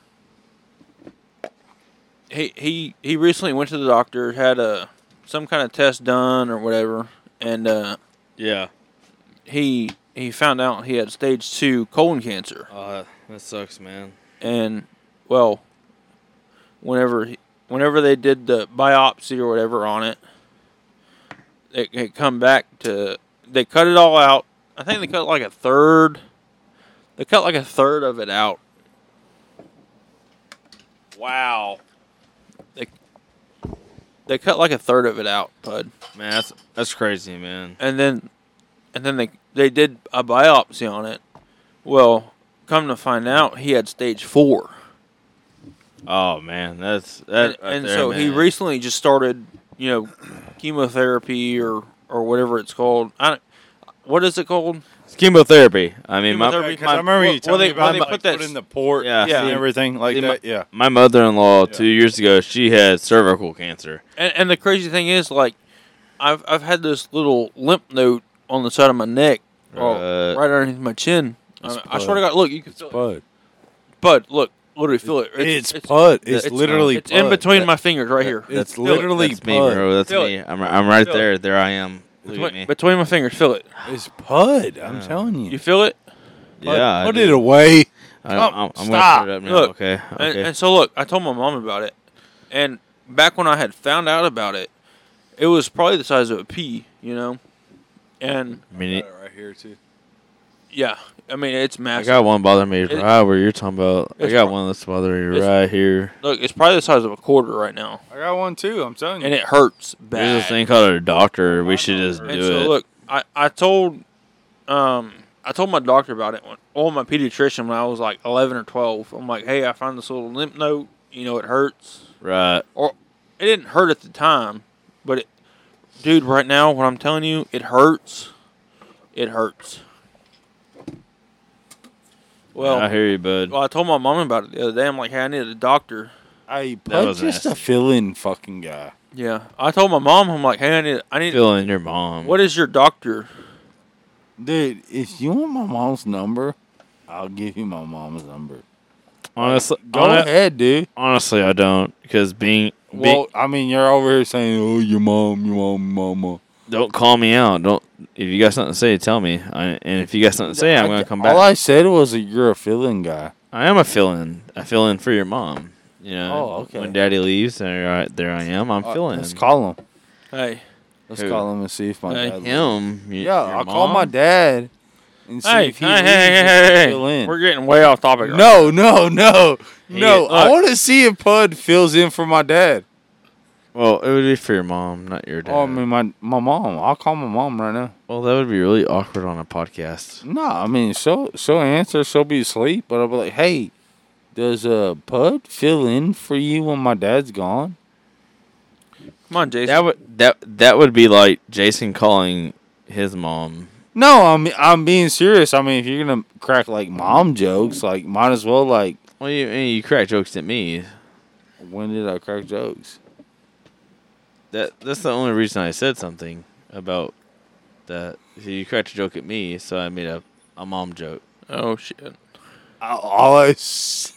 [SPEAKER 2] he, he, he recently went to the doctor, had a, some kind of test done or whatever. And, uh,
[SPEAKER 4] Yeah.
[SPEAKER 2] he he found out he had stage two colon cancer,
[SPEAKER 4] Uh, that sucks, man.
[SPEAKER 2] and well, whenever he, whenever they did the biopsy or whatever on it, it, it come back to they cut it all out. I think they cut like a third. They cut like a third of it out.
[SPEAKER 4] Wow.
[SPEAKER 2] They they cut like a third of it out, bud.
[SPEAKER 4] Man, that's that's crazy, man.
[SPEAKER 2] and then and then they they did a biopsy on it. Well, come to find out, he had stage four,
[SPEAKER 4] Oh man, that's that.
[SPEAKER 2] and,
[SPEAKER 4] right
[SPEAKER 2] and
[SPEAKER 4] there,
[SPEAKER 2] so he
[SPEAKER 4] man.
[SPEAKER 2] recently just started, you know, chemotherapy or or whatever it's called. I, don't- what is it called?
[SPEAKER 4] It's chemotherapy. I mean, my,
[SPEAKER 2] Chemotherapy.
[SPEAKER 3] because I remember
[SPEAKER 2] well,
[SPEAKER 3] you telling
[SPEAKER 2] they-
[SPEAKER 3] me about
[SPEAKER 2] well,
[SPEAKER 3] they
[SPEAKER 2] they
[SPEAKER 3] like,
[SPEAKER 2] put
[SPEAKER 3] put
[SPEAKER 2] that-
[SPEAKER 3] in the port
[SPEAKER 4] Yeah.
[SPEAKER 3] and
[SPEAKER 2] Yeah.
[SPEAKER 3] everything like
[SPEAKER 4] See, my-
[SPEAKER 3] that. Yeah.
[SPEAKER 4] my mother-in-law two years ago she had cervical cancer.
[SPEAKER 2] And, and the crazy thing is, like, I've I've had this little lymph node on the side of my neck, or
[SPEAKER 4] Right.
[SPEAKER 2] right underneath my chin. I, I swear to God, look, you can feel it.
[SPEAKER 3] Bud.
[SPEAKER 2] Bud, look, literally feel it.
[SPEAKER 3] It's, pud. It's,
[SPEAKER 4] it's-
[SPEAKER 3] literally
[SPEAKER 2] It's in
[SPEAKER 3] pud.
[SPEAKER 2] between my fingers right here.
[SPEAKER 3] It's literally
[SPEAKER 4] that's me,
[SPEAKER 3] pud.
[SPEAKER 4] bro. That's
[SPEAKER 2] Feel
[SPEAKER 4] me.
[SPEAKER 2] it.
[SPEAKER 4] I'm, I'm right
[SPEAKER 2] Feel it.
[SPEAKER 4] there. There I am. Look at me.
[SPEAKER 2] Between, between my fingers, feel it.
[SPEAKER 3] It's pud. I'm telling you.
[SPEAKER 2] You feel it?
[SPEAKER 4] yeah. I
[SPEAKER 3] Put
[SPEAKER 4] do.
[SPEAKER 3] it away.
[SPEAKER 4] I, I'm, I'm
[SPEAKER 3] Stop.
[SPEAKER 4] Gonna put it up now.
[SPEAKER 2] Look,
[SPEAKER 4] okay.
[SPEAKER 2] And,
[SPEAKER 4] Okay.
[SPEAKER 2] and so look, I told my mom about it, and back when I had found out about it, it was probably the size of a pea, you know, and
[SPEAKER 4] I mean, it-
[SPEAKER 3] right here too.
[SPEAKER 2] yeah, I mean it's
[SPEAKER 4] I
[SPEAKER 2] massive.
[SPEAKER 4] got one bothering me
[SPEAKER 2] It-
[SPEAKER 4] right where you're talking about. I
[SPEAKER 2] it's
[SPEAKER 4] got
[SPEAKER 2] pro-
[SPEAKER 4] one that's bothering me
[SPEAKER 2] it's-
[SPEAKER 4] right here.
[SPEAKER 2] look, it's probably the size of a quarter right now,
[SPEAKER 3] I got one too. I'm telling you.
[SPEAKER 2] and it hurts
[SPEAKER 4] There's this
[SPEAKER 2] bad.
[SPEAKER 4] thing called a doctor. We should just do
[SPEAKER 2] and so
[SPEAKER 4] it.
[SPEAKER 2] look, I I told, um, I told my doctor about it when, or my pediatrician when I was like eleven or twelve. I'm like, hey, I found this little lymph node. You know, it hurts.
[SPEAKER 4] right.
[SPEAKER 2] or it didn't hurt at the time, but it, dude, right now, what I'm telling you, it hurts. It hurts. Well,
[SPEAKER 4] I hear you, bud.
[SPEAKER 2] well, I told my mom about it the other day. I'm like, hey, I need a doctor.
[SPEAKER 3] Hey,
[SPEAKER 4] That
[SPEAKER 3] pud
[SPEAKER 4] was
[SPEAKER 3] just a
[SPEAKER 4] nasty.
[SPEAKER 3] fill-in fucking guy.
[SPEAKER 2] Yeah, I told my mom, I'm like, hey, I need, I need.
[SPEAKER 4] Feeling your mom.
[SPEAKER 2] What is your doctor?
[SPEAKER 3] Dude, if you want my mom's number, I'll give you my mom's number.
[SPEAKER 4] honestly,
[SPEAKER 3] Go
[SPEAKER 4] hone-
[SPEAKER 3] ahead, dude.
[SPEAKER 4] honestly, I don't because being
[SPEAKER 3] Well, I mean, you're over here saying, "Oh, your mom, your mom, mama."
[SPEAKER 4] Don't call me out. Don't. If you got something to say, tell me. I, and if you got something to say, I'm gonna come back.
[SPEAKER 3] All I said was that you're a feeling guy.
[SPEAKER 4] I am a fill in. I fill in for your mom. You know,
[SPEAKER 3] Oh, okay.
[SPEAKER 4] when daddy leaves, there I, there I am. I'm
[SPEAKER 3] Uh,
[SPEAKER 4] filling.
[SPEAKER 3] Let's call him.
[SPEAKER 2] Hey,
[SPEAKER 3] Let's
[SPEAKER 4] Who?
[SPEAKER 3] call him and see if my
[SPEAKER 2] Hey,
[SPEAKER 3] dad.
[SPEAKER 4] Uh, him. y-
[SPEAKER 3] Yeah,
[SPEAKER 4] your
[SPEAKER 3] I'll call my
[SPEAKER 4] mom?
[SPEAKER 3] dad and see
[SPEAKER 2] hey, hey,
[SPEAKER 3] if he
[SPEAKER 2] hey, hey,
[SPEAKER 3] leaves if
[SPEAKER 2] hey,
[SPEAKER 3] he'll
[SPEAKER 2] hey.
[SPEAKER 3] fill in.
[SPEAKER 2] We're getting way off topic. right
[SPEAKER 3] No, no, no, no.
[SPEAKER 2] look.
[SPEAKER 3] I want to see if Pud fills in for my dad.
[SPEAKER 4] Well, it would be for your mom, not your dad.
[SPEAKER 3] Oh, I mean, my my mom. I'll call my mom right now.
[SPEAKER 4] well, that would be really awkward on a podcast.
[SPEAKER 3] No, I mean, she'll she'll answer. She'll be asleep, but I'll be like, "Hey, does uh Pud fill in for you when my dad's gone?"
[SPEAKER 2] Come on, Jason.
[SPEAKER 4] That would that that would be like Jason calling his mom.
[SPEAKER 3] No, I'm I'm being serious. I mean, if you're gonna crack like mom jokes, like might as well like
[SPEAKER 4] Well, you you crack jokes at me.
[SPEAKER 3] when did I crack jokes?
[SPEAKER 4] That that's the only reason I said something about that. You cracked a joke at me, so I made a a mom joke.
[SPEAKER 2] oh shit.
[SPEAKER 3] I, all I s-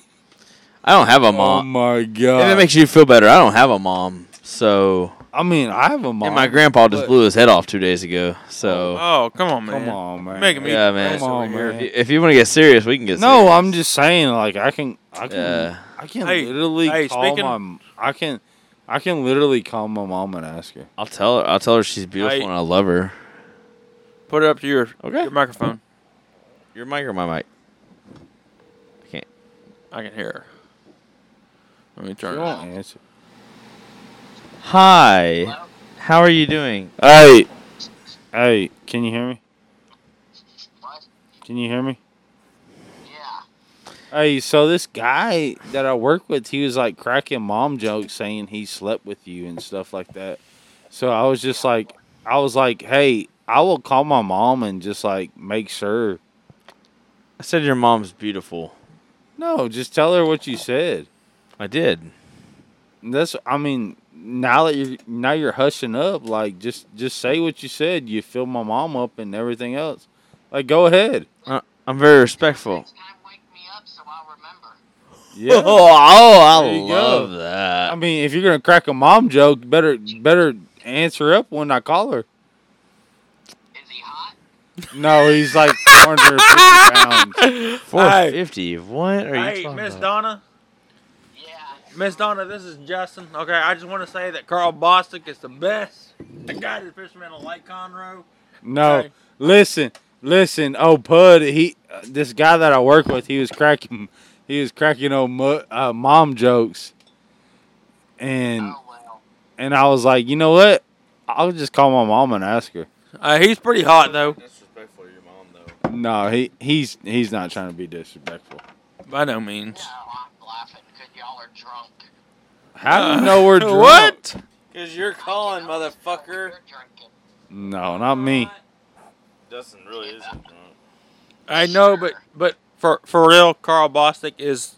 [SPEAKER 4] I don't have a
[SPEAKER 3] oh
[SPEAKER 4] mom.
[SPEAKER 3] my
[SPEAKER 4] if
[SPEAKER 3] god!
[SPEAKER 4] it makes you feel better, I don't have a mom. So
[SPEAKER 3] I mean, I have a mom.
[SPEAKER 4] and my grandpa just
[SPEAKER 3] but-
[SPEAKER 4] blew his head off two days ago. So
[SPEAKER 2] Oh, come on, man.
[SPEAKER 3] Come on, man.
[SPEAKER 2] Making me
[SPEAKER 4] yeah, man.
[SPEAKER 3] Come on,
[SPEAKER 4] If
[SPEAKER 3] man.
[SPEAKER 4] you- If you want to get serious, we can get.
[SPEAKER 3] No,
[SPEAKER 4] serious.
[SPEAKER 3] I'm just saying, like I can, I can,
[SPEAKER 4] Yeah.
[SPEAKER 3] I can
[SPEAKER 2] Hey,
[SPEAKER 3] literally
[SPEAKER 2] hey,
[SPEAKER 3] call
[SPEAKER 2] speaking-
[SPEAKER 3] my, I can, I can literally call my mom and ask her.
[SPEAKER 4] I'll tell her. I'll tell her she's beautiful
[SPEAKER 2] I-
[SPEAKER 4] and I love her.
[SPEAKER 2] Put it up to your
[SPEAKER 4] Okay.
[SPEAKER 2] your microphone.
[SPEAKER 4] Your mic or my mic? I can't.
[SPEAKER 2] I can hear. her. Let me
[SPEAKER 3] She
[SPEAKER 2] turn it. off.
[SPEAKER 3] won't answer.
[SPEAKER 4] Hi.
[SPEAKER 6] Hello?
[SPEAKER 4] How are you doing?
[SPEAKER 3] Hey, hey, can you hear me?
[SPEAKER 6] What?
[SPEAKER 3] Can you hear me?
[SPEAKER 6] Yeah.
[SPEAKER 3] Hey, so this guy that I work with, he was like cracking mom jokes, saying he slept with you and stuff like that. So I was just like, I was like, hey, I will call my mom and just like make sure.
[SPEAKER 4] I said your mom's beautiful.
[SPEAKER 3] No, just tell her what you said.
[SPEAKER 4] I did.
[SPEAKER 3] That's I mean, now that you're now you're hushing up, like just just say what you said. You fill my mom up and everything else. Like go ahead.
[SPEAKER 4] I, I'm very respectful.
[SPEAKER 6] Next time, wake me up so I'll remember.
[SPEAKER 3] Yeah.
[SPEAKER 4] Oh, I
[SPEAKER 3] There you go.
[SPEAKER 4] love
[SPEAKER 3] I
[SPEAKER 4] that.
[SPEAKER 3] mean, if you're gonna crack a mom joke, better better answer up when I call her.
[SPEAKER 6] Is he hot?
[SPEAKER 3] No, he's like 450 pounds.
[SPEAKER 4] Four
[SPEAKER 2] Hey.
[SPEAKER 4] fifty. What are you
[SPEAKER 2] Hey,
[SPEAKER 4] talking
[SPEAKER 2] Miss
[SPEAKER 4] about?
[SPEAKER 2] Donna.
[SPEAKER 6] Yeah.
[SPEAKER 2] Miss Donna, this is Justin. Okay, I just want to say that Carl Bostic is the best. The guy that fished me in a Lake Conroe.
[SPEAKER 3] No,
[SPEAKER 2] Hey.
[SPEAKER 3] listen, listen. Oh, Pud, he uh, this guy that I work with, he was cracking, he was cracking old mu- uh, mom jokes, and
[SPEAKER 6] Oh, well.
[SPEAKER 3] and I was like, you know what? I'll just call my mom and ask her.
[SPEAKER 2] Uh, he's pretty hot though.
[SPEAKER 4] That's respectful to your mom, though.
[SPEAKER 3] No, he he's he's not trying to be disrespectful.
[SPEAKER 2] By no means.
[SPEAKER 6] No, I'm laughing because y'all are drunk.
[SPEAKER 3] How do you know we're drunk?
[SPEAKER 2] What?
[SPEAKER 4] Cause you're
[SPEAKER 6] Calling, motherfucker. You're drinking.
[SPEAKER 3] No, not me.
[SPEAKER 4] Dustin really
[SPEAKER 6] isn't
[SPEAKER 2] I know, but but for for real, Carl Bostic is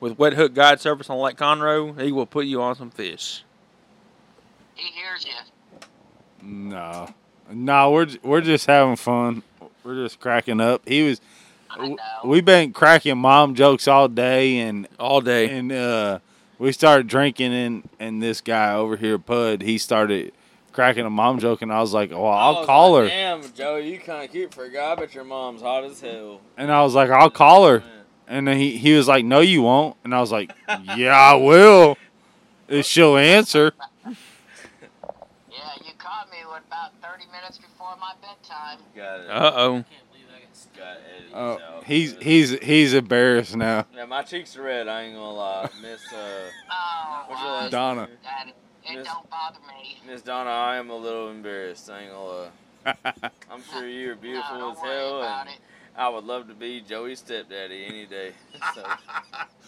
[SPEAKER 2] with Wet Hook Guide Service on Lake Conroe. He will put you on some fish.
[SPEAKER 6] He hears you.
[SPEAKER 3] No, no, we're j- we're just having fun. We're just cracking up. He was.
[SPEAKER 6] I know.
[SPEAKER 3] We've been cracking mom jokes all day, and
[SPEAKER 2] All day.
[SPEAKER 3] and uh, we started drinking, and and this guy over here, Pud, he started cracking a mom joke, and I was like, "Well, I'll call her,"
[SPEAKER 4] Damn, Joe, you kind of cute for a guy, but your mom's hot as hell.
[SPEAKER 3] and I was like, "I'll call her," and then he he was like, "No, you won't," and I was like, "Yeah, I will." If she'll answer,
[SPEAKER 6] Yeah, you caught me with about 30 minutes before my bedtime.
[SPEAKER 4] Got it.
[SPEAKER 2] Uh oh.
[SPEAKER 5] Can't believe I got
[SPEAKER 4] Got it.
[SPEAKER 3] uh, he's he's he's embarrassed now.
[SPEAKER 4] Yeah, my cheeks are red. I ain't gonna lie, Miss uh,
[SPEAKER 6] Oh,
[SPEAKER 4] What's your last-
[SPEAKER 6] well,
[SPEAKER 3] Donna,
[SPEAKER 6] that, it
[SPEAKER 4] Miss-
[SPEAKER 6] don't bother me.
[SPEAKER 4] Miss Donna. I am a little embarrassed. I ain't gonna lie. I'm sure you're beautiful
[SPEAKER 6] no,
[SPEAKER 4] as
[SPEAKER 6] don't worry
[SPEAKER 4] hell,
[SPEAKER 6] about
[SPEAKER 4] and
[SPEAKER 6] it.
[SPEAKER 4] I would love to be Joey's stepdaddy any day. So,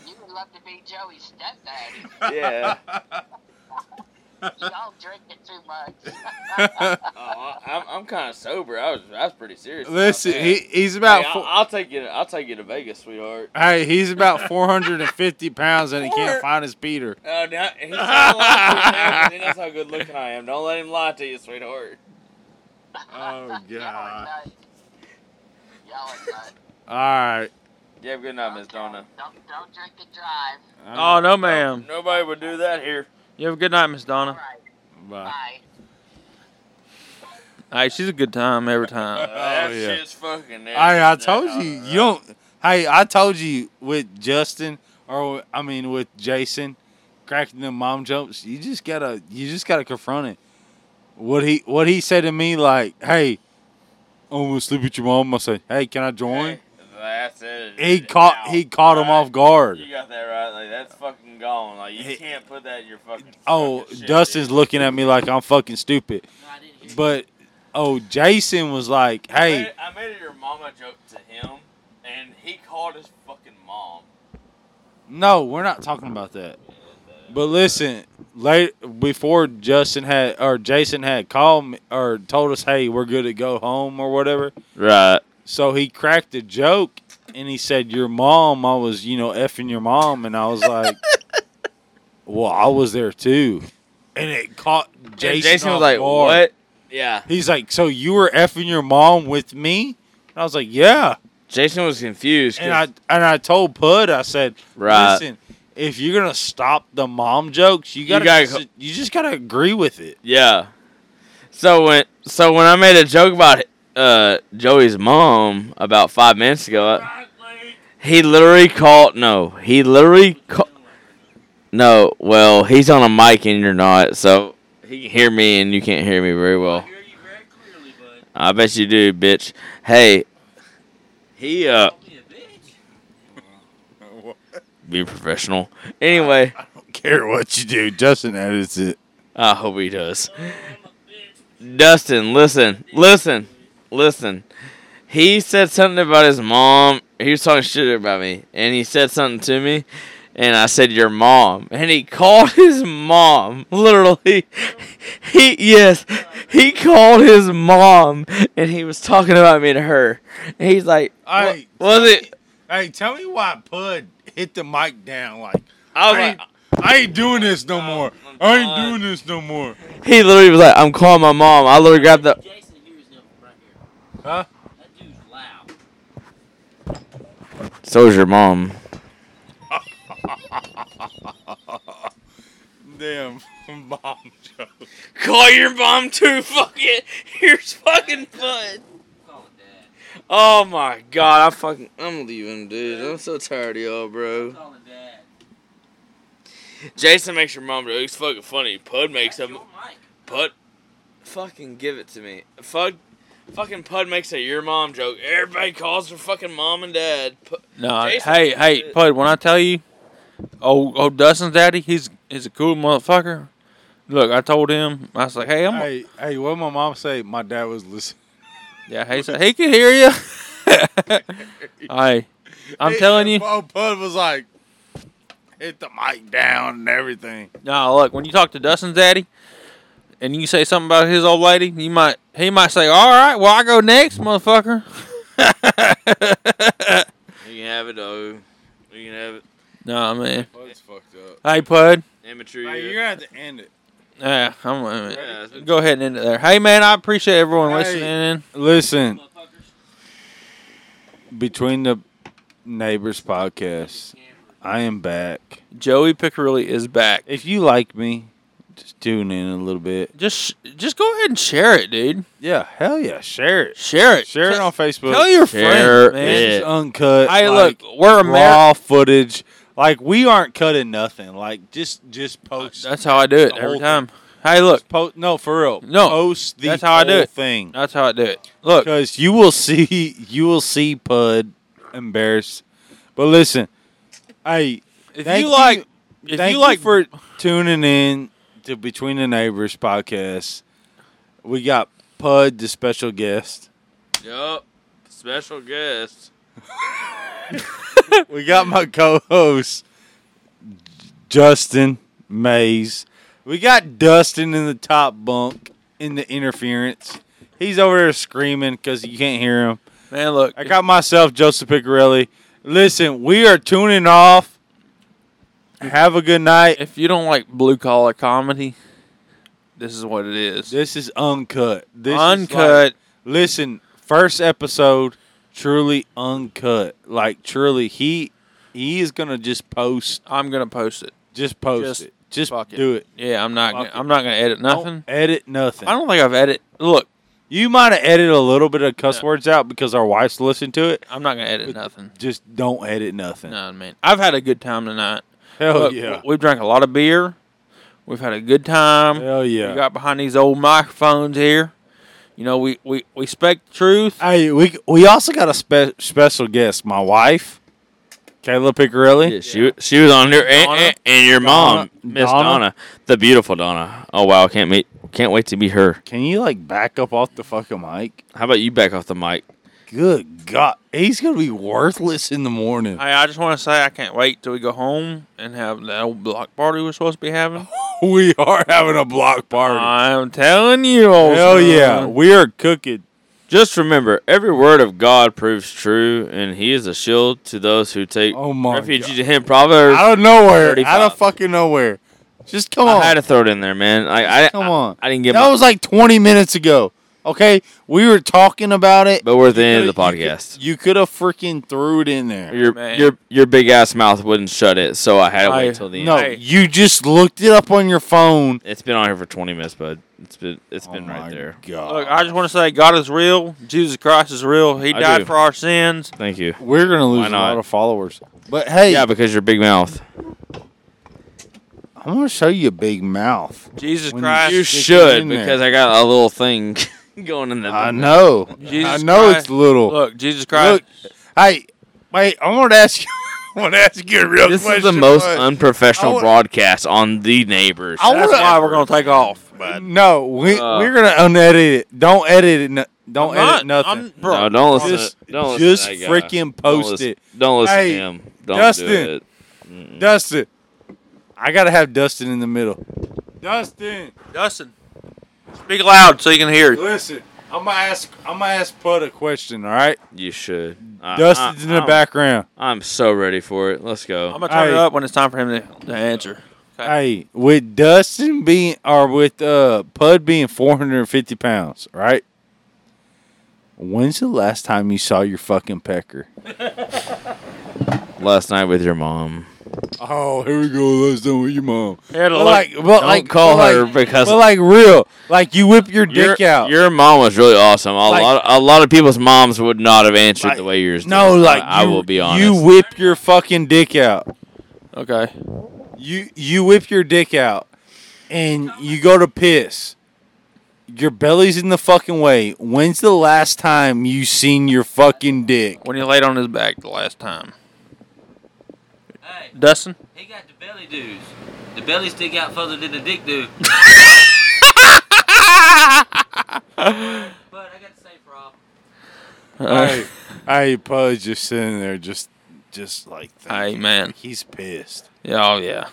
[SPEAKER 6] You would love to be Joey's stepdaddy.
[SPEAKER 4] yeah, oh,
[SPEAKER 6] Y'all drinking too much.
[SPEAKER 4] Oh, I- I'm, I'm kind of sober. I was I was pretty serious. about
[SPEAKER 3] listen,
[SPEAKER 4] that.
[SPEAKER 3] he he's
[SPEAKER 4] Hey,
[SPEAKER 3] about.
[SPEAKER 4] I'll,
[SPEAKER 3] Four,
[SPEAKER 4] I'll take you. to- I'll take you to Vegas, sweetheart.
[SPEAKER 3] Hey, he's about 450 pounds and he can't
[SPEAKER 4] Four-
[SPEAKER 3] find his Peter.
[SPEAKER 4] Oh, now, he's trying to lie to you now, 'cause he knows how good looking I am. Don't let him lie to you, sweetheart.
[SPEAKER 3] Oh,
[SPEAKER 6] Y'all are
[SPEAKER 3] God.
[SPEAKER 6] nuts. Y'all are nuts.
[SPEAKER 3] All right.
[SPEAKER 4] You have a good night, Miss Donna.
[SPEAKER 6] Don't, don't drink and drive.
[SPEAKER 2] Oh no, ma'am.
[SPEAKER 4] Nobody would do that here.
[SPEAKER 2] You have a good night, Miss Donna.
[SPEAKER 6] All right.
[SPEAKER 3] Bye.
[SPEAKER 6] Bye.
[SPEAKER 2] All right, she's a good time every time.
[SPEAKER 4] that
[SPEAKER 3] Oh, yeah.
[SPEAKER 4] shit's fucking.
[SPEAKER 3] I I told you you don't. Hey, I told you with Justin or I mean with Jason, cracking the mom jumps. You just gotta you just gotta confront it. What he what he said to me like, hey, I'm gonna sleep with your mom. I said, hey, can I join?
[SPEAKER 4] That's it.
[SPEAKER 3] He caught he caught him off guard.
[SPEAKER 4] You got that right. Like that's fucking gone. Like Uh, you can't put that in your fucking.
[SPEAKER 3] Oh,
[SPEAKER 4] fucking shit,
[SPEAKER 3] Dustin's looking at me like I'm fucking stupid.
[SPEAKER 5] No, I didn't hear
[SPEAKER 3] But oh, Jason was like,
[SPEAKER 4] dude.
[SPEAKER 3] hey.
[SPEAKER 4] I made, I made your mama joke to him, and he called his fucking mom.
[SPEAKER 3] No, we're not talking about that. But listen, late before Justin had or Jason had called me or told us, "Hey, we're good to go home" or whatever.
[SPEAKER 4] Right.
[SPEAKER 3] So he cracked a joke and he said, "Your mom, I was, you know, effing your mom," and I was like, "Well, I was there too," and it caught Jason.
[SPEAKER 4] Jason, Jason was
[SPEAKER 3] off
[SPEAKER 4] like,
[SPEAKER 3] guard.
[SPEAKER 4] "What?" Yeah.
[SPEAKER 3] He's like, "So you were effing your mom with me?" And I was like, "Yeah."
[SPEAKER 4] Jason was confused. 'cause-
[SPEAKER 3] And I and I told Pud, I said,
[SPEAKER 4] Right.
[SPEAKER 3] listen, if you're gonna stop the mom jokes, you gotta,
[SPEAKER 4] gotta
[SPEAKER 3] you,
[SPEAKER 4] co-
[SPEAKER 3] just gotta agree with it.
[SPEAKER 4] yeah. So when so when I made a joke about uh, Joey's mom about five minutes ago, I- he literally called. No, he literally called. No, well, he's on a mic and you're not, so he can hear me and you can't hear me very well.
[SPEAKER 5] hear you very clearly, bud.
[SPEAKER 4] I bet you do, bitch. Hey, he uh,
[SPEAKER 5] Call me a bitch.
[SPEAKER 4] be professional. Anyway,
[SPEAKER 3] Care what you do, Justin edits it.
[SPEAKER 4] I hope he does.
[SPEAKER 5] I'm a bitch.
[SPEAKER 4] Dustin, listen, listen, listen. He said something about his mom. He was talking shit about me, and he said something to me, and I said your mom, and he called his mom literally. He yes, he called his mom, and he was talking about me to her. And he's like,
[SPEAKER 3] Hey,
[SPEAKER 4] "What was it?
[SPEAKER 3] hey, tell me why Pud hit the mic down. Like
[SPEAKER 4] I was
[SPEAKER 3] I
[SPEAKER 4] like,
[SPEAKER 3] ain't, I ain't doing this no more. I ain't doing this no more.
[SPEAKER 4] he literally was like, I'm calling my mom. I literally grabbed the.
[SPEAKER 5] Jason hears him right here.
[SPEAKER 3] Huh?
[SPEAKER 5] That dude's loud.
[SPEAKER 4] So is your mom.
[SPEAKER 3] Damn, mom jokes.
[SPEAKER 4] Call your mom too. Fuck it. Here's fucking fun.
[SPEAKER 5] Call it dad.
[SPEAKER 4] Oh my god, I fucking I'm leaving, dude. I'm so tired of y'all, bro.
[SPEAKER 5] Call it dad.
[SPEAKER 4] Jason makes your mom jokes It's fucking funny. Pud makes a
[SPEAKER 5] That's your mic.
[SPEAKER 4] Pud fucking give it to me. Fuck fucking Pud makes a your mom joke. Everybody calls her fucking mom and dad. Pud,
[SPEAKER 2] No,
[SPEAKER 4] Jason-
[SPEAKER 2] hey, hey, Pud, when I tell you, oh, oh, Dustin's daddy, he's he's a cool motherfucker. Look, I told him, I was like, hey, I'm,
[SPEAKER 3] Hey, hey, what my mom say? My dad was listening.
[SPEAKER 2] yeah, he said he can hear you. Hey, I'm telling you,
[SPEAKER 3] Oh, Pud was like, hit the mic down and everything.
[SPEAKER 2] No, look, when you talk to Dustin's daddy and you say something about his old lady, you might he might say, All right, well I go next, motherfucker.
[SPEAKER 4] You can have it though. You can have it.
[SPEAKER 2] Nah man.
[SPEAKER 3] Pud's fucked up.
[SPEAKER 2] Hey Pud.
[SPEAKER 4] Immature.
[SPEAKER 3] Hey, you're gonna have to end it.
[SPEAKER 2] Yeah, I'm wait a minute.
[SPEAKER 4] Yeah, it's been-
[SPEAKER 2] Go ahead and end it there. Hey man, I appreciate everyone
[SPEAKER 3] Hey.
[SPEAKER 2] listening in.
[SPEAKER 3] Listen,
[SPEAKER 5] Motherfuckers.
[SPEAKER 3] between the neighbors podcast, I am back.
[SPEAKER 2] Joey Piccarilli is back.
[SPEAKER 3] If you like me, just tune in a little bit.
[SPEAKER 2] Just just go ahead and share it, dude.
[SPEAKER 3] Yeah, hell yeah, share it,
[SPEAKER 2] Share it.
[SPEAKER 3] share it on Facebook.
[SPEAKER 2] Tell your
[SPEAKER 4] Share
[SPEAKER 2] friends, man.
[SPEAKER 4] it.
[SPEAKER 3] It's uncut.
[SPEAKER 2] Hey,
[SPEAKER 3] like,
[SPEAKER 2] look, we're American.
[SPEAKER 3] raw footage. Like we aren't cutting nothing. Like just just post.
[SPEAKER 2] That's how I do it
[SPEAKER 3] The
[SPEAKER 2] every
[SPEAKER 3] whole
[SPEAKER 2] time. Hey, look,
[SPEAKER 3] post no for real.
[SPEAKER 2] No,
[SPEAKER 3] post the
[SPEAKER 2] that's how I do
[SPEAKER 3] whole
[SPEAKER 2] it.
[SPEAKER 3] thing
[SPEAKER 2] that's how I do it. Look,
[SPEAKER 3] because you will see you will see Pud embarrassed. But listen, hey,
[SPEAKER 2] if
[SPEAKER 3] thank
[SPEAKER 2] you like, if
[SPEAKER 3] thank
[SPEAKER 2] you like,
[SPEAKER 3] for tuning in to Between the Neighbors podcast. We got Pud, the special guest.
[SPEAKER 4] Yup. Special guest.
[SPEAKER 3] We got my co-host Justin Mays. We got Dustin in the top bunk in the interference. He's over there screaming because you can't hear him.
[SPEAKER 2] man, look,
[SPEAKER 3] I got myself Joseph Piccarelli. Listen, we are tuning off. Have a good night.
[SPEAKER 2] if you don't like blue collar comedy, this is what it is.
[SPEAKER 3] This is uncut. This is like-
[SPEAKER 2] Uncut.
[SPEAKER 3] listen, first episode, truly uncut. Like truly, he he is gonna just post,
[SPEAKER 2] I'm gonna post it.
[SPEAKER 3] just post
[SPEAKER 2] Just
[SPEAKER 3] it. Just
[SPEAKER 2] Fuck it.
[SPEAKER 3] do it.
[SPEAKER 2] Yeah, I'm not.
[SPEAKER 3] Fuck
[SPEAKER 2] Gonna, I'm not gonna edit nothing.
[SPEAKER 3] Don't edit nothing.
[SPEAKER 2] I don't think I've edit. Look,
[SPEAKER 3] You might have edited a little bit of cuss
[SPEAKER 2] Yeah.
[SPEAKER 3] words out because our wives listened to it.
[SPEAKER 2] I'm not gonna edit nothing.
[SPEAKER 3] Just don't edit nothing.
[SPEAKER 2] No, man. I've had a good time tonight.
[SPEAKER 3] Hell
[SPEAKER 2] Look,
[SPEAKER 3] yeah.
[SPEAKER 2] We've drank a lot of beer. We've had a good time.
[SPEAKER 3] Hell yeah.
[SPEAKER 2] We got behind these old microphones here. You know, we we we speak the truth.
[SPEAKER 3] Hey, we we also got a spe- special guest, my wife, Kayla Piccarelli.
[SPEAKER 4] Yeah, she wa- she was on there, and,
[SPEAKER 2] Donna?
[SPEAKER 4] and, and your mom,
[SPEAKER 3] Donna?
[SPEAKER 4] Miss
[SPEAKER 3] Donna?
[SPEAKER 4] Donna. the beautiful Donna. Oh wow, can't meet, can't wait to meet her.
[SPEAKER 3] Can you like back up off the fucking mic?
[SPEAKER 4] How about you back off the mic?
[SPEAKER 3] Good God, he's gonna be worthless in the morning.
[SPEAKER 2] Hey, I just want to say I can't wait till we go home and have that old block party we're supposed to be having.
[SPEAKER 3] We are having a block party.
[SPEAKER 2] I'm telling you, old
[SPEAKER 3] Uh, Hell yeah,
[SPEAKER 2] son.
[SPEAKER 3] we are cooking.
[SPEAKER 4] Just remember, every word of God proves true, and He is a shield to those who take
[SPEAKER 3] Oh my
[SPEAKER 4] refuge
[SPEAKER 3] God.
[SPEAKER 4] in Him. Proverbs.
[SPEAKER 3] Out of nowhere, out
[SPEAKER 4] 35.
[SPEAKER 3] of fucking nowhere. Just come on,
[SPEAKER 4] I had to throw it in there, man. I I,
[SPEAKER 3] come
[SPEAKER 4] I-
[SPEAKER 3] on.
[SPEAKER 4] I, didn't get
[SPEAKER 3] that
[SPEAKER 4] my,
[SPEAKER 3] was like twenty minutes ago. Okay, we were talking about it.
[SPEAKER 4] but we're at the end of the
[SPEAKER 3] You could-
[SPEAKER 4] podcast.
[SPEAKER 3] You could have freaking threw it in there.
[SPEAKER 4] Your
[SPEAKER 2] Man.
[SPEAKER 4] your your big ass mouth wouldn't shut it, so I had to
[SPEAKER 2] I-
[SPEAKER 4] wait till the end.
[SPEAKER 3] No,
[SPEAKER 2] Hey.
[SPEAKER 3] you just looked it up on your phone.
[SPEAKER 4] It's been on here for 20 minutes, bud. It's been it's been
[SPEAKER 3] Oh my
[SPEAKER 4] right there.
[SPEAKER 3] God.
[SPEAKER 2] Look, I just want to say God is real. Jesus Christ is real. He
[SPEAKER 4] I
[SPEAKER 2] died
[SPEAKER 4] do.
[SPEAKER 2] for our sins.
[SPEAKER 4] Thank you.
[SPEAKER 3] We're gonna lose a
[SPEAKER 4] not?
[SPEAKER 3] lot of followers. But hey,
[SPEAKER 4] Yeah, because your big mouth.
[SPEAKER 3] I'm gonna show you a big mouth.
[SPEAKER 2] Jesus
[SPEAKER 3] When
[SPEAKER 2] Christ.
[SPEAKER 4] You
[SPEAKER 3] stick it
[SPEAKER 4] should
[SPEAKER 3] in there.
[SPEAKER 4] because I got a little thing going in the.
[SPEAKER 3] I know. I
[SPEAKER 2] Jesus
[SPEAKER 3] know
[SPEAKER 2] Christ.
[SPEAKER 3] it's little.
[SPEAKER 2] Look, Jesus Christ.
[SPEAKER 3] Hey, wait. I want to ask you. I want to ask you a real
[SPEAKER 4] This
[SPEAKER 3] question.
[SPEAKER 4] is the most
[SPEAKER 3] bud. I
[SPEAKER 4] unprofessional
[SPEAKER 3] wanna-
[SPEAKER 4] broadcast on the neighbors.
[SPEAKER 3] I
[SPEAKER 2] That's
[SPEAKER 3] wanna-
[SPEAKER 2] why we're gonna take off.
[SPEAKER 3] no, we
[SPEAKER 4] Uh.
[SPEAKER 3] we're gonna unedit it. Don't edit it. No, don't
[SPEAKER 2] Not-
[SPEAKER 3] edit nothing.
[SPEAKER 2] I'm- bro,
[SPEAKER 4] no, don't listen.
[SPEAKER 3] Just-
[SPEAKER 4] don't
[SPEAKER 3] just
[SPEAKER 4] listen to that guy.
[SPEAKER 3] freaking
[SPEAKER 4] Don't
[SPEAKER 3] post
[SPEAKER 4] listen-
[SPEAKER 3] it.
[SPEAKER 4] Don't listen
[SPEAKER 3] Hey,
[SPEAKER 4] to him. Don't
[SPEAKER 3] Dustin.
[SPEAKER 4] do it.
[SPEAKER 3] Mm. Dustin, I gotta have Dustin in the middle. Dustin,
[SPEAKER 2] Dustin, speak loud so you can hear. it.
[SPEAKER 3] listen. I'm gonna ask. I'm gonna ask Pud a question. All right.
[SPEAKER 4] You should. I-
[SPEAKER 3] Dustin's
[SPEAKER 4] I-
[SPEAKER 3] in the
[SPEAKER 4] I'm-
[SPEAKER 3] background.
[SPEAKER 4] I'm so ready for it. Let's go.
[SPEAKER 2] I'm gonna turn it
[SPEAKER 3] Hey.
[SPEAKER 2] up when it's time for him to, to answer.
[SPEAKER 3] Hey, with Dustin being or with uh Pud being 450 pounds, right? When's the last time you saw your fucking pecker?
[SPEAKER 4] Last night with your mom.
[SPEAKER 3] Oh, here we go. Let's do with your mom.
[SPEAKER 2] Yeah,
[SPEAKER 3] But
[SPEAKER 2] like-
[SPEAKER 3] like, but
[SPEAKER 4] Don't
[SPEAKER 3] like,
[SPEAKER 4] call
[SPEAKER 3] but
[SPEAKER 4] her
[SPEAKER 3] like,
[SPEAKER 4] because-
[SPEAKER 3] but like real, like you whip your dick
[SPEAKER 4] your,
[SPEAKER 3] out.
[SPEAKER 4] Your mom was really awesome. A
[SPEAKER 3] Like-
[SPEAKER 4] lot, a lot of people's moms would not have answered
[SPEAKER 3] Like,
[SPEAKER 4] the way yours.
[SPEAKER 3] no,
[SPEAKER 4] did.
[SPEAKER 3] like
[SPEAKER 4] I, I
[SPEAKER 3] you-
[SPEAKER 4] will be honest.
[SPEAKER 3] You whip your fucking dick out.
[SPEAKER 2] Okay.
[SPEAKER 3] You you whip your dick out, and you go to piss. Your belly's in the fucking way. When's the last time you seen your fucking dick?
[SPEAKER 2] When he laid on his back the last time.
[SPEAKER 5] Hey,
[SPEAKER 2] Dustin?
[SPEAKER 5] he got the belly dudes. The belly stick out further than the dick do. but I got the same problem.
[SPEAKER 2] Uh,
[SPEAKER 3] Hey, hey, Pud's just sitting there, just, just like that.
[SPEAKER 2] Hey, man.
[SPEAKER 3] He's pissed.
[SPEAKER 2] Yeah, oh, yeah.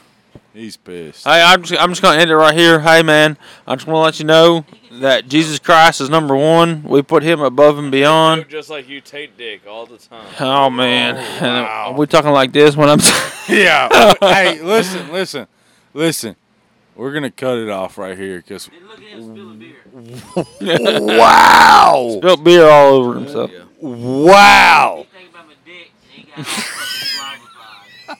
[SPEAKER 3] He's pissed.
[SPEAKER 2] Hey, I'm just, I'm just going to end it right here. Hey, man, I just want to let you know that Jesus Christ is number one. We put him above and beyond.
[SPEAKER 4] just like you take dick all the time.
[SPEAKER 2] Oh, man. And, uh, we talking like this when I'm.
[SPEAKER 3] yeah. hey, listen, listen, listen. We're gonna cut it off right here because
[SPEAKER 5] And look at him spilling beer.
[SPEAKER 3] wow,
[SPEAKER 2] Spilt beer all over himself.
[SPEAKER 3] wow.
[SPEAKER 5] He think about my dick and he got all fucking slobber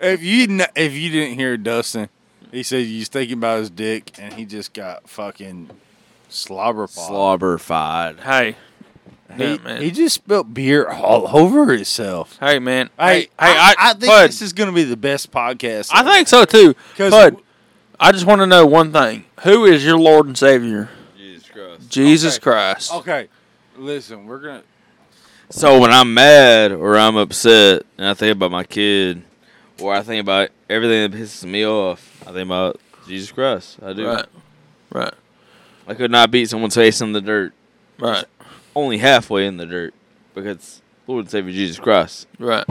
[SPEAKER 3] If you kn- if you didn't hear Dustin, he said he's thinking about his dick and he just got fucking slobber pop.
[SPEAKER 4] Slobberfied.
[SPEAKER 2] Hey. Yeah,
[SPEAKER 3] He,
[SPEAKER 2] man.
[SPEAKER 3] he just spilled beer all over himself.
[SPEAKER 2] hey, man.
[SPEAKER 3] Hey,
[SPEAKER 2] hey, I,
[SPEAKER 3] I think
[SPEAKER 2] Bud,
[SPEAKER 3] this is gonna be the best podcast.
[SPEAKER 2] I think so, too.
[SPEAKER 3] 'Cause-
[SPEAKER 2] Bud, I just want to know one thing. Who is your Lord and Savior?
[SPEAKER 4] Jesus Christ.
[SPEAKER 2] Jesus
[SPEAKER 3] Okay.
[SPEAKER 2] Christ.
[SPEAKER 3] Okay, listen, we're gonna.
[SPEAKER 4] So when I'm mad or I'm upset and I think about my kid or I think about everything that pisses me off, I think about Jesus Christ. I do.
[SPEAKER 2] Right. Right.
[SPEAKER 4] I could not beat someone's face in the dirt,
[SPEAKER 2] Right.
[SPEAKER 4] only halfway in the dirt, because Lord and Savior Jesus Christ.
[SPEAKER 2] Right.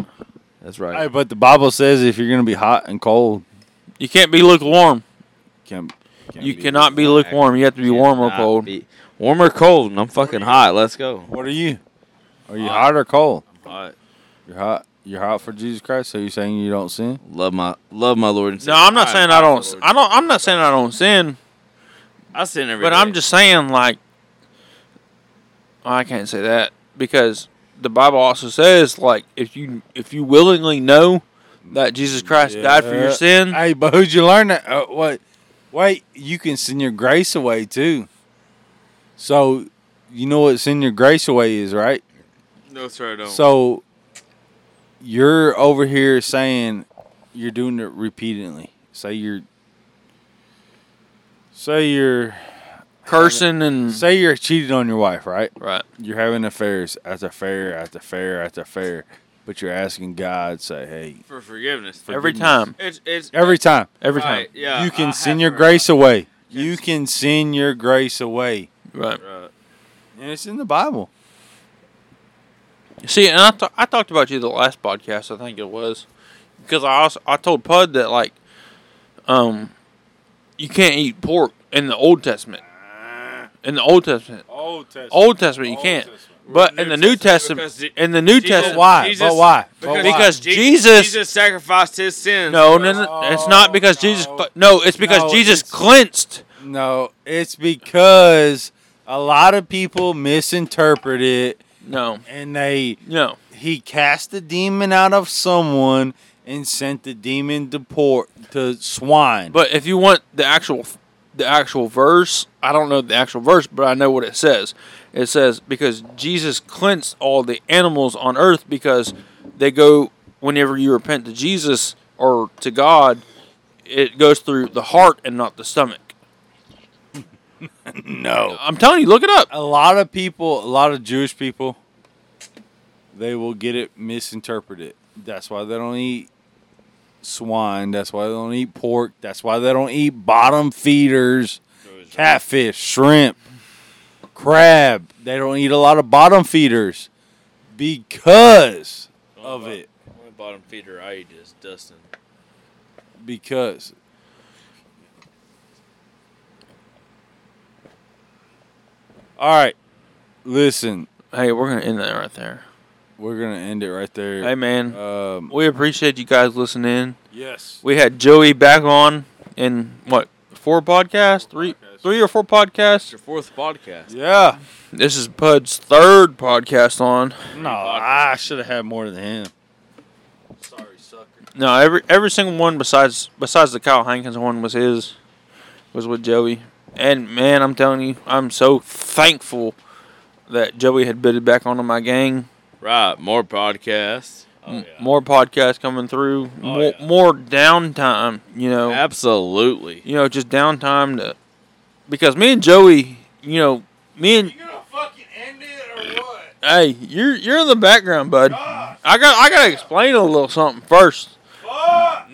[SPEAKER 4] That's right.
[SPEAKER 3] Hey, but the Bible says if you're gonna be hot and cold,
[SPEAKER 2] You can't be lukewarm.
[SPEAKER 3] can't. can't
[SPEAKER 2] You
[SPEAKER 3] be-
[SPEAKER 2] cannot be lukewarm. You have to be warm or
[SPEAKER 4] Cannot
[SPEAKER 2] cold.
[SPEAKER 4] be- Warm or cold, and I'm fucking hot. Let's go.
[SPEAKER 3] What are you? Are you hot or cold?
[SPEAKER 4] Hot.
[SPEAKER 3] You're hot. You're hot for Jesus Christ. So you're saying you don't sin?
[SPEAKER 4] Love my love my Lord and
[SPEAKER 2] No,
[SPEAKER 4] Savior.
[SPEAKER 2] I'm not
[SPEAKER 4] I'm
[SPEAKER 2] saying I
[SPEAKER 4] proud
[SPEAKER 2] don't.
[SPEAKER 4] of the Lord.
[SPEAKER 2] I don't. I'm not saying I don't sin,
[SPEAKER 4] I sin every
[SPEAKER 2] but I'm
[SPEAKER 4] day.
[SPEAKER 2] just saying like I can't say that because the Bible also says like if you if you willingly know that Jesus Christ died for your
[SPEAKER 3] Yeah.
[SPEAKER 2] sin.
[SPEAKER 3] Hey, but who'd you learn that? Uh, what? Wait, you can send your grace away too. So, you know what send your grace away is, right?
[SPEAKER 4] No, sir, I don't.
[SPEAKER 3] So, you're over here saying you're doing it repeatedly. Say you're, say you're,
[SPEAKER 2] cursing and
[SPEAKER 3] say you're cheating on your wife, right?
[SPEAKER 2] right.
[SPEAKER 3] You're having affairs after affair after affair after affair, but you're asking God, say, hey,
[SPEAKER 4] for forgiveness.
[SPEAKER 2] Every time.
[SPEAKER 4] It's it's
[SPEAKER 3] every time.
[SPEAKER 2] Every time.
[SPEAKER 4] Right, yeah,
[SPEAKER 3] you
[SPEAKER 4] I
[SPEAKER 3] can send
[SPEAKER 4] have
[SPEAKER 3] your
[SPEAKER 4] heard.
[SPEAKER 3] grace away. You can send your grace away.
[SPEAKER 2] Right.
[SPEAKER 4] Right.
[SPEAKER 3] And it's in the Bible.
[SPEAKER 2] See, and I, th- I talked about you the last podcast, I think it was, because I also, I told Pud that like, um, you can't eat pork in the Old Testament. In the Old Testament,
[SPEAKER 7] Old Testament.
[SPEAKER 2] Old Testament, you can't. But in the New Testament,
[SPEAKER 4] because
[SPEAKER 2] in the New
[SPEAKER 4] Jesus-
[SPEAKER 2] Testament,
[SPEAKER 3] Why?
[SPEAKER 4] Jesus-
[SPEAKER 3] but why? But
[SPEAKER 4] Because,
[SPEAKER 3] why?
[SPEAKER 2] Because
[SPEAKER 4] Je-
[SPEAKER 2] Jesus-
[SPEAKER 4] Jesus sacrificed his sins.
[SPEAKER 2] No, no, no, it's not because Jesus.
[SPEAKER 3] no.
[SPEAKER 2] cl- No, it's because
[SPEAKER 3] No,
[SPEAKER 2] Jesus
[SPEAKER 3] it's-
[SPEAKER 2] cleansed.
[SPEAKER 3] no, it's because a lot of people misinterpret it
[SPEAKER 2] No,
[SPEAKER 3] and they
[SPEAKER 2] no,
[SPEAKER 3] he cast the demon out of someone and sent the demon to port to swine.
[SPEAKER 2] But if you want the actual the actual verse, I don't know the actual verse, but I know what it says. It says because Jesus cleansed all the animals on earth because they go whenever you repent to Jesus or to God, it goes through the heart and not the stomach.
[SPEAKER 3] no.
[SPEAKER 2] I'm telling you, look it up.
[SPEAKER 3] A lot of people, a lot of Jewish people, they will get it misinterpreted. That's why they don't eat swine. That's why they don't eat pork. That's why they don't eat bottom feeders, catfish, shrimp, crab. They don't eat a lot of bottom feeders because of it.
[SPEAKER 4] My bottom feeder I eat is Dustin.
[SPEAKER 3] Because. All right. Listen,
[SPEAKER 2] Hey, we're gonna end that right there.
[SPEAKER 3] we're going to end it right there.
[SPEAKER 2] Hey man,
[SPEAKER 3] Um,
[SPEAKER 2] we appreciate you guys listening. in.
[SPEAKER 7] Yes.
[SPEAKER 2] We had Joey back on in what four podcasts, three, three or four podcasts.
[SPEAKER 4] It's your fourth podcast.
[SPEAKER 3] yeah.
[SPEAKER 2] This is Pud's third podcast on.
[SPEAKER 3] No, I should have had more than him.
[SPEAKER 4] Sorry, sucker.
[SPEAKER 2] No, every every single one besides besides the Kyle Hankins one was his, was with Joey. And man, I'm telling you, I'm so thankful that Joey had bitted back onto my gang.
[SPEAKER 4] Right, more podcasts. Oh,
[SPEAKER 2] M- More podcasts coming through, more,
[SPEAKER 4] yeah.
[SPEAKER 2] more downtime. You know,
[SPEAKER 4] Absolutely.
[SPEAKER 2] you know, just downtime to because me and Joey, you know, me and
[SPEAKER 7] gonna fucking end it or what?
[SPEAKER 2] hey, you're you're in the background, bud. I got I gotta explain a little something first.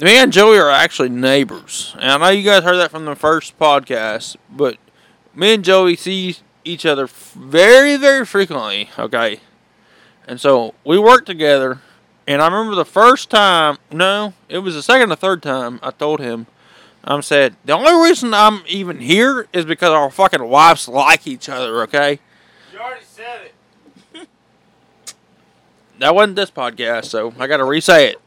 [SPEAKER 2] Me and Joey are actually neighbors, and I know you guys heard that from the first podcast, but me and Joey see each other f- very very frequently. Okay, and so we work together, and I remember the first time. No, it was the second or third time I told him. I'm said the only reason I'm even here is because our fucking wives like each other. Okay.
[SPEAKER 7] You already said it.
[SPEAKER 2] That wasn't this podcast, so I got to re say it.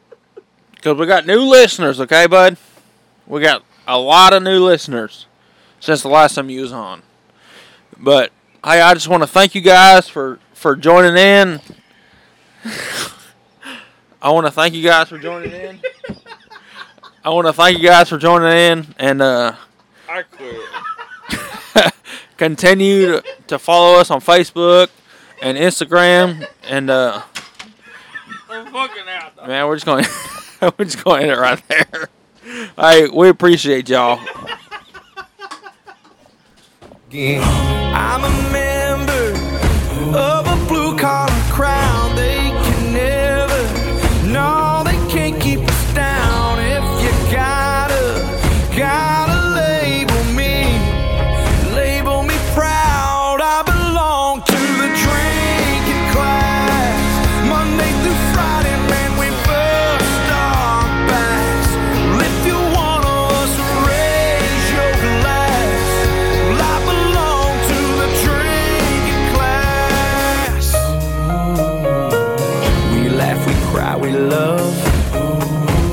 [SPEAKER 2] Because we got new listeners, okay, bud? We got a lot of new listeners since the last time you was on. But, hey, I just want to thank you guys for, for joining in. I want to thank you guys for joining in. I want to thank you guys for joining in and uh,
[SPEAKER 4] I quit.
[SPEAKER 2] continue to, to follow us on Facebook and Instagram and uh,
[SPEAKER 4] I'm fucking out.
[SPEAKER 2] Man, we're just going. we're just going to end it right there. All right, we appreciate y'all.
[SPEAKER 8] I'm a member of a blue collar crowd. They can never, no, they can't keep us down. If you gotta, gotta label me, label me proud. I belong to the drinking class. Monday through Friday, man, we bust our backs. Well, if you want us, raise your glass. Well, I belong to the drinking class. We laugh, we cry, we love.